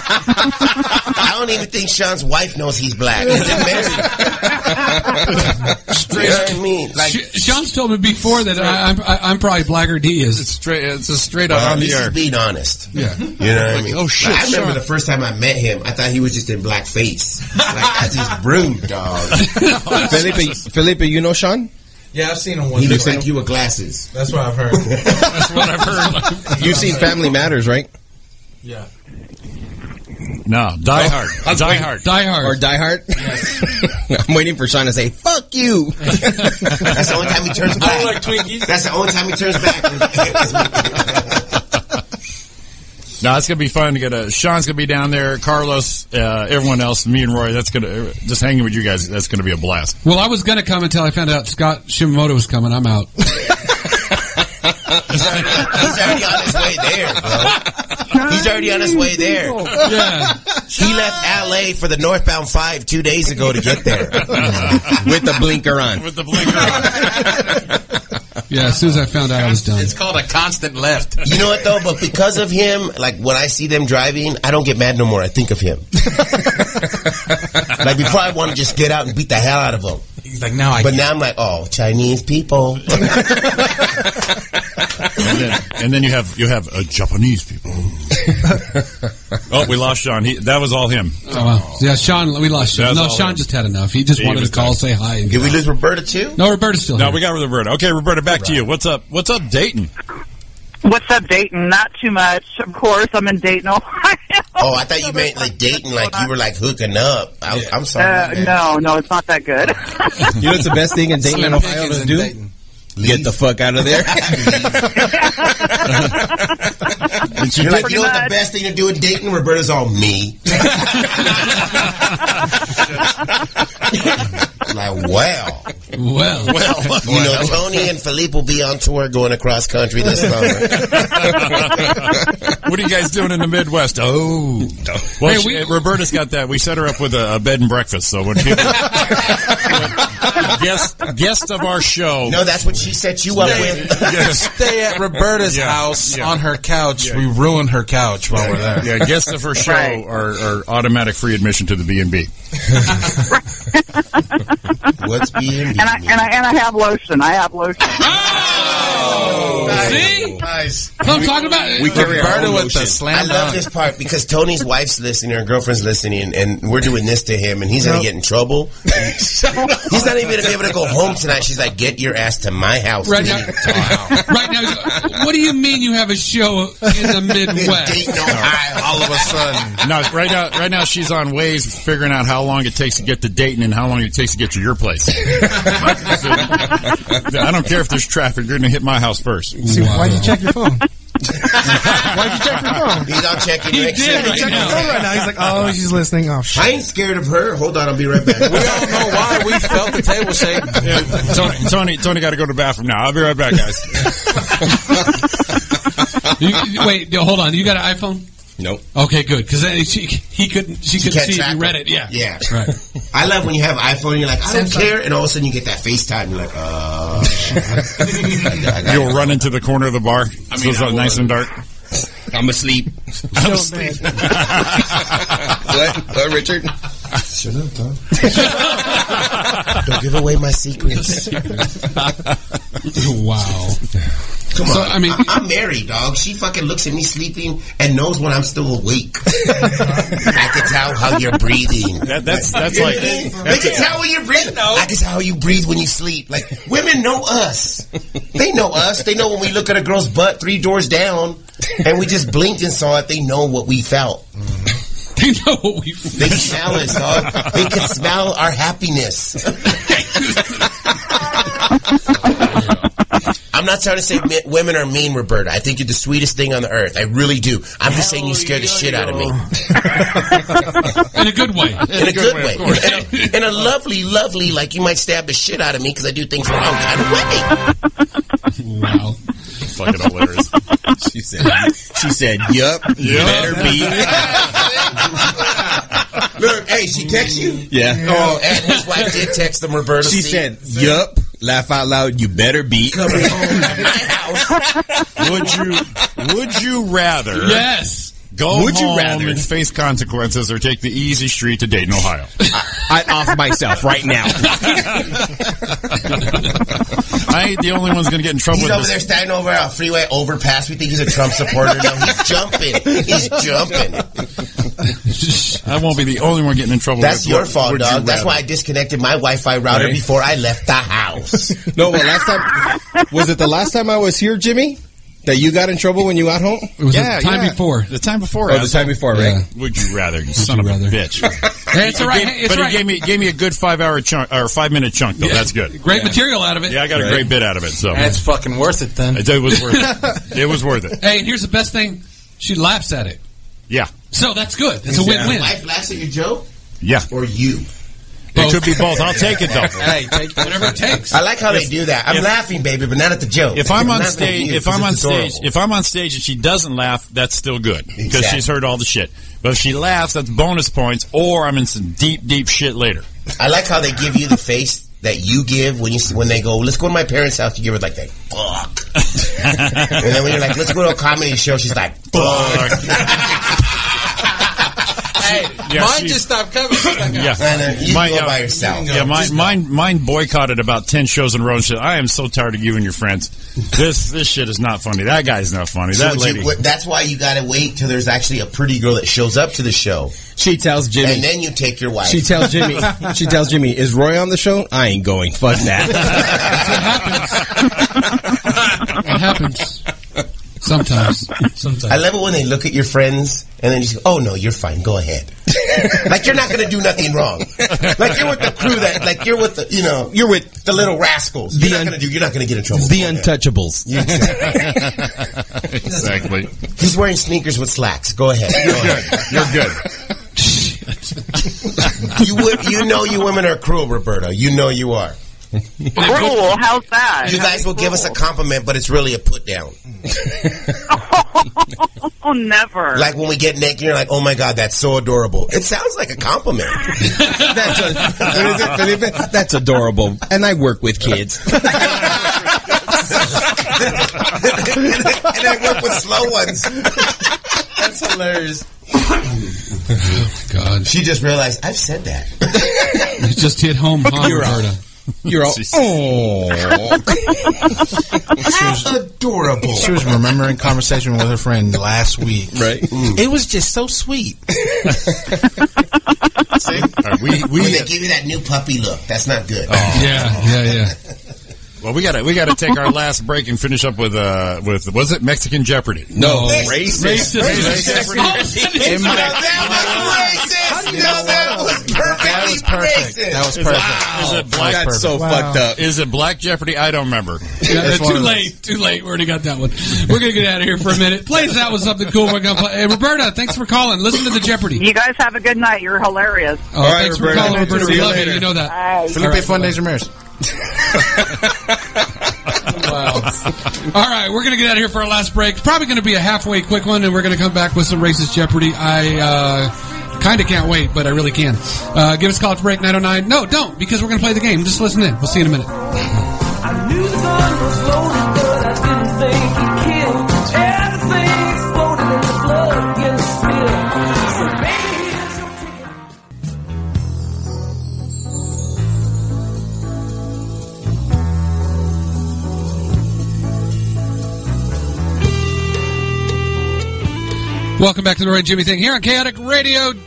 [SPEAKER 6] I don't even think Sean's wife knows he's black. He's been married. you know what I mean? Like,
[SPEAKER 3] Sh- Sean's told me before that I, I'm I, I'm probably blacker D is. It's
[SPEAKER 4] straight. It's a straight
[SPEAKER 6] Well, this is being honest.
[SPEAKER 3] Yeah.
[SPEAKER 6] You know what I mean?
[SPEAKER 3] oh, shit,
[SPEAKER 6] I remember
[SPEAKER 3] Sean.
[SPEAKER 6] the first time I met him, I thought he was just in blackface. Like, that's just rude, dog.
[SPEAKER 5] Felipe, Felipe, you know Sean?
[SPEAKER 7] Yeah, I've seen him once.
[SPEAKER 6] He looks like you with glasses.
[SPEAKER 7] That's what I've heard. That's what I've heard.
[SPEAKER 5] You've seen Family Matters, right?
[SPEAKER 7] Yeah.
[SPEAKER 4] No, Die
[SPEAKER 5] Oh.
[SPEAKER 4] Hard.
[SPEAKER 5] I was
[SPEAKER 4] Die
[SPEAKER 5] waiting-
[SPEAKER 4] Hard.
[SPEAKER 3] Die Hard.
[SPEAKER 5] Or Die Hard? I'm waiting for Sean to say, fuck you.
[SPEAKER 6] That's the only time he turns back.
[SPEAKER 7] I like Twinkies.
[SPEAKER 6] That's the only time he turns back.
[SPEAKER 4] No, it's gonna be fun to get a. Sean's gonna be down there. Carlos, uh, everyone else, me and Roy. That's gonna uh, just hanging with you guys. That's gonna be a blast.
[SPEAKER 3] Well, I was going to come until I found out Scott Shimamoto was coming. I'm out.
[SPEAKER 6] he's, already, he's already on his way there, bro. He's already on his way there.
[SPEAKER 3] Yeah.
[SPEAKER 6] He left LA for the Northbound 5 two days ago to get there.
[SPEAKER 5] With the blinker on.
[SPEAKER 4] With the blinker
[SPEAKER 3] Yeah. As soon as I found out, I was done.
[SPEAKER 7] It's called a constant left.
[SPEAKER 6] You know what though? But because of him, like when I see them driving, I don't get mad no more. I think of him. like before, I want to just get out and beat the hell out of him.
[SPEAKER 7] He's like, now I
[SPEAKER 6] but
[SPEAKER 7] get
[SPEAKER 6] now I'm like, oh, Chinese people.
[SPEAKER 4] and then, and then you have you have uh, Japanese people. oh, we lost Sean. He, that was all him.
[SPEAKER 3] Oh, wow. Yeah, Sean, we lost Sean.
[SPEAKER 4] That's
[SPEAKER 3] no,
[SPEAKER 4] all
[SPEAKER 3] Sean
[SPEAKER 4] right.
[SPEAKER 3] just had enough. He just
[SPEAKER 4] He
[SPEAKER 3] wanted
[SPEAKER 4] was
[SPEAKER 3] to call,
[SPEAKER 4] done.
[SPEAKER 3] say hi. And
[SPEAKER 6] Did we lose Roberta too?
[SPEAKER 3] no, Roberta's still
[SPEAKER 4] No,
[SPEAKER 3] here.
[SPEAKER 4] we got Roberta. Okay, Roberta, back to you. What's up? What's up, Dayton?
[SPEAKER 15] What's up, Dayton? Not too much, of course. I'm in Dayton, Ohio.
[SPEAKER 6] Oh, I thought you meant like dating, like you were like hooking up. I, was- I'm
[SPEAKER 15] Uh,
[SPEAKER 6] sorry. man.
[SPEAKER 15] no, no, it's not that good.
[SPEAKER 5] You know what's the best thing in Dayton,
[SPEAKER 7] Slim
[SPEAKER 5] Ohio
[SPEAKER 7] Pickens
[SPEAKER 5] to
[SPEAKER 7] in
[SPEAKER 5] do?
[SPEAKER 7] Dayton.
[SPEAKER 5] Get the fuck out of there.
[SPEAKER 6] You're like,
[SPEAKER 15] Pretty
[SPEAKER 6] you know what the
[SPEAKER 15] much.
[SPEAKER 6] best thing to do in dating? Roberta's all me. like, wow.
[SPEAKER 3] Well,
[SPEAKER 4] Well,
[SPEAKER 6] You know, Tony and Philippe will be on tour going across country this summer.
[SPEAKER 4] what are you guys doing in the Midwest? Oh, well,
[SPEAKER 3] Hey,
[SPEAKER 4] she-
[SPEAKER 3] we-
[SPEAKER 4] Roberta's got that. We set her up with a, a bed and breakfast. So when people guest guest of our show,
[SPEAKER 6] No, that's what she set you up with.
[SPEAKER 4] yes,
[SPEAKER 7] Stay at Roberta's
[SPEAKER 4] Yeah,
[SPEAKER 7] house
[SPEAKER 4] yeah.
[SPEAKER 7] on her couch.
[SPEAKER 4] Yeah.
[SPEAKER 7] We ruin her couch while we're there.
[SPEAKER 4] yeah, guests of her show
[SPEAKER 15] Right.
[SPEAKER 4] are, are automatic free admission to the B and B.
[SPEAKER 6] What's being
[SPEAKER 15] and I and I and I have lotion. I have lotion.
[SPEAKER 3] See?
[SPEAKER 7] Nice.
[SPEAKER 3] That's what I'm talking about.
[SPEAKER 5] we carry our
[SPEAKER 7] Roberta
[SPEAKER 5] own
[SPEAKER 7] with the
[SPEAKER 5] lotion.
[SPEAKER 6] I
[SPEAKER 7] slam
[SPEAKER 6] love
[SPEAKER 7] dunk.
[SPEAKER 6] this part because Tony's wife's listening, her girlfriend's listening, and we're doing this to him, and he's gonna get in trouble. he's not even gonna be able to go home tonight. She's like, "Get your ass to my house."
[SPEAKER 3] Right
[SPEAKER 6] We
[SPEAKER 3] now-
[SPEAKER 6] need to talk."
[SPEAKER 3] right now, what do you mean you have a show in the Midwest?
[SPEAKER 6] Dayton, Ohio.
[SPEAKER 7] All of a sudden.
[SPEAKER 4] No, right now, right now she's on ways figuring out how long it takes to get to Dayton and how long it takes to get to your place. I don't care if there's traffic; you're going to hit my house first.
[SPEAKER 10] See, why'd you check your phone? why'd you check your phone?
[SPEAKER 6] He's all checking. He
[SPEAKER 3] did right
[SPEAKER 10] Check your phone right now. He's like, oh, she's listening. Oh, shit.
[SPEAKER 6] I ain't scared of her. Hold on, I'll be right back.
[SPEAKER 7] We all know why we felt the table shake.
[SPEAKER 4] Yeah, Tony, Tony, Tony, got to go to the bathroom now. I'll be right back, guys.
[SPEAKER 3] You, you- wait, no, hold on. You got an iPhone?
[SPEAKER 5] Nope.
[SPEAKER 3] Okay, good. Because she he couldn't she, couldn't
[SPEAKER 6] can't
[SPEAKER 3] see if
[SPEAKER 6] track
[SPEAKER 3] you read
[SPEAKER 6] them.
[SPEAKER 3] it. Yeah.
[SPEAKER 6] Yeah.
[SPEAKER 3] Right.
[SPEAKER 6] I love when you have iPhone and you're like, I don't care, and all of a sudden you get that FaceTime. You're like, uh. I got-
[SPEAKER 4] You'll run into the corner of the bar. I mean, it's all nice and dark.
[SPEAKER 5] I'm asleep.
[SPEAKER 4] I'm asleep.
[SPEAKER 5] what? What, Richard?
[SPEAKER 6] Shut up, Tom. Don't give away my secrets.
[SPEAKER 3] Wow.
[SPEAKER 6] Come
[SPEAKER 3] So,
[SPEAKER 6] on.
[SPEAKER 3] I mean-
[SPEAKER 6] I, am married, dog. She fucking looks at me sleeping and knows when I'm still awake. I can tell how you're breathing.
[SPEAKER 4] That- that's- that's like-
[SPEAKER 6] they
[SPEAKER 4] that's
[SPEAKER 6] can
[SPEAKER 4] a-
[SPEAKER 6] tell when you're breathing. I can tell how you breathe when you sleep. Like women know us. They know us. They know when we look at a girl's butt three doors down and we just blinked and saw it. They know what we felt.
[SPEAKER 3] They know what we felt.
[SPEAKER 6] They smell us, dog. They can smell our happiness. I'm not trying to say mi- women are mean, Roberta. I think you're the sweetest thing on the earth. I really do. I'm just saying you scared the shit out of me.
[SPEAKER 3] in a good way.
[SPEAKER 6] In a good way. In a- In a lovely, lovely, like you might stab the shit out of me because I do things the wrong kind of way.
[SPEAKER 3] Wow.
[SPEAKER 4] Fucking hilarious.
[SPEAKER 9] She said, she said, yup, you
[SPEAKER 6] Yup.
[SPEAKER 9] better be.
[SPEAKER 6] Look, hey, she text you?
[SPEAKER 9] Yeah.
[SPEAKER 6] Oh, and his wife did text them, Roberta.
[SPEAKER 5] Oh,
[SPEAKER 9] She
[SPEAKER 6] C.
[SPEAKER 9] said, yup, laugh out loud, you better be.
[SPEAKER 4] would you would you rather
[SPEAKER 3] Yes.
[SPEAKER 4] go
[SPEAKER 9] Would you
[SPEAKER 4] home
[SPEAKER 9] rather?
[SPEAKER 4] and face consequences or take the easy street to Dayton, Ohio?
[SPEAKER 9] I'd off myself right now.
[SPEAKER 4] I ain't the only one's going to get in trouble
[SPEAKER 6] He's
[SPEAKER 4] with
[SPEAKER 6] over
[SPEAKER 4] this.
[SPEAKER 6] there standing over a freeway overpass. We think he's a Trump supporter. No, he's jumping. He's jumping.
[SPEAKER 4] I won't be the only one getting in trouble
[SPEAKER 6] That's
[SPEAKER 4] with
[SPEAKER 6] your
[SPEAKER 4] what
[SPEAKER 6] fault,
[SPEAKER 4] would you
[SPEAKER 6] dog. That's
[SPEAKER 4] rather.
[SPEAKER 6] why I disconnected my Wi-Fi router
[SPEAKER 5] Right.
[SPEAKER 6] before I left the house.
[SPEAKER 5] No, well, last time was it the last time I was here, Jimmy? That you got in trouble when you got home?
[SPEAKER 3] It was the time before.
[SPEAKER 4] The time before.
[SPEAKER 5] Oh, the
[SPEAKER 4] asshole.
[SPEAKER 5] time before, right?
[SPEAKER 4] Would you rather, you son of a bitch?
[SPEAKER 3] Hey, it's all right.
[SPEAKER 4] Gave-
[SPEAKER 3] Hey, it's
[SPEAKER 4] but
[SPEAKER 3] all right.
[SPEAKER 4] he gave me gave me a good five hour chunk or five minute chunk though. That's good.
[SPEAKER 3] Great material out of it.
[SPEAKER 4] Yeah, I got a great bit out of it. So
[SPEAKER 7] That's fucking worth it then.
[SPEAKER 4] it was worth it. It was worth it.
[SPEAKER 3] Hey, and here's the best thing. She laughs at it.
[SPEAKER 4] Yeah,
[SPEAKER 3] So that's good. It's a win-win.
[SPEAKER 6] Wife laughs at your joke
[SPEAKER 4] yeah.
[SPEAKER 6] or you.
[SPEAKER 4] It could be both. I'll take it though.
[SPEAKER 7] Hey, take
[SPEAKER 3] Whatever it takes.
[SPEAKER 6] I like how they do that. I'm
[SPEAKER 4] if-
[SPEAKER 6] laughing, baby, but not at the joke.
[SPEAKER 4] If I'm on
[SPEAKER 6] laughing at
[SPEAKER 4] stage,
[SPEAKER 6] you
[SPEAKER 4] if
[SPEAKER 6] 'cause
[SPEAKER 4] I'm on
[SPEAKER 6] it's
[SPEAKER 4] stage,
[SPEAKER 6] adorable.
[SPEAKER 4] if I'm on stage and she doesn't laugh, that's still good because
[SPEAKER 6] Exactly.
[SPEAKER 4] she's heard all the shit. But if she laughs, that's bonus points, or I'm in some deep, deep shit later.
[SPEAKER 6] I like how they give you the face that you give when you when they go, let's go to my parents' house. You give her like that, fuck. and then when you're like, let's go to a comedy show, she's like, fuck.
[SPEAKER 7] Hey,
[SPEAKER 4] Yeah,
[SPEAKER 7] mine
[SPEAKER 4] she-
[SPEAKER 7] just stopped coming. She's like,
[SPEAKER 4] Yeah,
[SPEAKER 6] And then you
[SPEAKER 4] Mine-
[SPEAKER 6] go
[SPEAKER 4] yeah.
[SPEAKER 6] by yourself.
[SPEAKER 4] Yeah, mine, mine, mine boycotted about ten shows in a row. And said, I am so tired of you and your friends. This, this shit is not funny. That guy's not funny.
[SPEAKER 6] So
[SPEAKER 4] That
[SPEAKER 6] what you-
[SPEAKER 4] lady.
[SPEAKER 6] what- that's why you gotta wait till there's actually a pretty girl that shows up to the show,
[SPEAKER 5] She tells
[SPEAKER 6] and
[SPEAKER 5] Jimmy.
[SPEAKER 6] then you take your wife.
[SPEAKER 5] She tells Jimmy. She tells Jimmy, "Is Roy on the show? I ain't going. Fuck that."
[SPEAKER 3] It happens. Sometimes.
[SPEAKER 6] I
[SPEAKER 3] Sometimes.
[SPEAKER 6] love it when they look at your friends and then you say, "Oh no, you're fine. Go ahead." like you're not gonna do nothing wrong. Like you're with the crew that, like you're with the, you know, you're with the little rascals. You're
[SPEAKER 5] The
[SPEAKER 6] not
[SPEAKER 5] un-
[SPEAKER 6] gonna do. You're not gonna get in trouble.
[SPEAKER 5] the
[SPEAKER 6] Go ahead.
[SPEAKER 5] Untouchables.
[SPEAKER 6] Yeah, exactly.
[SPEAKER 4] exactly.
[SPEAKER 6] He's wearing sneakers with slacks. Go ahead. Go ahead.
[SPEAKER 4] You're good.
[SPEAKER 6] you would, you know, you women are cruel, Roberto. You know you are.
[SPEAKER 16] Cruel? How's that?
[SPEAKER 6] You guys will give us a compliment, but it's really a put down.
[SPEAKER 16] Oh, never.
[SPEAKER 6] Like when we get naked, you're like, "Oh my god, that's so adorable." It sounds like a compliment.
[SPEAKER 5] That's a, what is it, Felipe? That's adorable. And I work with kids.
[SPEAKER 6] and I work with slow ones. That's hilarious.
[SPEAKER 3] God.
[SPEAKER 6] She just realized I've said that.
[SPEAKER 3] It just hit home, huh,
[SPEAKER 5] You're out.
[SPEAKER 3] Roberta?
[SPEAKER 5] You're all. Oh.
[SPEAKER 6] How adorable.
[SPEAKER 7] She was remembering conversation with her friend last week.
[SPEAKER 5] Right.
[SPEAKER 7] It was just so sweet.
[SPEAKER 4] All right, we,
[SPEAKER 6] when
[SPEAKER 4] we,
[SPEAKER 6] they give you that new puppy look, that's not good.
[SPEAKER 17] Oh,
[SPEAKER 3] Yeah, yeah, yeah.
[SPEAKER 4] well, we gotta, we gotta take our last break and finish up with, uh, with was it Mexican Jeopardy?
[SPEAKER 5] No.
[SPEAKER 3] Racist. Oh,
[SPEAKER 4] Racist.
[SPEAKER 6] Now that was racist. Now that was
[SPEAKER 7] That was perfect.
[SPEAKER 6] perfectly
[SPEAKER 7] That
[SPEAKER 6] racist.
[SPEAKER 7] was perfect.
[SPEAKER 4] Is it black?
[SPEAKER 5] That's so
[SPEAKER 10] Wow.
[SPEAKER 5] fucked up.
[SPEAKER 4] uh, Is it Black Jeopardy? I don't remember.
[SPEAKER 3] Yeah,
[SPEAKER 7] That's one
[SPEAKER 3] too
[SPEAKER 7] of those.
[SPEAKER 3] late. Too late. We already got that one. We're gonna get out of here for a minute. Play us out with something cool. We're gonna play. Hey, Roberta, thanks for calling. Listen to the Jeopardy.
[SPEAKER 16] You guys have a good night. You're hilarious.
[SPEAKER 3] Oh,
[SPEAKER 5] right,
[SPEAKER 3] thanks
[SPEAKER 5] Roberta.
[SPEAKER 3] for calling, Roberta.
[SPEAKER 5] See
[SPEAKER 3] We
[SPEAKER 5] you
[SPEAKER 3] love
[SPEAKER 5] later.
[SPEAKER 3] you. You know that.
[SPEAKER 16] Bye.
[SPEAKER 7] Felipe Fundes Ramirez.
[SPEAKER 3] All right, we're going to get out of here for our last break. It's probably going to be a halfway quick one, and we're going to come back with some racist Jeopardy. I uh, kind of can't wait, but I really can. Uh, give us a call at break 909. No, don't, because we're going to play the game. Just listen in. We'll see you in a minute.
[SPEAKER 2] I knew the gun was loaded, but I didn't think he'd kill. Everything exploded and the blood began to spill. So baby, here's your ticket.
[SPEAKER 3] Welcome back to the Roy and Jimmy thing here on chaoticradio.com.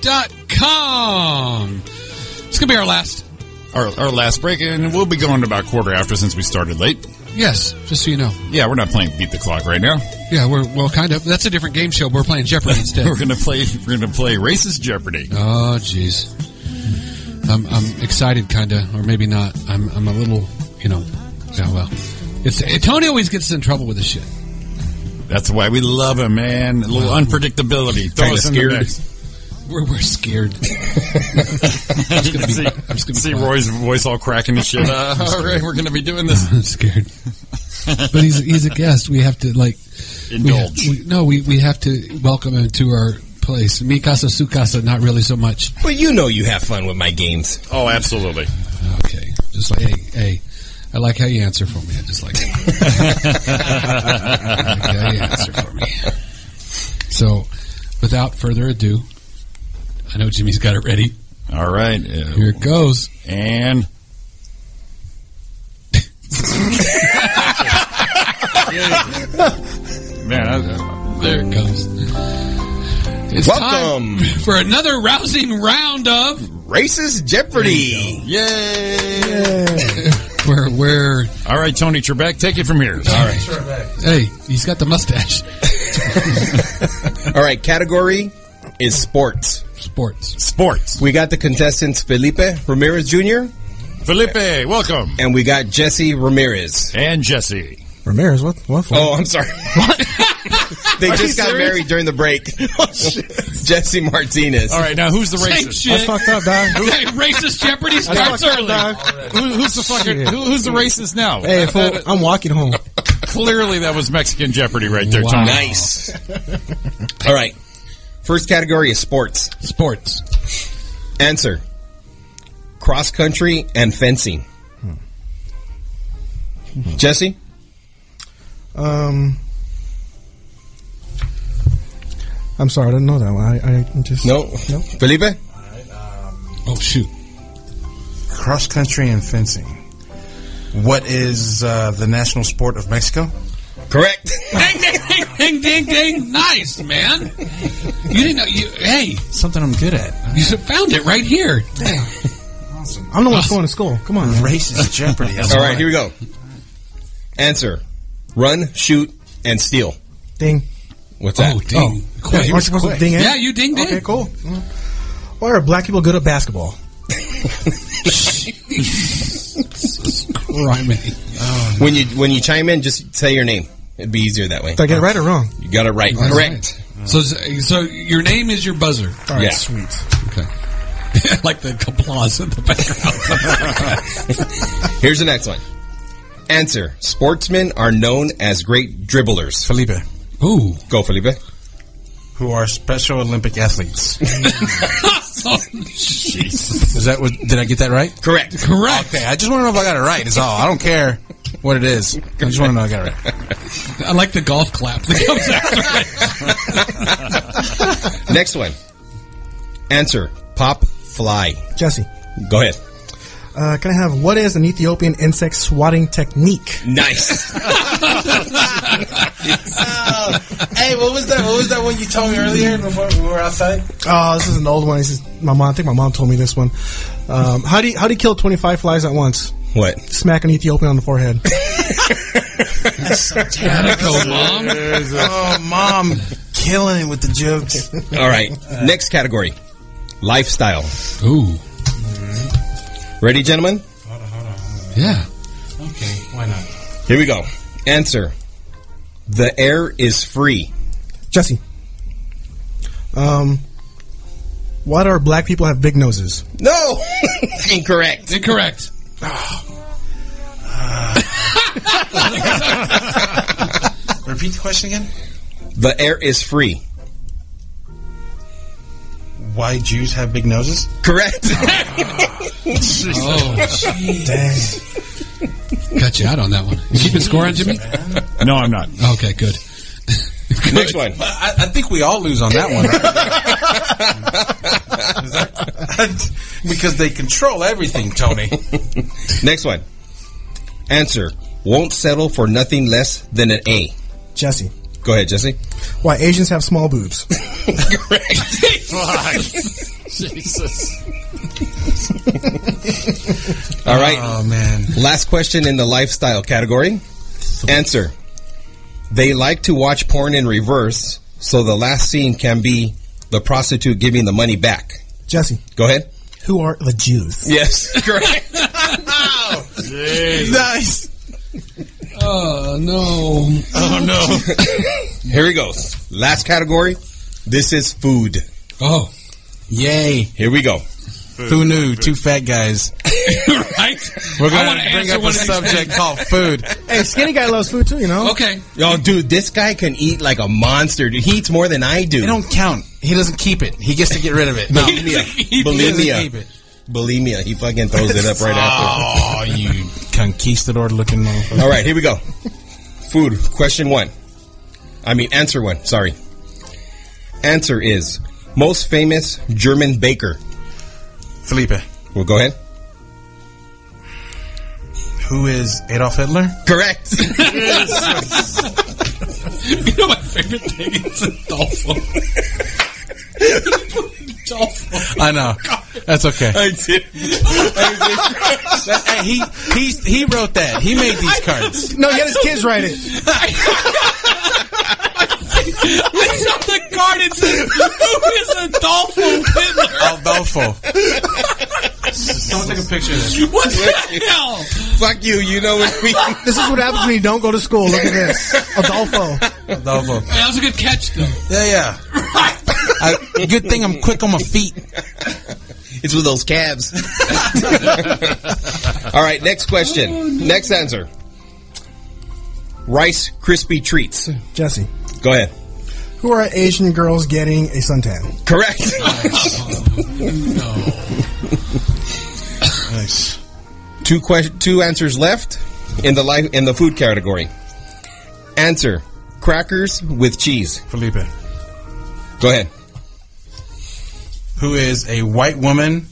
[SPEAKER 3] It's going to be our last.
[SPEAKER 4] Our, our last break, and we'll be going about quarter after since we started late.
[SPEAKER 3] Yes, just so you know.
[SPEAKER 4] Yeah, we're not playing beat the clock right now.
[SPEAKER 3] Yeah, we're well, kind of. That's a different game show. We're playing Jeopardy instead.
[SPEAKER 4] we're gonna play. We're gonna play racist Jeopardy.
[SPEAKER 3] Oh, jeez. I'm, I'm excited, kind of, or maybe not. I'm, I'm a little, you know. Yeah, well, it's Tony always gets us in trouble with this shit.
[SPEAKER 4] That's why we love him, man. A little unpredictability. Throw
[SPEAKER 3] Kinda
[SPEAKER 4] us in
[SPEAKER 3] scared.
[SPEAKER 4] the mix.
[SPEAKER 3] We're, we're scared. I'm just gonna be-
[SPEAKER 4] see,
[SPEAKER 3] I'm just gonna be
[SPEAKER 4] see
[SPEAKER 3] quiet.
[SPEAKER 4] Roy's voice all cracking and shit. Uh, all right, we're gonna be doing this.
[SPEAKER 3] I'm scared. but he's he's a guest. We have to like we ha-
[SPEAKER 4] Indulge.
[SPEAKER 3] we- no, we we have to welcome him to our place. Mi casa, su casa. Not really so much.
[SPEAKER 9] But you know you have fun with my games.
[SPEAKER 4] Oh, absolutely.
[SPEAKER 3] Okay, just like hey hey. I like how you answer for me. I just like, I like how you answer for me. So, without further ado, I know Jimmy's got it ready.
[SPEAKER 4] All right, uh,
[SPEAKER 3] Here it goes.
[SPEAKER 4] And man,
[SPEAKER 3] there it comes. It's
[SPEAKER 9] Welcome.
[SPEAKER 3] time for another rousing round of
[SPEAKER 9] Racist Jeopardy.
[SPEAKER 4] Yay!
[SPEAKER 3] Where where?
[SPEAKER 4] All right, Tony Trebek, take it from here. All
[SPEAKER 9] right.
[SPEAKER 3] Hey, he's got the mustache.
[SPEAKER 9] All right, category is sports.
[SPEAKER 3] Sports.
[SPEAKER 4] Sports.
[SPEAKER 9] We got the contestants Felipe Ramirez Jr.
[SPEAKER 4] Felipe, welcome.
[SPEAKER 9] And we got Jesse Ramirez.
[SPEAKER 4] And Jesse.
[SPEAKER 10] Ramirez, what? What? For?
[SPEAKER 9] Oh, I'm sorry. they
[SPEAKER 10] Are
[SPEAKER 9] just
[SPEAKER 10] you
[SPEAKER 9] got
[SPEAKER 10] serious?
[SPEAKER 9] married during the break. Jesse Martinez.
[SPEAKER 4] All right, now who's the
[SPEAKER 3] Same
[SPEAKER 4] racist?
[SPEAKER 3] shit.
[SPEAKER 10] Fucked up, dog.
[SPEAKER 3] Hey, racist Jeopardy starts
[SPEAKER 10] fucked up,
[SPEAKER 3] early.
[SPEAKER 10] dog.
[SPEAKER 4] Who, who's the fucking?
[SPEAKER 10] Shit.
[SPEAKER 4] Who, who's the racist now?
[SPEAKER 10] Hey,
[SPEAKER 4] That-
[SPEAKER 10] fool,
[SPEAKER 4] that-
[SPEAKER 10] I'm walking home.
[SPEAKER 4] clearly, that was Mexican Jeopardy right there,
[SPEAKER 3] Wow.
[SPEAKER 4] Tony.
[SPEAKER 9] Nice. All right. First category is sports.
[SPEAKER 3] Sports.
[SPEAKER 9] Answer cross country and fencing. Jesse?
[SPEAKER 10] Um, I'm sorry, I didn't know that one. I, I just
[SPEAKER 9] No.
[SPEAKER 10] no.
[SPEAKER 9] Felipe?
[SPEAKER 3] Oh shoot!
[SPEAKER 17] Cross country and fencing. What is uh, the national sport of Mexico?
[SPEAKER 9] Correct.
[SPEAKER 3] Ding ding ding ding ding! Nice man. You didn't know you. Hey,
[SPEAKER 17] Something I'm good at.
[SPEAKER 3] you found it right here.
[SPEAKER 10] I'm the one that's going to school. Come on, man.
[SPEAKER 17] Racist Jeopardy.
[SPEAKER 9] All right, here we go. Answer run, shoot, and steal.
[SPEAKER 10] ding.
[SPEAKER 9] What's that?
[SPEAKER 3] Oh ding!
[SPEAKER 10] Aren't
[SPEAKER 3] Quick.
[SPEAKER 10] you supposed to ding in?
[SPEAKER 3] Yeah, you ding ding.
[SPEAKER 10] Okay, cool. Mm. Why are black people good at basketball?
[SPEAKER 3] Crimey.
[SPEAKER 9] Oh, When you when you chime in, just say your name. It'd be easier that way.
[SPEAKER 10] Did I get it right or wrong?
[SPEAKER 9] You got it right. Correct.
[SPEAKER 3] So, so your name is your buzzer.
[SPEAKER 10] All right,
[SPEAKER 9] Yeah.
[SPEAKER 10] sweet.
[SPEAKER 3] Okay. like the applause in the background.
[SPEAKER 9] Here's the next one. Answer: Sportsmen are known as great dribblers.
[SPEAKER 17] Felipe,
[SPEAKER 3] Ooh.
[SPEAKER 9] Go, Felipe.
[SPEAKER 17] who are Special Olympic athletes.
[SPEAKER 3] So-
[SPEAKER 17] Is that what? Did I get that right?
[SPEAKER 9] Correct.
[SPEAKER 3] correct.
[SPEAKER 17] Okay, I just want to know if I got it right. Is all. I don't care what it is. I just want to know I got it right.
[SPEAKER 3] I like the golf clap that comes after it.
[SPEAKER 9] Next one. Answer: Pop fly.
[SPEAKER 10] Jesse,
[SPEAKER 9] Go ahead.
[SPEAKER 10] uh, can I have what is an Ethiopian insect swatting technique?
[SPEAKER 9] Nice.
[SPEAKER 7] hey, what was that? What was that one you told me earlier before we were outside?
[SPEAKER 10] Oh, this is an old one. This is my mom. I think my mom told me this one. Um, how do you, how do you kill 25 flies at once?
[SPEAKER 9] what?
[SPEAKER 10] Smack an Ethiopian on the forehead.
[SPEAKER 3] Attico, mom.
[SPEAKER 17] oh, mom, killing it with the jokes.
[SPEAKER 9] All right. Next category: Lifestyle.
[SPEAKER 3] Ooh.
[SPEAKER 9] Ready, gentlemen?
[SPEAKER 3] Yeah.
[SPEAKER 7] Okay, why not?
[SPEAKER 9] Here we go. Answer: The air is free.
[SPEAKER 10] Jesse, um, why do our black people have big noses?
[SPEAKER 9] No. Incorrect.
[SPEAKER 3] Incorrect.
[SPEAKER 17] Repeat the question again.
[SPEAKER 9] The air is free.
[SPEAKER 17] Why Jews have big noses?
[SPEAKER 9] Correct.
[SPEAKER 3] Oh,
[SPEAKER 17] Dang.
[SPEAKER 3] got you out on that one. You keeping score on Jimmy? Oh,
[SPEAKER 4] No, I'm not.
[SPEAKER 3] Okay, good. Good.
[SPEAKER 9] Next one.
[SPEAKER 17] But I, I think we all lose on that one. Right? Is that- because they control everything, Tony.
[SPEAKER 9] Next one. Answer. Won't settle for nothing less than an A.
[SPEAKER 10] Jesse,
[SPEAKER 9] Go ahead, Jesse.
[SPEAKER 10] Why Asians have small boobs?
[SPEAKER 2] Jesus.
[SPEAKER 9] All right. Oh man. Last question in the lifestyle category. Answer. They like to watch porn in reverse, so the last scene can be the prostitute giving the money back.
[SPEAKER 10] Jesse,
[SPEAKER 9] Go ahead.
[SPEAKER 10] who are the Jews?
[SPEAKER 9] Yes.
[SPEAKER 2] Correct.
[SPEAKER 17] nice.
[SPEAKER 7] Uh,
[SPEAKER 3] Oh no.
[SPEAKER 9] Oh no. Here he goes. Last category. This is food.
[SPEAKER 3] Oh.
[SPEAKER 17] Yay.
[SPEAKER 9] Here we go.
[SPEAKER 17] Who knew? Two fat guys.
[SPEAKER 3] right?
[SPEAKER 17] We're
[SPEAKER 3] I
[SPEAKER 17] going
[SPEAKER 3] wanna
[SPEAKER 17] to bring
[SPEAKER 3] answer
[SPEAKER 17] up a
[SPEAKER 3] one of these
[SPEAKER 17] subject
[SPEAKER 3] things.
[SPEAKER 17] called food.
[SPEAKER 10] Hey, skinny guy loves food too. You know.
[SPEAKER 3] Okay.
[SPEAKER 9] Yo, dude, this guy can eat like a monster. Dude, he eats more than I do.
[SPEAKER 17] It don't count. He doesn't keep it. He gets to get rid of it. No.
[SPEAKER 9] bulimia.
[SPEAKER 17] He doesn't keep
[SPEAKER 9] bulimia.
[SPEAKER 17] it.
[SPEAKER 9] Bulimia. He fucking throws it up right after.
[SPEAKER 17] Oh, you conquistador looking motherfucker.
[SPEAKER 9] All right, here we go. Food. Question one. I mean, answer one. Sorry. Answer is most famous German baker.
[SPEAKER 17] Felipe,
[SPEAKER 9] Well, go ahead.
[SPEAKER 17] who is Adolf Hitler?
[SPEAKER 9] Correct.
[SPEAKER 3] You know my favorite thing is Adolfo. Adolfo.
[SPEAKER 17] I know. That's okay.
[SPEAKER 3] Uh,
[SPEAKER 9] I did.
[SPEAKER 17] That- hey, he, he's, he wrote that. He made these cards.
[SPEAKER 10] No, he had his kids write it.
[SPEAKER 3] I saw the card and said, who is Adolfo Hitler?
[SPEAKER 17] Adolfo. Someone take a picture of this.
[SPEAKER 3] What the hell?
[SPEAKER 9] Fuck you. You know what we.
[SPEAKER 10] This is what happens when you don't go to school. Look at this, Adolfo.
[SPEAKER 17] Adolfo.
[SPEAKER 3] That was a good catch, though.
[SPEAKER 17] Yeah, yeah. I, good thing I'm quick on my feet.
[SPEAKER 9] It's with those calves. All right, next question. Next answer. Rice crispy treats.
[SPEAKER 10] Jesse,
[SPEAKER 9] Go ahead.
[SPEAKER 10] who are Asian girls getting a suntan?
[SPEAKER 9] Correct.
[SPEAKER 17] Nice.
[SPEAKER 9] two que- two answers left in the life in the food category. Answer: crackers with cheese.
[SPEAKER 17] Felipe,
[SPEAKER 9] Go ahead.
[SPEAKER 17] who is a white woman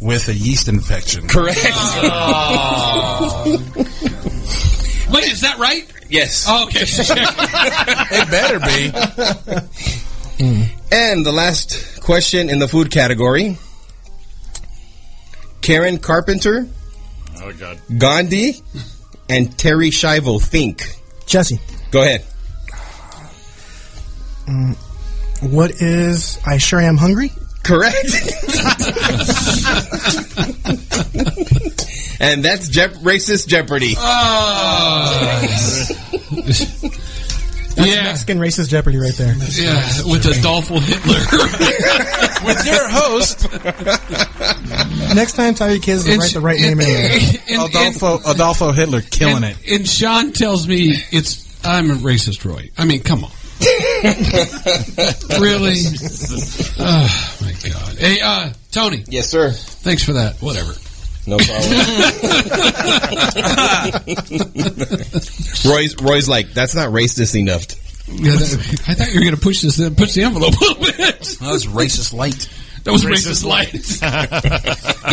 [SPEAKER 17] with a yeast infection.
[SPEAKER 9] Correct.
[SPEAKER 3] Wait, is that right?
[SPEAKER 9] yes.
[SPEAKER 3] Oh, okay.
[SPEAKER 17] It better be.
[SPEAKER 9] And the last question in the food category: Karen Carpenter,
[SPEAKER 4] Oh God.
[SPEAKER 9] Gandhi, and Terry Shivo. Think.
[SPEAKER 10] Jesse,
[SPEAKER 9] Go ahead.
[SPEAKER 10] what is I sure am hungry?
[SPEAKER 9] Correct. and that's Jep racist Jeopardy.
[SPEAKER 3] Uh, yeah,
[SPEAKER 10] Mexican racist Jeopardy right there.
[SPEAKER 3] yeah, with Adolfo Hitler.
[SPEAKER 17] With your host,
[SPEAKER 10] Next time, tell your kids to write the right name in there.
[SPEAKER 3] in.
[SPEAKER 17] Adolfo, Adolfo Hitler, killing it.
[SPEAKER 3] and, and Sean tells me it's I'm a racist, Roy. I mean, come on. really? Oh my God. Hey, uh, Tony,
[SPEAKER 9] yes, sir.
[SPEAKER 3] thanks for that. Whatever.
[SPEAKER 9] No problem. Roy's Roy's like that's not racist enough.
[SPEAKER 3] Yeah, that- I thought you were going to push this, push the envelope a little bit.
[SPEAKER 17] That was racist light.
[SPEAKER 3] That was racist, light.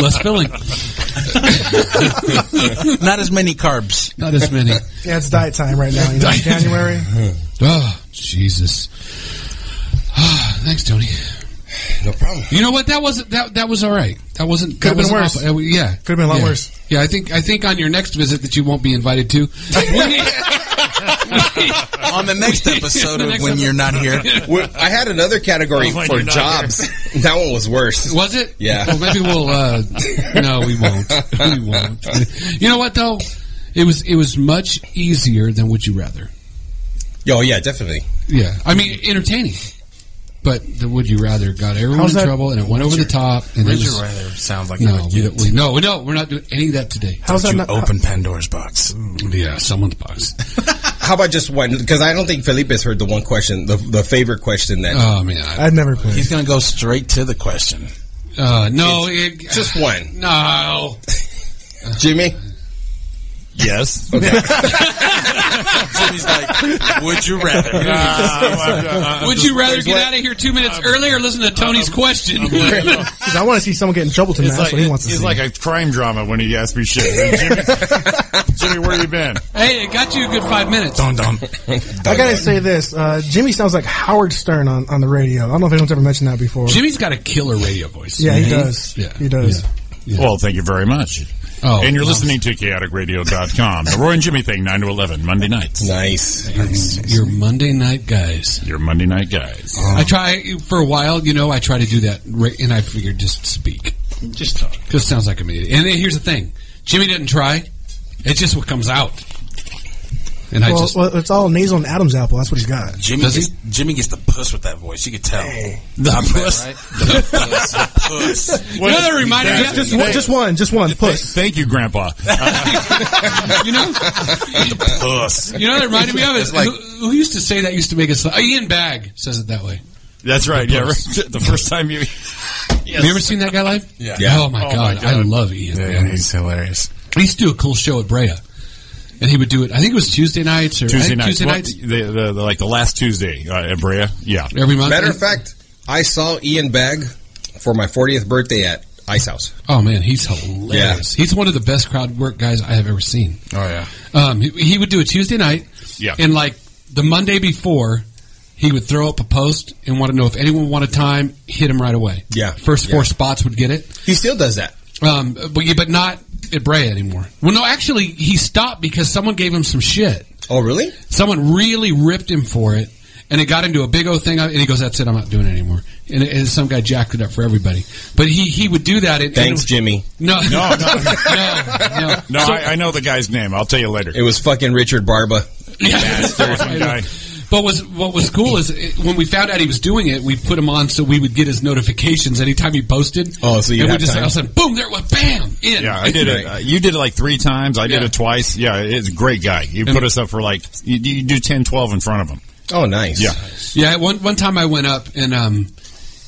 [SPEAKER 3] Less filling,
[SPEAKER 17] Not as many carbs.
[SPEAKER 3] not as many.
[SPEAKER 10] Yeah, it's diet time right now. You know,
[SPEAKER 3] Diet-
[SPEAKER 10] January.
[SPEAKER 3] Oh, Jesus. Ah, Thanks, Tony.
[SPEAKER 9] No problem.
[SPEAKER 3] You know what? That wasn't that. That was all right. That wasn't.
[SPEAKER 10] Could've
[SPEAKER 3] that
[SPEAKER 10] been
[SPEAKER 3] wasn't
[SPEAKER 10] worse.
[SPEAKER 3] awful. Uh, we- yeah,
[SPEAKER 10] Could've been a lot
[SPEAKER 3] Yeah.
[SPEAKER 10] worse.
[SPEAKER 3] Yeah, I think I think on your next visit that you won't be invited to.
[SPEAKER 17] On the next episode
[SPEAKER 3] The
[SPEAKER 17] of
[SPEAKER 3] next
[SPEAKER 17] when
[SPEAKER 3] epi-
[SPEAKER 17] you're not here,
[SPEAKER 9] Well, I had another category
[SPEAKER 4] Oh, when
[SPEAKER 9] for
[SPEAKER 4] you're not
[SPEAKER 9] jobs. that one was worse.
[SPEAKER 3] was it?
[SPEAKER 9] Yeah.
[SPEAKER 3] Well, maybe we'll. Uh, no, we won't. We won't. You know what though? It was it was much easier than would you rather.
[SPEAKER 9] Oh yeah, definitely.
[SPEAKER 3] Yeah, I mean entertaining. But the would you rather got everyone
[SPEAKER 10] How's
[SPEAKER 3] in
[SPEAKER 10] that-
[SPEAKER 3] trouble, and it went over the top. And it
[SPEAKER 17] Would
[SPEAKER 3] was,
[SPEAKER 17] you rather sounds like
[SPEAKER 3] no,
[SPEAKER 17] you
[SPEAKER 3] we, don't- we, no, no, we're not doing any of that today.
[SPEAKER 10] How's that?
[SPEAKER 17] you
[SPEAKER 10] Not,
[SPEAKER 17] open Pandora's box.
[SPEAKER 3] Yeah, someone's box.
[SPEAKER 9] How about just one? Because I don't think Felipe's heard the one question, the, the favorite question that
[SPEAKER 3] Oh man, I-
[SPEAKER 10] I've never played.
[SPEAKER 17] He's gonna go straight to the question.
[SPEAKER 3] Uh, no, it,
[SPEAKER 9] just one.
[SPEAKER 3] no.
[SPEAKER 9] Jimmy,
[SPEAKER 4] Yes.
[SPEAKER 17] Jimmy's like, would you rather?
[SPEAKER 3] Would you rather get out of here two minutes early or listen to Tony's question?
[SPEAKER 10] Because I want to see someone get in trouble tonight.
[SPEAKER 4] It's
[SPEAKER 10] That's
[SPEAKER 4] like,
[SPEAKER 10] what he wants to
[SPEAKER 4] it's
[SPEAKER 10] see.
[SPEAKER 4] like a crime drama when he asked me shit. Hey, Jimmy, Jimmy, where you been?
[SPEAKER 3] Hey, it got you a good five minutes.
[SPEAKER 4] Dun, dun.
[SPEAKER 10] I gotta say this. Uh, Jimmy sounds like Howard Stern on, on the radio. I don't know if anyone's ever mentioned that before.
[SPEAKER 3] Jimmy's got a killer radio voice.
[SPEAKER 10] Yeah, he does. He does.
[SPEAKER 4] Well, thank you very much.
[SPEAKER 3] Oh,
[SPEAKER 4] and you're
[SPEAKER 3] no.
[SPEAKER 4] listening to chaoticradio.com. The Roy and Jimmy thing, 9 to 11, Monday nights.
[SPEAKER 9] Nice.
[SPEAKER 3] Your Monday night guys.
[SPEAKER 4] Your Monday night guys.
[SPEAKER 3] I try for a while, you know. I try to do that, ra- and I figured just speak. Just talk. Because sounds like I'm an idiot. And then here's the thing: Jimmy didn't try. It's just what comes out. And I
[SPEAKER 10] well,
[SPEAKER 3] just
[SPEAKER 10] well, it's all nasal and Adam's apple. That's what he's got.
[SPEAKER 17] Jimmy
[SPEAKER 10] Does he?
[SPEAKER 17] gets, Jimmy gets the puss with that voice. You could tell.
[SPEAKER 10] The
[SPEAKER 17] Not bad,
[SPEAKER 10] puss.
[SPEAKER 17] right? The puss. The puss.
[SPEAKER 10] You know, that reminded me- Just- just one- just one, just one. Puss.
[SPEAKER 4] Thank you, Grandpa.
[SPEAKER 3] you know,
[SPEAKER 4] puss.
[SPEAKER 3] You know, that reminded me of it.
[SPEAKER 4] It's like-
[SPEAKER 3] who, who used to say that? Used to make us. laugh? Ian Bagg says it that way.
[SPEAKER 4] That's right. Yeah, right. the first time you.
[SPEAKER 3] Have you ever seen that guy live?
[SPEAKER 4] Yeah.
[SPEAKER 3] Oh my,
[SPEAKER 4] Oh,
[SPEAKER 3] god.
[SPEAKER 4] my God.
[SPEAKER 3] I love Ian.
[SPEAKER 4] Yeah, he's hilarious.
[SPEAKER 3] He used to do a cool show at Brea, and he would do it. I think it was Tuesday nights or
[SPEAKER 4] Tuesday
[SPEAKER 3] I think
[SPEAKER 4] nights.
[SPEAKER 3] Tuesday
[SPEAKER 4] What-
[SPEAKER 3] nights.
[SPEAKER 4] the, the, the- like the last Tuesday uh, at Brea. Yeah.
[SPEAKER 3] Every month.
[SPEAKER 9] Matter of fact, I saw Ian Bagg for my 40th birthday at Ice House.
[SPEAKER 3] Oh man, he's hilarious. He's one of the best crowd work guys I have ever seen.
[SPEAKER 4] Oh yeah.
[SPEAKER 3] Um, he, he would do a Tuesday night.
[SPEAKER 4] Yeah.
[SPEAKER 3] And like the Monday before, he would throw up a post and want to know if anyone wanted time, hit him right away.
[SPEAKER 9] Yeah.
[SPEAKER 3] First four spots would get it.
[SPEAKER 9] He still does that.
[SPEAKER 3] Um, but yeah, but not at Brea anymore. Well, no, actually, he stopped because someone gave him some shit.
[SPEAKER 9] Oh, really?
[SPEAKER 3] Someone really ripped him for it, and it got into a big old thing. And he goes, "That's it, I'm not doing it anymore." And, and some guy jacked it up for everybody. But he he would do that. And,
[SPEAKER 9] Thanks,
[SPEAKER 3] and-
[SPEAKER 9] Jimmy.
[SPEAKER 3] No,
[SPEAKER 4] No, no.
[SPEAKER 3] no, no.
[SPEAKER 4] No,
[SPEAKER 3] So-
[SPEAKER 4] I, I know the guy's name. I'll tell you later.
[SPEAKER 9] It was fucking Richard Barba.
[SPEAKER 4] Bastard guy.
[SPEAKER 3] But was what was cool is it, when we found out he was doing it, we put him on so we would get his notifications anytime he posted.
[SPEAKER 9] Oh, so you
[SPEAKER 3] and we
[SPEAKER 9] have
[SPEAKER 3] just
[SPEAKER 9] time.
[SPEAKER 3] all of a sudden, boom, there it was, bam, in.
[SPEAKER 4] Yeah, I did it. Uh, you did it like three times. I did
[SPEAKER 3] Yeah.
[SPEAKER 4] it twice. Yeah, it's a great guy. You put us up for like, you, you do 10, 12 in front of him.
[SPEAKER 9] Oh, nice.
[SPEAKER 4] Yeah.
[SPEAKER 3] Yeah, one one time I went up and um,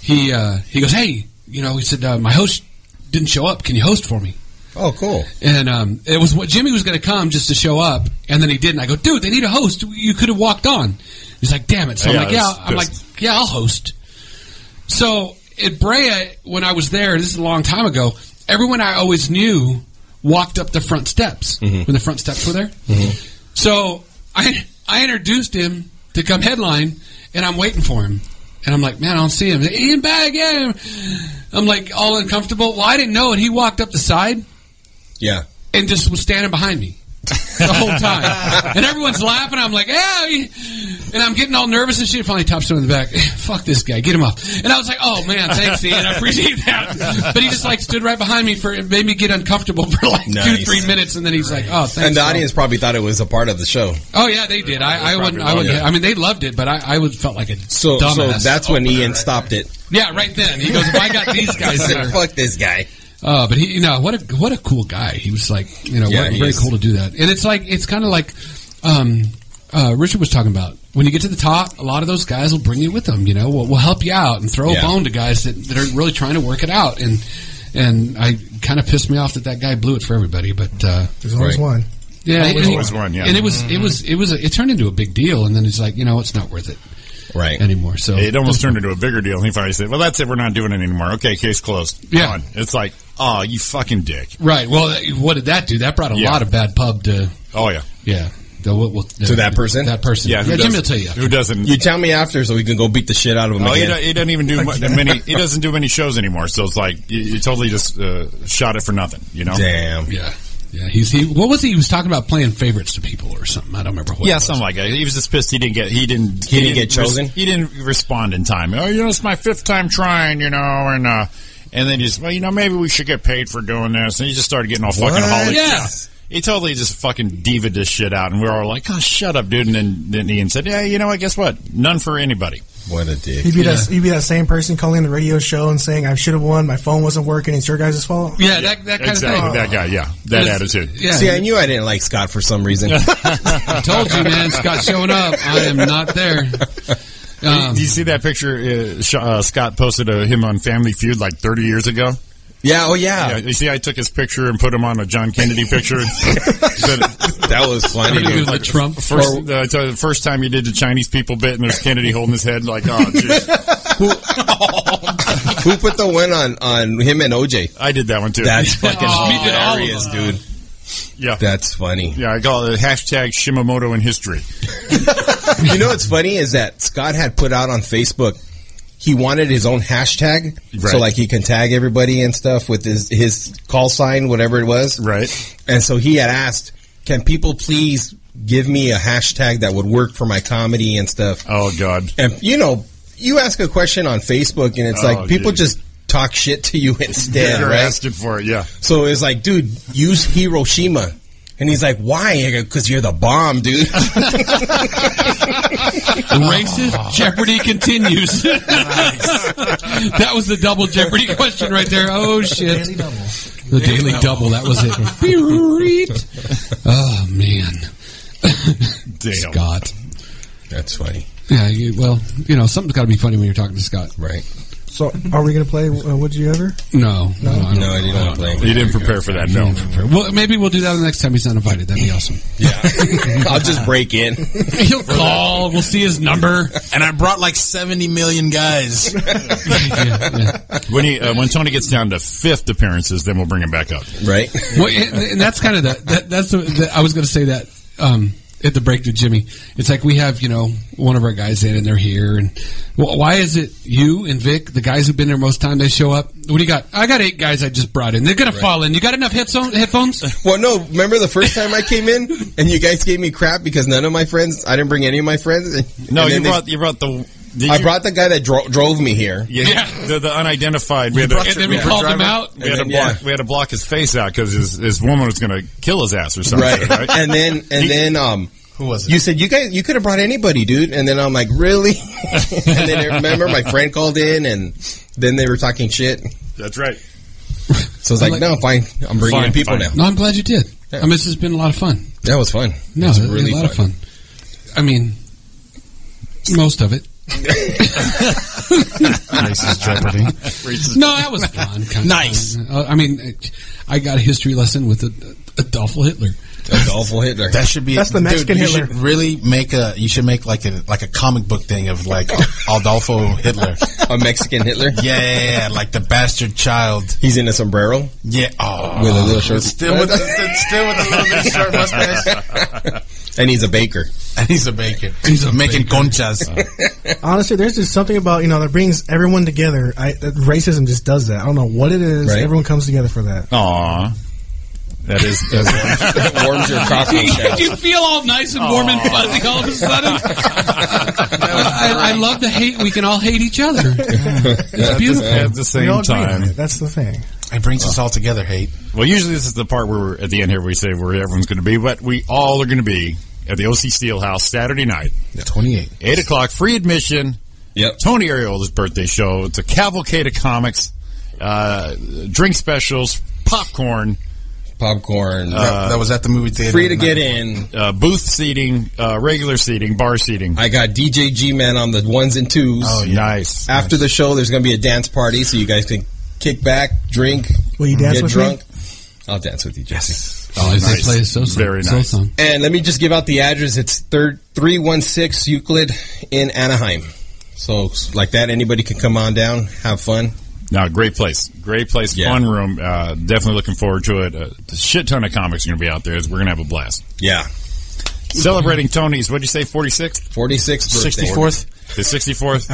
[SPEAKER 3] he uh, he goes, hey, you know, he said uh, my host didn't show up. Can you host for me?
[SPEAKER 9] Oh, cool.
[SPEAKER 3] And um, it was what Jimmy was going to come just to show up, and then he didn't. I go, dude, they need a host. You could have walked on. He's like, damn it. So
[SPEAKER 2] Yeah,
[SPEAKER 3] I'm like, yeah,
[SPEAKER 2] it's
[SPEAKER 3] I'm like, yeah, I'll host. So at Brea, when I was there, this is a long time ago. Everyone I always knew walked up the front steps
[SPEAKER 2] Mm-hmm.
[SPEAKER 3] when the front steps were there. So I I introduced him to come headline, and I'm waiting for him, and I'm like, man, I don't see him. Ian Bag, yeah. I'm like all uncomfortable. Well, I didn't know, and he walked up the side
[SPEAKER 9] Yeah.
[SPEAKER 3] and just was standing behind me the whole time. and everyone's laughing. I'm like, yeah. he-" And I'm getting all nervous and shit. Finally, tops him in the back. Fuck this guy. Get him off. And I was like, oh, man, thanks, Ian. I appreciate that. But he just, like, stood right behind me for, it made me get uncomfortable for, like, two,
[SPEAKER 9] Nice.
[SPEAKER 3] three minutes. And then he's like, oh, thanks.
[SPEAKER 9] and the
[SPEAKER 3] Phil."
[SPEAKER 9] audience probably thought it was a part of the show.
[SPEAKER 3] Oh, yeah, they did. I, I wouldn't, I wouldn't,
[SPEAKER 9] Yeah.
[SPEAKER 3] I mean, they loved it, but I, I would felt like a
[SPEAKER 9] So,
[SPEAKER 3] dumbass.
[SPEAKER 9] so that's when Ian stopped it.
[SPEAKER 3] Yeah, right then. He goes, "Why got these guys there?"
[SPEAKER 9] Fuck this guy.
[SPEAKER 3] Uh, but he, you know, what a what a cool guy. He was like, you know,
[SPEAKER 9] Yeah,
[SPEAKER 3] what,
[SPEAKER 9] he
[SPEAKER 3] very
[SPEAKER 9] is.
[SPEAKER 3] cool to do that. And it's like it's kind of like um, uh, Richard was talking about. When you get to the top, a lot of those guys will bring you with them. You know, will will help you out and throw
[SPEAKER 9] Yeah.
[SPEAKER 3] a bone to guys that, that are really trying to work it out. And and I kind of pissed me off that that guy blew it for everybody. But uh,
[SPEAKER 10] There's always one.
[SPEAKER 3] yeah,
[SPEAKER 10] Always
[SPEAKER 3] and he-
[SPEAKER 10] one.
[SPEAKER 4] yeah.
[SPEAKER 3] And it was it was it was a, it turned into a big deal. And then it's like you know it's not worth it
[SPEAKER 9] right
[SPEAKER 3] anymore. So
[SPEAKER 4] It almost turned into a bigger deal. And he finally said, well, that's it. We're not doing it anymore. Okay, case closed.
[SPEAKER 3] Yeah.
[SPEAKER 4] Done. It's like, oh, you fucking dick.
[SPEAKER 3] right. Well, that- what did that do? That brought a
[SPEAKER 4] Yeah.
[SPEAKER 3] lot of bad pub to
[SPEAKER 4] Oh, yeah.
[SPEAKER 3] yeah. The- what- what-
[SPEAKER 9] To that person?
[SPEAKER 3] That person.
[SPEAKER 9] Yeah, who
[SPEAKER 3] yeah Jimmy
[SPEAKER 9] does-
[SPEAKER 3] will tell you.
[SPEAKER 4] Who doesn't?
[SPEAKER 9] You tell me after so we can go beat the shit out of him
[SPEAKER 4] Oh, he,
[SPEAKER 9] again.
[SPEAKER 4] do, he doesn't even do mu- many. He doesn't do many shows anymore. So it's like you, you totally just uh, shot it for nothing. You know?
[SPEAKER 9] Damn.
[SPEAKER 3] Yeah. Yeah, he's he. What was he? He was talking about playing favorites to people or something. I don't remember what. it
[SPEAKER 4] yeah,
[SPEAKER 3] was.
[SPEAKER 4] something like that. He was just pissed. He didn't get. He didn't.
[SPEAKER 9] He didn't get chosen?
[SPEAKER 4] res- he didn't respond in time. Oh, you know, it's my fifth time trying. You know, and uh, and then he's well, you know, maybe we should get paid for doing this. And he just started getting all fucking
[SPEAKER 9] What?
[SPEAKER 4] holly.
[SPEAKER 9] Yeah.
[SPEAKER 4] He totally just fucking diva this shit out, and we were all like, "Oh, shut up, dude!" And then, then Ian said, "Yeah, you know what? Guess what? None for anybody."
[SPEAKER 9] What a dick!
[SPEAKER 10] He'd be, that, he'd be that same person calling the radio show and saying, I should have won, my phone wasn't working, it's your guys' fault.
[SPEAKER 3] Yeah, that, that kind
[SPEAKER 4] exactly,
[SPEAKER 3] of thing.
[SPEAKER 4] that guy. Yeah, that attitude.
[SPEAKER 3] Yeah.
[SPEAKER 9] See, I knew I didn't like Scott for some reason.
[SPEAKER 3] I told you, man. Scott showing up. I am not there. Um,
[SPEAKER 9] um,
[SPEAKER 4] Do you see that picture? Uh, Sh- uh, Scott posted of him on Family Feud like 30 years ago. Yeah, oh yeah. You see, I took his picture and put him on a John Kennedy picture. that
[SPEAKER 9] was funny.
[SPEAKER 3] Gonna do the Trump?
[SPEAKER 4] First, uh, it's, uh, first time you did the Chinese people bit, and there's Kennedy holding his head like, oh, geez.
[SPEAKER 9] Who put the one on on him and OJ?
[SPEAKER 4] I did that one too.
[SPEAKER 9] That's fucking
[SPEAKER 4] Oh, we did all of
[SPEAKER 9] hilarious, dude.
[SPEAKER 4] Yeah,
[SPEAKER 9] that's funny.
[SPEAKER 4] Yeah, I call it hashtag Shimamoto in history.
[SPEAKER 9] you know what's funny is that Scott had put out on Facebook he wanted his own hashtag,
[SPEAKER 4] Right.
[SPEAKER 9] so like he can tag everybody and stuff with his his call sign, whatever it was.
[SPEAKER 4] Right.
[SPEAKER 9] And so he had asked, "Can people please give me a hashtag that would work for my comedy and stuff?"
[SPEAKER 4] Oh God!
[SPEAKER 9] And you know, you ask a question on Facebook, and it's
[SPEAKER 4] Oh,
[SPEAKER 9] like people
[SPEAKER 4] dude.
[SPEAKER 9] just talk shit to you instead,
[SPEAKER 4] You're
[SPEAKER 9] right?
[SPEAKER 4] asking for it, yeah.
[SPEAKER 9] So it's like, dude, use Hiroshima. And he's like, why? Because you're the bomb, dude.
[SPEAKER 3] Racist Jeopardy continues. that was the double Jeopardy question right there. Oh shit!
[SPEAKER 2] Daily double.
[SPEAKER 3] The daily double. That was it. Beep. oh man.
[SPEAKER 4] Damn.
[SPEAKER 3] Scott.
[SPEAKER 9] That's funny.
[SPEAKER 3] Yeah. You, well, you know something's got to be funny when you're talking to Scott.
[SPEAKER 9] Right.
[SPEAKER 10] So, are we going to play uh, Would You Ever?
[SPEAKER 3] No. No. I don't-
[SPEAKER 9] No, you didn't play.
[SPEAKER 4] You didn't prepare for that, no.
[SPEAKER 3] Well, maybe we'll do that the next time he's not invited. That'd be awesome.
[SPEAKER 9] I'll just break in.
[SPEAKER 3] He'll call. We'll see his number.
[SPEAKER 17] And I brought like 70 million guys.
[SPEAKER 4] When he uh, when Tony gets down to fifth appearances, then we'll bring him back up.
[SPEAKER 9] Right.
[SPEAKER 3] well, and, and that's kind of the that, that's the, the I was going to say that um, at the break to Jimmy. It's like we have you know one of our guys in and they're here, and wh- why is it you and Vic, the guys who've been there most time, they show up? What do you got? I got eight guys I just brought in. They're going to fall in. You got enough headphones? Headphones?
[SPEAKER 9] Well, no. Remember the first time I came in and you guys gave me crap because none of my friends. I didn't bring any of my friends. And
[SPEAKER 4] No,
[SPEAKER 9] then
[SPEAKER 4] you
[SPEAKER 9] they-
[SPEAKER 4] brought you brought the. did
[SPEAKER 9] I
[SPEAKER 4] you-
[SPEAKER 9] brought the guy that dro- drove me here.
[SPEAKER 4] Yeah, The, the unidentified. We had,
[SPEAKER 3] brought your- And then we
[SPEAKER 4] yeah.
[SPEAKER 3] called him out.
[SPEAKER 4] We had, to
[SPEAKER 9] And then,
[SPEAKER 4] block, we had to block his face out because his, his woman was going to kill his ass or something.
[SPEAKER 9] Right.
[SPEAKER 4] Right.
[SPEAKER 9] And then and then um.
[SPEAKER 17] Who was
[SPEAKER 9] You said you guys you could have brought anybody, dude. And then I'm like, really? and then I remember my friend called in, and then they were talking shit.
[SPEAKER 4] That's right.
[SPEAKER 9] So I was like, no, fine. I'm bringing
[SPEAKER 4] Fine,
[SPEAKER 9] in people
[SPEAKER 4] fine.
[SPEAKER 9] now.
[SPEAKER 3] No, I'm glad you did. I mean, this has been a lot of fun.
[SPEAKER 9] That was fun.
[SPEAKER 3] No,
[SPEAKER 9] It's
[SPEAKER 3] it was a lot of fun. I mean, most of it.
[SPEAKER 18] Racist Jeopardy.
[SPEAKER 3] No, that was fun. Kind of
[SPEAKER 17] Nice.
[SPEAKER 3] fun. Uh, I mean, I got a history lesson with a- Adolfo Hitler.
[SPEAKER 9] Adolfo Hitler.
[SPEAKER 17] That should be
[SPEAKER 10] That's the
[SPEAKER 17] dude,
[SPEAKER 10] Mexican
[SPEAKER 17] you
[SPEAKER 10] Hitler.
[SPEAKER 17] Should really make a you should make like a like a comic book thing of like Adolfo Hitler.
[SPEAKER 9] A Mexican Hitler.
[SPEAKER 17] Yeah, yeah, yeah, like the bastard child.
[SPEAKER 9] He's in a sombrero
[SPEAKER 17] Yeah, oh,
[SPEAKER 9] with a little shirt,
[SPEAKER 17] still with the, still with a little bit of short mustache,
[SPEAKER 9] and he's a baker.
[SPEAKER 17] and he's a baker.
[SPEAKER 3] He's a
[SPEAKER 17] making conchas.
[SPEAKER 10] Honestly, there's just something about you know that brings everyone together. I, that racism just does that. I don't know what it is.
[SPEAKER 9] Right.
[SPEAKER 10] Everyone comes together for that.
[SPEAKER 4] Aw. That is. That's,
[SPEAKER 9] That warms your coffee.
[SPEAKER 3] Did you feel all nice and warm and fuzzy all of a sudden? I, I love the hate. We can all hate each other. It's beautiful.
[SPEAKER 4] at the
[SPEAKER 10] We all
[SPEAKER 4] same
[SPEAKER 10] agree on
[SPEAKER 4] time.
[SPEAKER 10] it. That's the thing.
[SPEAKER 17] It brings us all together. Hate.
[SPEAKER 4] Well, usually this is the part where we're, at the end here we say where everyone's going to be, but we all are going to be at the OC Steelhouse Saturday night,
[SPEAKER 17] Twenty eight.
[SPEAKER 4] eight o'clock, free admission.
[SPEAKER 9] Yep.
[SPEAKER 4] Tony Ariola's birthday show. It's a cavalcade of comics, uh, drink specials, popcorn,
[SPEAKER 9] Popcorn.
[SPEAKER 17] Uh, That- that was at the movie theater.
[SPEAKER 9] Free to get in.
[SPEAKER 4] uh, booth seating, uh, regular seating, bar seating. Oh,
[SPEAKER 9] I got DJ G Man on the ones and twos.
[SPEAKER 17] Oh,
[SPEAKER 4] Nice.
[SPEAKER 3] Oh,
[SPEAKER 9] After the show, there's going to be a dance party, so you guys can kick back, drink,
[SPEAKER 10] Will you dance
[SPEAKER 9] get
[SPEAKER 10] with me?
[SPEAKER 9] drunk. I'll dance with you, Jesse.
[SPEAKER 3] Oh, they
[SPEAKER 4] Nice.
[SPEAKER 3] play a so song.
[SPEAKER 4] Very
[SPEAKER 3] so
[SPEAKER 4] nice.
[SPEAKER 3] song.
[SPEAKER 9] And let me just give out the address. It's third three one six Euclid in Anaheim. So like that, anybody can come on down, have fun.
[SPEAKER 4] No, great place. Great place.
[SPEAKER 9] Yeah.
[SPEAKER 4] Fun room. Uh, definitely looking forward to it. A shit ton of comics are going to be out there. We're going to have a blast.
[SPEAKER 9] Yeah,
[SPEAKER 4] Celebrating Tony's, what'd you say, 46th?
[SPEAKER 9] forty sixth, sixty
[SPEAKER 17] 64th.
[SPEAKER 4] The 64th?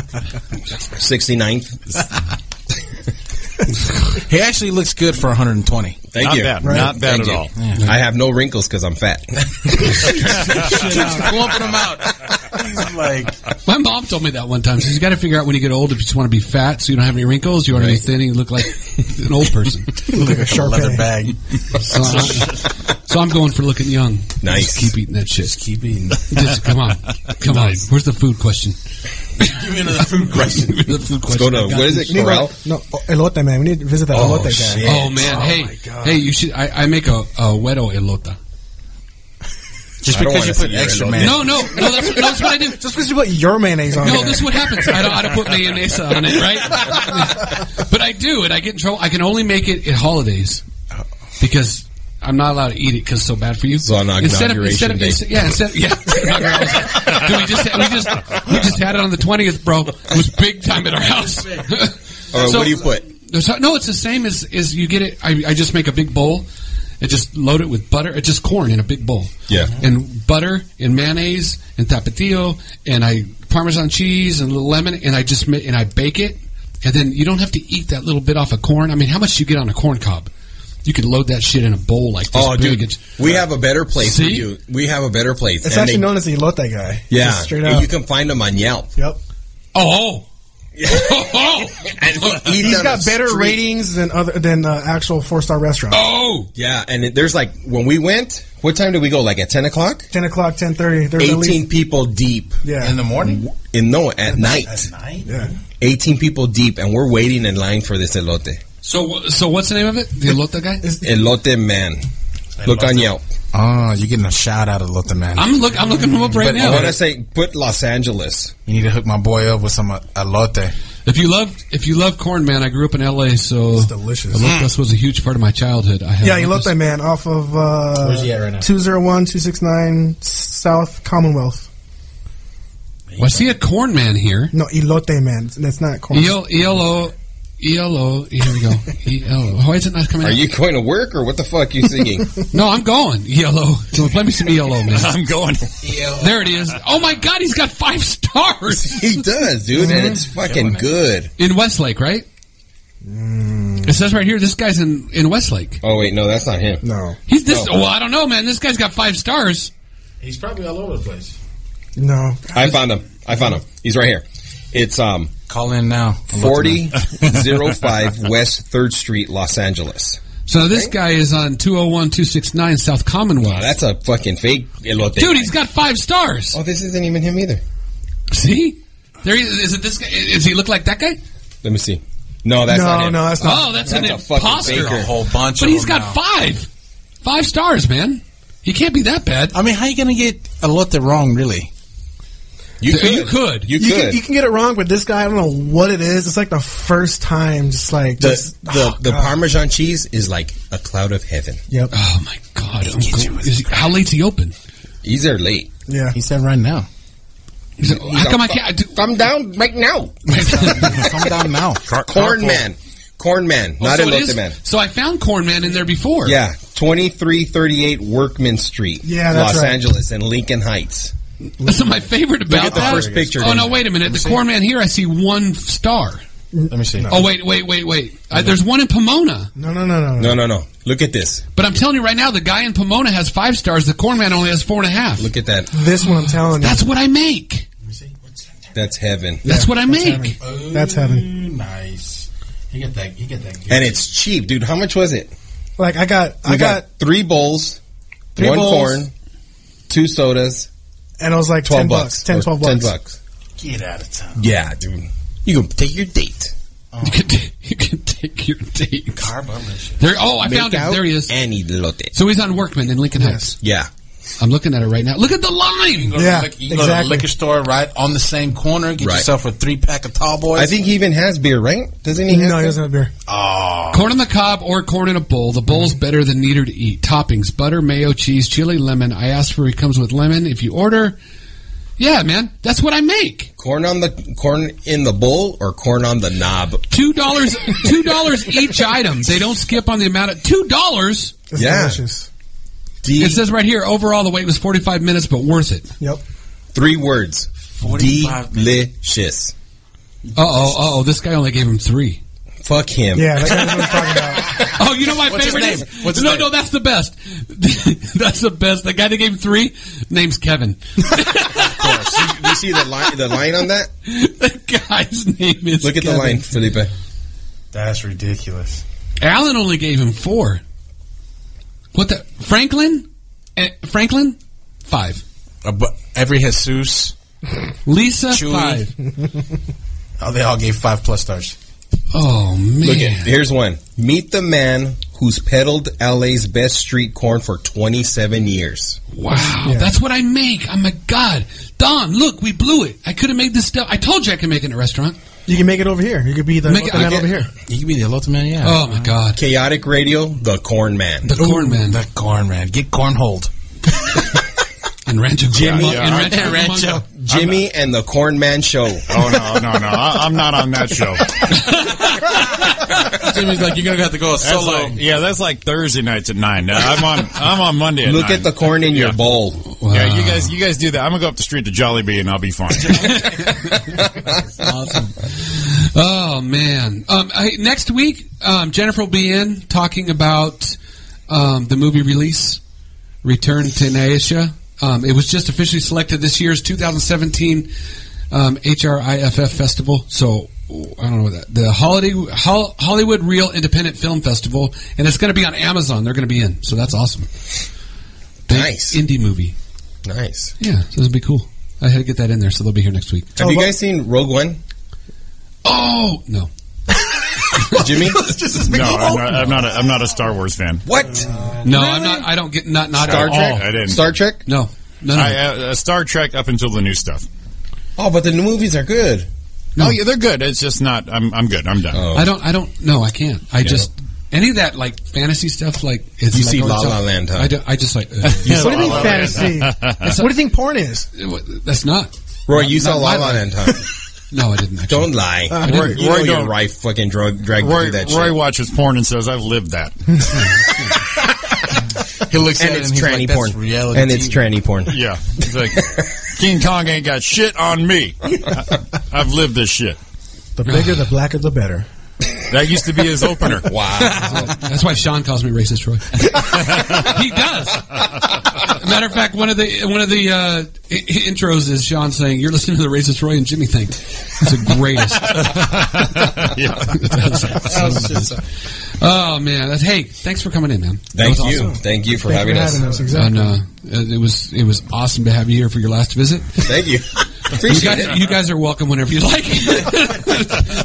[SPEAKER 9] 69th.
[SPEAKER 17] He actually looks good for 120.
[SPEAKER 9] Thank
[SPEAKER 4] Not
[SPEAKER 9] you.
[SPEAKER 4] bad. Not bad
[SPEAKER 9] Thank
[SPEAKER 4] at
[SPEAKER 9] you.
[SPEAKER 4] all.
[SPEAKER 9] I have no wrinkles because I'm fat.
[SPEAKER 17] Flumping him out. He's like,
[SPEAKER 3] My mom told me that one time. She says, you got to figure out when you get old if you just want to be fat so you don't have any wrinkles, you want to be thin and you look like an old person.
[SPEAKER 17] like a sharp leather bag.
[SPEAKER 3] So I'm, so I'm going for looking young.
[SPEAKER 9] Nice.
[SPEAKER 3] Just keep eating that shit. Just,
[SPEAKER 17] Keep eating.
[SPEAKER 3] come on. Come
[SPEAKER 4] Nice.
[SPEAKER 3] on. Where's the food question?
[SPEAKER 17] Give me another food question.
[SPEAKER 3] The food
[SPEAKER 9] Let's go to what is it?
[SPEAKER 10] We need
[SPEAKER 9] Corral.
[SPEAKER 10] to- no, oh, elote man. We need to visit that
[SPEAKER 9] Oh,
[SPEAKER 10] elote guy.
[SPEAKER 9] shit.
[SPEAKER 3] Oh man, hey, hey, you should. I, I make a, a huevo elota.
[SPEAKER 17] Just because you put extra man.
[SPEAKER 3] No, no, no. That's, no, that's what I do.
[SPEAKER 10] Just because you put your mayonnaise on.
[SPEAKER 3] No,
[SPEAKER 10] there.
[SPEAKER 3] this is what happens. I don't, I don't put mayonnaise on it, right? but I do, and I get in trouble. I can only make it at holidays because I'm not allowed to eat it because it's so bad for you. So
[SPEAKER 9] on
[SPEAKER 3] instead
[SPEAKER 9] inauguration
[SPEAKER 3] of,
[SPEAKER 9] day.
[SPEAKER 3] instead, yeah, instead, yeah. Inauguration. Dude, we just we just we just had it on the twentieth, bro. It was big time at our house.
[SPEAKER 9] All right, what do you put?
[SPEAKER 3] So- no, it's the same as is you get it. I, I just make a big bowl. and just load it with butter. It's just corn in a big bowl
[SPEAKER 9] Yeah.
[SPEAKER 3] and butter and mayonnaise and tapatio and I parmesan cheese and a little lemon and I just ma- and I bake it and then you don't have to eat that little bit off of corn. I mean, how much do you get on a corn cob? You could load that shit in a bowl like this
[SPEAKER 9] Oh,
[SPEAKER 3] big.
[SPEAKER 9] dude,
[SPEAKER 3] It's-
[SPEAKER 9] we have a better place for
[SPEAKER 3] See?
[SPEAKER 9] you. We have a better place.
[SPEAKER 10] It's
[SPEAKER 9] And
[SPEAKER 10] actually
[SPEAKER 9] they-
[SPEAKER 10] known as the elote guy.
[SPEAKER 9] yeah,
[SPEAKER 10] Just straight
[SPEAKER 9] and
[SPEAKER 10] up.
[SPEAKER 9] you can find them on Yelp.
[SPEAKER 10] Yep.
[SPEAKER 3] Oh. oh.
[SPEAKER 9] Eat
[SPEAKER 10] He's
[SPEAKER 9] on
[SPEAKER 10] got
[SPEAKER 9] the
[SPEAKER 10] better
[SPEAKER 9] street.
[SPEAKER 10] ratings than other than uh, actual four star restaurants.
[SPEAKER 3] Oh,
[SPEAKER 9] yeah, and it, there's like when we went. What time did we go? Like at ten o'clock.
[SPEAKER 10] Ten o'clock, ten thirty. There's at
[SPEAKER 9] Eighteen
[SPEAKER 10] least
[SPEAKER 9] people deep.
[SPEAKER 10] yeah in the
[SPEAKER 17] morning.
[SPEAKER 9] In no, at night.
[SPEAKER 17] night.
[SPEAKER 10] Yeah.
[SPEAKER 9] 18 people deep, and we're waiting in line for this elote.
[SPEAKER 3] So so what's the name of it? The elote guy?
[SPEAKER 9] Elote man. Look on Yelp.
[SPEAKER 17] Oh, you're getting a shout out of Luther Man.
[SPEAKER 3] I'm look I'm looking him up right
[SPEAKER 17] But
[SPEAKER 3] now.
[SPEAKER 17] I wanna
[SPEAKER 9] say put Los Angeles.
[SPEAKER 17] You need to hook my boy up with some uh, elote.
[SPEAKER 3] If you love if you love corn, man, I grew up in L.A. So it's
[SPEAKER 10] delicious.
[SPEAKER 3] This was a huge part of my childhood. I had
[SPEAKER 10] Yeah, elote man off of uh,
[SPEAKER 3] Where's he at right now?
[SPEAKER 10] 201 269 South Commonwealth.
[SPEAKER 3] Well, I see a corn man here.
[SPEAKER 10] No, elote man. That's not corn.
[SPEAKER 3] E L E L O E L O. Here we go. E L O. Why is it not coming?
[SPEAKER 9] Are
[SPEAKER 3] out?
[SPEAKER 9] you going to work or what the fuck you singing?
[SPEAKER 3] No, I'm going yellow. So play me some yellow, man.
[SPEAKER 9] I'm going.
[SPEAKER 3] There it is. Oh my God, he's got five stars.
[SPEAKER 9] He does, dude, and it's fucking good.
[SPEAKER 3] In Westlake, right? It says right here, this guy's in in Westlake.
[SPEAKER 9] Oh wait, no, that's not him.
[SPEAKER 10] No,
[SPEAKER 3] He's this.
[SPEAKER 9] Oh.
[SPEAKER 3] Well, I don't know, man. This guy's got five stars.
[SPEAKER 7] He's probably all over the place.
[SPEAKER 10] No,
[SPEAKER 9] I found him. I found him. He's right here. It's um
[SPEAKER 17] call in now.
[SPEAKER 9] forty zero five West Third Street, Los Angeles.
[SPEAKER 3] So this guy is on 201 269 South Commonwealth.
[SPEAKER 9] That's a fucking fake elote.
[SPEAKER 3] Dude, he's got five stars.
[SPEAKER 9] Oh, this isn't even him either.
[SPEAKER 3] See, there he is. Is it this guy? Does he look like that guy?
[SPEAKER 9] Let me see. No, that's
[SPEAKER 10] No,
[SPEAKER 9] not him.
[SPEAKER 10] no, that's not-
[SPEAKER 3] Oh, that's,
[SPEAKER 9] That's
[SPEAKER 3] an
[SPEAKER 9] a fucking
[SPEAKER 3] imposter.
[SPEAKER 9] baker. A
[SPEAKER 17] whole bunch
[SPEAKER 3] But
[SPEAKER 17] of
[SPEAKER 3] he's
[SPEAKER 17] them
[SPEAKER 3] got
[SPEAKER 17] now.
[SPEAKER 3] five, five stars, man. He can't be that bad.
[SPEAKER 17] I mean, how you going to get elote wrong, really?
[SPEAKER 9] You
[SPEAKER 3] Th- you could.
[SPEAKER 9] You,
[SPEAKER 10] You
[SPEAKER 9] could.
[SPEAKER 10] can, you can get it wrong, but this guy, I don't know what it is. It's like the first time, just like
[SPEAKER 9] the
[SPEAKER 10] just, oh,
[SPEAKER 9] the, the
[SPEAKER 10] God.
[SPEAKER 9] Parmesan cheese is like a cloud of heaven.
[SPEAKER 10] Yep.
[SPEAKER 3] Oh my God! Uncle, is he, how late's he open?
[SPEAKER 9] These are late.
[SPEAKER 10] Yeah.
[SPEAKER 17] He said right now.
[SPEAKER 3] He's like, how come I can't? I do, oh,
[SPEAKER 9] Come down right now.
[SPEAKER 17] Come down now.
[SPEAKER 9] Corn man. Corn man.
[SPEAKER 3] Oh,
[SPEAKER 9] not
[SPEAKER 3] so it
[SPEAKER 9] elote
[SPEAKER 3] is-
[SPEAKER 9] man.
[SPEAKER 3] So I found Corn Man in there before.
[SPEAKER 9] Yeah, 2338 Workman Street,
[SPEAKER 10] Yeah, that's
[SPEAKER 9] Los
[SPEAKER 10] right.
[SPEAKER 9] Angeles, and Lincoln Heights.
[SPEAKER 3] that's what my favorite about
[SPEAKER 9] at the
[SPEAKER 3] that.
[SPEAKER 9] first picture,
[SPEAKER 3] Oh
[SPEAKER 9] dude.
[SPEAKER 3] no! Wait a minute. The Corn Man here, I see one star.
[SPEAKER 17] Let me see.
[SPEAKER 3] Oh wait, wait, wait, wait. I, there's one in Pomona.
[SPEAKER 10] No, no, no, no, no.
[SPEAKER 9] No, no, no. Look at this.
[SPEAKER 3] But I'm telling you right now, the guy in Pomona has five stars. The Corn Man only has four and a half.
[SPEAKER 9] Look at that.
[SPEAKER 10] This one, I'm telling you,
[SPEAKER 3] That's what I make.
[SPEAKER 9] That's heaven.
[SPEAKER 3] That's what I make.
[SPEAKER 10] heaven. That's heaven.
[SPEAKER 7] Nice. You get that. You get that. Good.
[SPEAKER 9] And it's cheap, dude. How much was it?
[SPEAKER 10] like I got,
[SPEAKER 9] We
[SPEAKER 10] I got,
[SPEAKER 9] three bowls,
[SPEAKER 10] Three
[SPEAKER 9] one
[SPEAKER 10] bowls.
[SPEAKER 9] corn, two sodas,
[SPEAKER 10] and it was like
[SPEAKER 9] 12
[SPEAKER 10] ten bucks,
[SPEAKER 9] bucks.
[SPEAKER 10] ten,
[SPEAKER 9] or
[SPEAKER 10] twelve
[SPEAKER 9] 10
[SPEAKER 10] bucks.
[SPEAKER 9] bucks.
[SPEAKER 7] Get out of town.
[SPEAKER 9] Yeah, dude. You can take your date.
[SPEAKER 3] You can,
[SPEAKER 9] oh.
[SPEAKER 3] you can take your date.
[SPEAKER 7] Carbalicious.
[SPEAKER 3] There. Oh, I
[SPEAKER 9] Make
[SPEAKER 3] found him.
[SPEAKER 9] out
[SPEAKER 3] There he is.
[SPEAKER 9] And eat elote.
[SPEAKER 3] So he's on Workman in Lincoln Heights.
[SPEAKER 9] Yeah.
[SPEAKER 3] I'm looking at it right now. Look at the line.
[SPEAKER 17] Go to
[SPEAKER 10] Yeah,
[SPEAKER 17] the liquor- you go to the
[SPEAKER 10] exactly.
[SPEAKER 17] liquor store right on the same corner. Get
[SPEAKER 9] Right.
[SPEAKER 17] yourself a three pack of tall boys.
[SPEAKER 9] I think he even has beer, right? Doesn't he? Have
[SPEAKER 10] No, he doesn't have beer.
[SPEAKER 17] Oh,
[SPEAKER 3] Corn on the cob or corn in a bowl. The bowl's
[SPEAKER 9] Mm-hmm.
[SPEAKER 3] better than neater to eat. Toppings: butter, mayo, cheese, chili, lemon. I asked for it comes with lemon. If you order, yeah, man, that's what I make.
[SPEAKER 9] Corn on the corn in the bowl or corn on the knob?
[SPEAKER 3] Two dollars, two dollars each item. They don't skip on the amount of two dollars.
[SPEAKER 10] It's
[SPEAKER 9] Yeah.
[SPEAKER 10] delicious.
[SPEAKER 3] It
[SPEAKER 9] D
[SPEAKER 3] says right here. Overall, the wait was 45 minutes, but worth it.
[SPEAKER 10] Yep.
[SPEAKER 9] three words.
[SPEAKER 17] 45
[SPEAKER 9] Delicious.
[SPEAKER 3] Uh oh, uh oh. This guy only gave him three.
[SPEAKER 9] Fuck him.
[SPEAKER 10] Yeah, that guy's what I'm talking about.
[SPEAKER 3] Oh, you know my
[SPEAKER 17] What's his
[SPEAKER 3] favorite
[SPEAKER 17] name?
[SPEAKER 3] is
[SPEAKER 17] What's his
[SPEAKER 3] no,
[SPEAKER 17] name?
[SPEAKER 3] no. That's the best. that's the best. The guy that gave him three name's Kevin.
[SPEAKER 9] you see the line? The line on that?
[SPEAKER 3] the guy's name is.
[SPEAKER 9] Look at the
[SPEAKER 3] Kevin.
[SPEAKER 9] line, Felipe.
[SPEAKER 17] that's ridiculous.
[SPEAKER 3] Alan only gave him four. What the Franklin? Eh, Franklin, five.
[SPEAKER 17] Uh, but every Jesus,
[SPEAKER 3] Lisa,
[SPEAKER 17] Chewy.
[SPEAKER 3] five.
[SPEAKER 17] oh, they all gave five plus stars.
[SPEAKER 3] Oh man,
[SPEAKER 9] Look at here's one. Meet the man who's peddled LA's best street corn for 27 years.
[SPEAKER 3] Wow, that's what I make. I'm a god. Don, look, we blew it. I could have made this stuff. I told you I could make it in a restaurant.
[SPEAKER 10] You can make it over here. You could be the
[SPEAKER 3] Make it-
[SPEAKER 10] local
[SPEAKER 3] I
[SPEAKER 10] man
[SPEAKER 3] get-
[SPEAKER 10] over here.
[SPEAKER 9] You can be the Elote Man, yeah.
[SPEAKER 3] Oh, my God.
[SPEAKER 9] Chaotic Radio, the Corn Man.
[SPEAKER 3] The Corn Man.
[SPEAKER 9] The Corn Man. Get cornholed.
[SPEAKER 3] and Rancho.
[SPEAKER 9] Jimmy,
[SPEAKER 4] Yeah, yeah. And Rancho.
[SPEAKER 9] Jimmy and the Corn Man Show.
[SPEAKER 4] Oh, no, no, no. I, I'm not on that show.
[SPEAKER 17] Jimmy's like, you're gonna have to go
[SPEAKER 4] That's
[SPEAKER 17] solo.
[SPEAKER 4] like- yeah, that's like Thursday nights at nine. Now, I'm on. I'm on Monday. At
[SPEAKER 9] Look at the corn in your bowl.
[SPEAKER 4] Yeah, you guys, you guys do that. I'm gonna go up the street to Jollibee and I'll be fine.
[SPEAKER 3] awesome. Oh man. Um, I, next week, um, Jennifer will be in talking about um, the movie release, Return to Naisha. Um, it was just officially selected this year's 2017 um, HRIFF Festival. So I don't know what that the holiday Hol- Hollywood Real Independent Film Festival, and it's going to be on Amazon. They're going to be in, so that's awesome. Big
[SPEAKER 9] Nice.
[SPEAKER 3] indie movie.
[SPEAKER 9] Nice.
[SPEAKER 3] Yeah, so this will be cool. I had to get that in there, so they'll be here next week.
[SPEAKER 9] Have you guys seen Rogue One?
[SPEAKER 3] Oh no,
[SPEAKER 9] Jimmy?
[SPEAKER 4] no, I'm not, I'm not. A, I'm not a Star Wars fan.
[SPEAKER 9] What?
[SPEAKER 3] No, I'm not. I don't get not not
[SPEAKER 4] Star
[SPEAKER 3] at
[SPEAKER 4] Trek?
[SPEAKER 3] all.
[SPEAKER 4] I didn't.
[SPEAKER 9] Star Trek?
[SPEAKER 3] No, no, no.
[SPEAKER 4] I, uh, uh, Star Trek up until the new stuff.
[SPEAKER 9] Oh, but the new movies are good.
[SPEAKER 4] Oh yeah, they're good. It's just not. I'm. I'm good. I'm done.
[SPEAKER 3] I don't. I don't. No, I can't. I just any of that like fantasy stuff. Like it's
[SPEAKER 9] You
[SPEAKER 3] like,
[SPEAKER 9] see
[SPEAKER 3] oh, it's
[SPEAKER 9] La
[SPEAKER 3] all-
[SPEAKER 9] La Land, huh?
[SPEAKER 3] I, don't, I just like. Uh,
[SPEAKER 10] What do you mean fantasy? what do you think porn is?
[SPEAKER 3] that's not.
[SPEAKER 9] Roy, you
[SPEAKER 3] Not-
[SPEAKER 9] saw
[SPEAKER 3] not
[SPEAKER 9] La
[SPEAKER 3] my
[SPEAKER 9] La
[SPEAKER 3] life.
[SPEAKER 9] Land, huh?
[SPEAKER 3] No, I didn't. Actually.
[SPEAKER 9] Don't lie.
[SPEAKER 3] I
[SPEAKER 9] Roy,
[SPEAKER 3] didn't.
[SPEAKER 9] you
[SPEAKER 4] Roy,
[SPEAKER 9] know your
[SPEAKER 4] don't-
[SPEAKER 9] wife fucking drug, dragged you
[SPEAKER 4] Roy,
[SPEAKER 9] through that
[SPEAKER 4] Roy
[SPEAKER 9] shit.
[SPEAKER 4] watches porn and says, "I've lived that."
[SPEAKER 17] He looks
[SPEAKER 9] And
[SPEAKER 17] at it
[SPEAKER 9] it's
[SPEAKER 17] and he's
[SPEAKER 9] tranny
[SPEAKER 17] like,
[SPEAKER 9] porn.
[SPEAKER 17] That's reality
[SPEAKER 9] And it's
[SPEAKER 17] TV.
[SPEAKER 9] tranny porn.
[SPEAKER 4] yeah, he's like, "King Kong ain't got shit on me. I, I've lived this shit."
[SPEAKER 10] The bigger, the blacker, the better.
[SPEAKER 4] That used to be his opener.
[SPEAKER 9] Wow.
[SPEAKER 3] That's why Sean calls me racist, Roy. he does. Matter of fact, one of the one of the uh, i- intros is Sean saying, "You're listening to the racist Roy and Jimmy thing." It's the greatest. oh man, that's, hey, thanks for coming in, man. That
[SPEAKER 9] Thank
[SPEAKER 3] was
[SPEAKER 9] you.
[SPEAKER 3] awesome.
[SPEAKER 9] Thank you for
[SPEAKER 10] Thank
[SPEAKER 9] having
[SPEAKER 10] you for
[SPEAKER 9] us.
[SPEAKER 10] having us.
[SPEAKER 3] And
[SPEAKER 10] Exactly.
[SPEAKER 3] uh, it was it was awesome to have you here for your last visit.
[SPEAKER 9] Thank you.
[SPEAKER 3] You
[SPEAKER 9] Appreciate
[SPEAKER 3] guys,
[SPEAKER 9] it.
[SPEAKER 3] you guys are welcome whenever you like.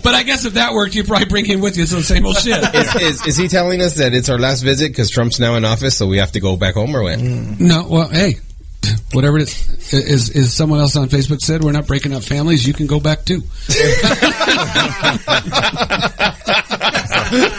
[SPEAKER 3] but I guess if that worked, you'd probably bring him with you. It's the same old shit.
[SPEAKER 9] Is, is, is he telling us that it's our last visit because Trump's now in office, so we have to go back home or what?
[SPEAKER 3] No, well, hey, whatever it is, is is someone else on Facebook said we're not breaking up families. You can go back too.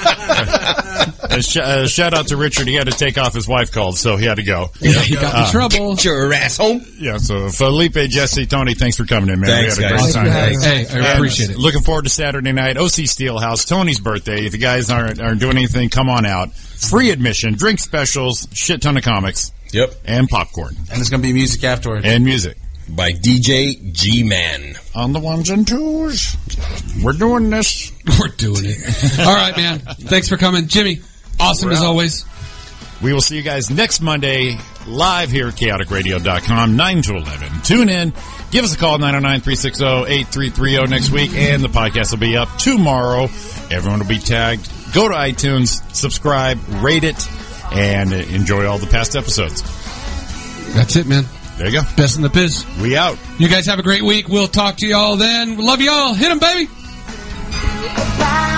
[SPEAKER 4] Uh, sh- uh, shout out to Richard. He had to take off. His wife called, so he had to go.
[SPEAKER 3] Yeah, he got in trouble.
[SPEAKER 9] Get your ass home.
[SPEAKER 4] Yeah, so Felipe, Jesse, Tony, thanks for coming in, man.
[SPEAKER 9] Thanks,
[SPEAKER 4] we had a
[SPEAKER 9] guys.
[SPEAKER 4] great time.
[SPEAKER 10] Thanks.
[SPEAKER 3] Hey, I
[SPEAKER 4] And
[SPEAKER 3] appreciate it.
[SPEAKER 4] Looking forward to Saturday night, OC Steelhouse, Tony's birthday. If you guys aren't, aren't doing anything, come on out. Free admission, drink specials, shit ton of comics,
[SPEAKER 9] Yep.
[SPEAKER 4] and popcorn,
[SPEAKER 17] And it's gonna be music afterwards.
[SPEAKER 4] and music.
[SPEAKER 9] By DJ G Man.
[SPEAKER 4] On the ones and twos. We're doing this.
[SPEAKER 3] We're doing it. All right, man. Thanks for coming, Jimmy. Awesome as always.
[SPEAKER 4] We will see you guys next Monday live here at chaoticradio.com, 9 to 11. Tune in. Give us a call, 909-360-8330 next week, and the podcast will be up tomorrow. Everyone will be tagged. Go to iTunes, subscribe, rate it, and enjoy all the past episodes.
[SPEAKER 3] That's it, man.
[SPEAKER 4] There you go.
[SPEAKER 3] Best in the biz.
[SPEAKER 4] We out.
[SPEAKER 3] You guys have a great week. We'll talk to y'all then. Love y'all. Hit them, baby.
[SPEAKER 2] Bye.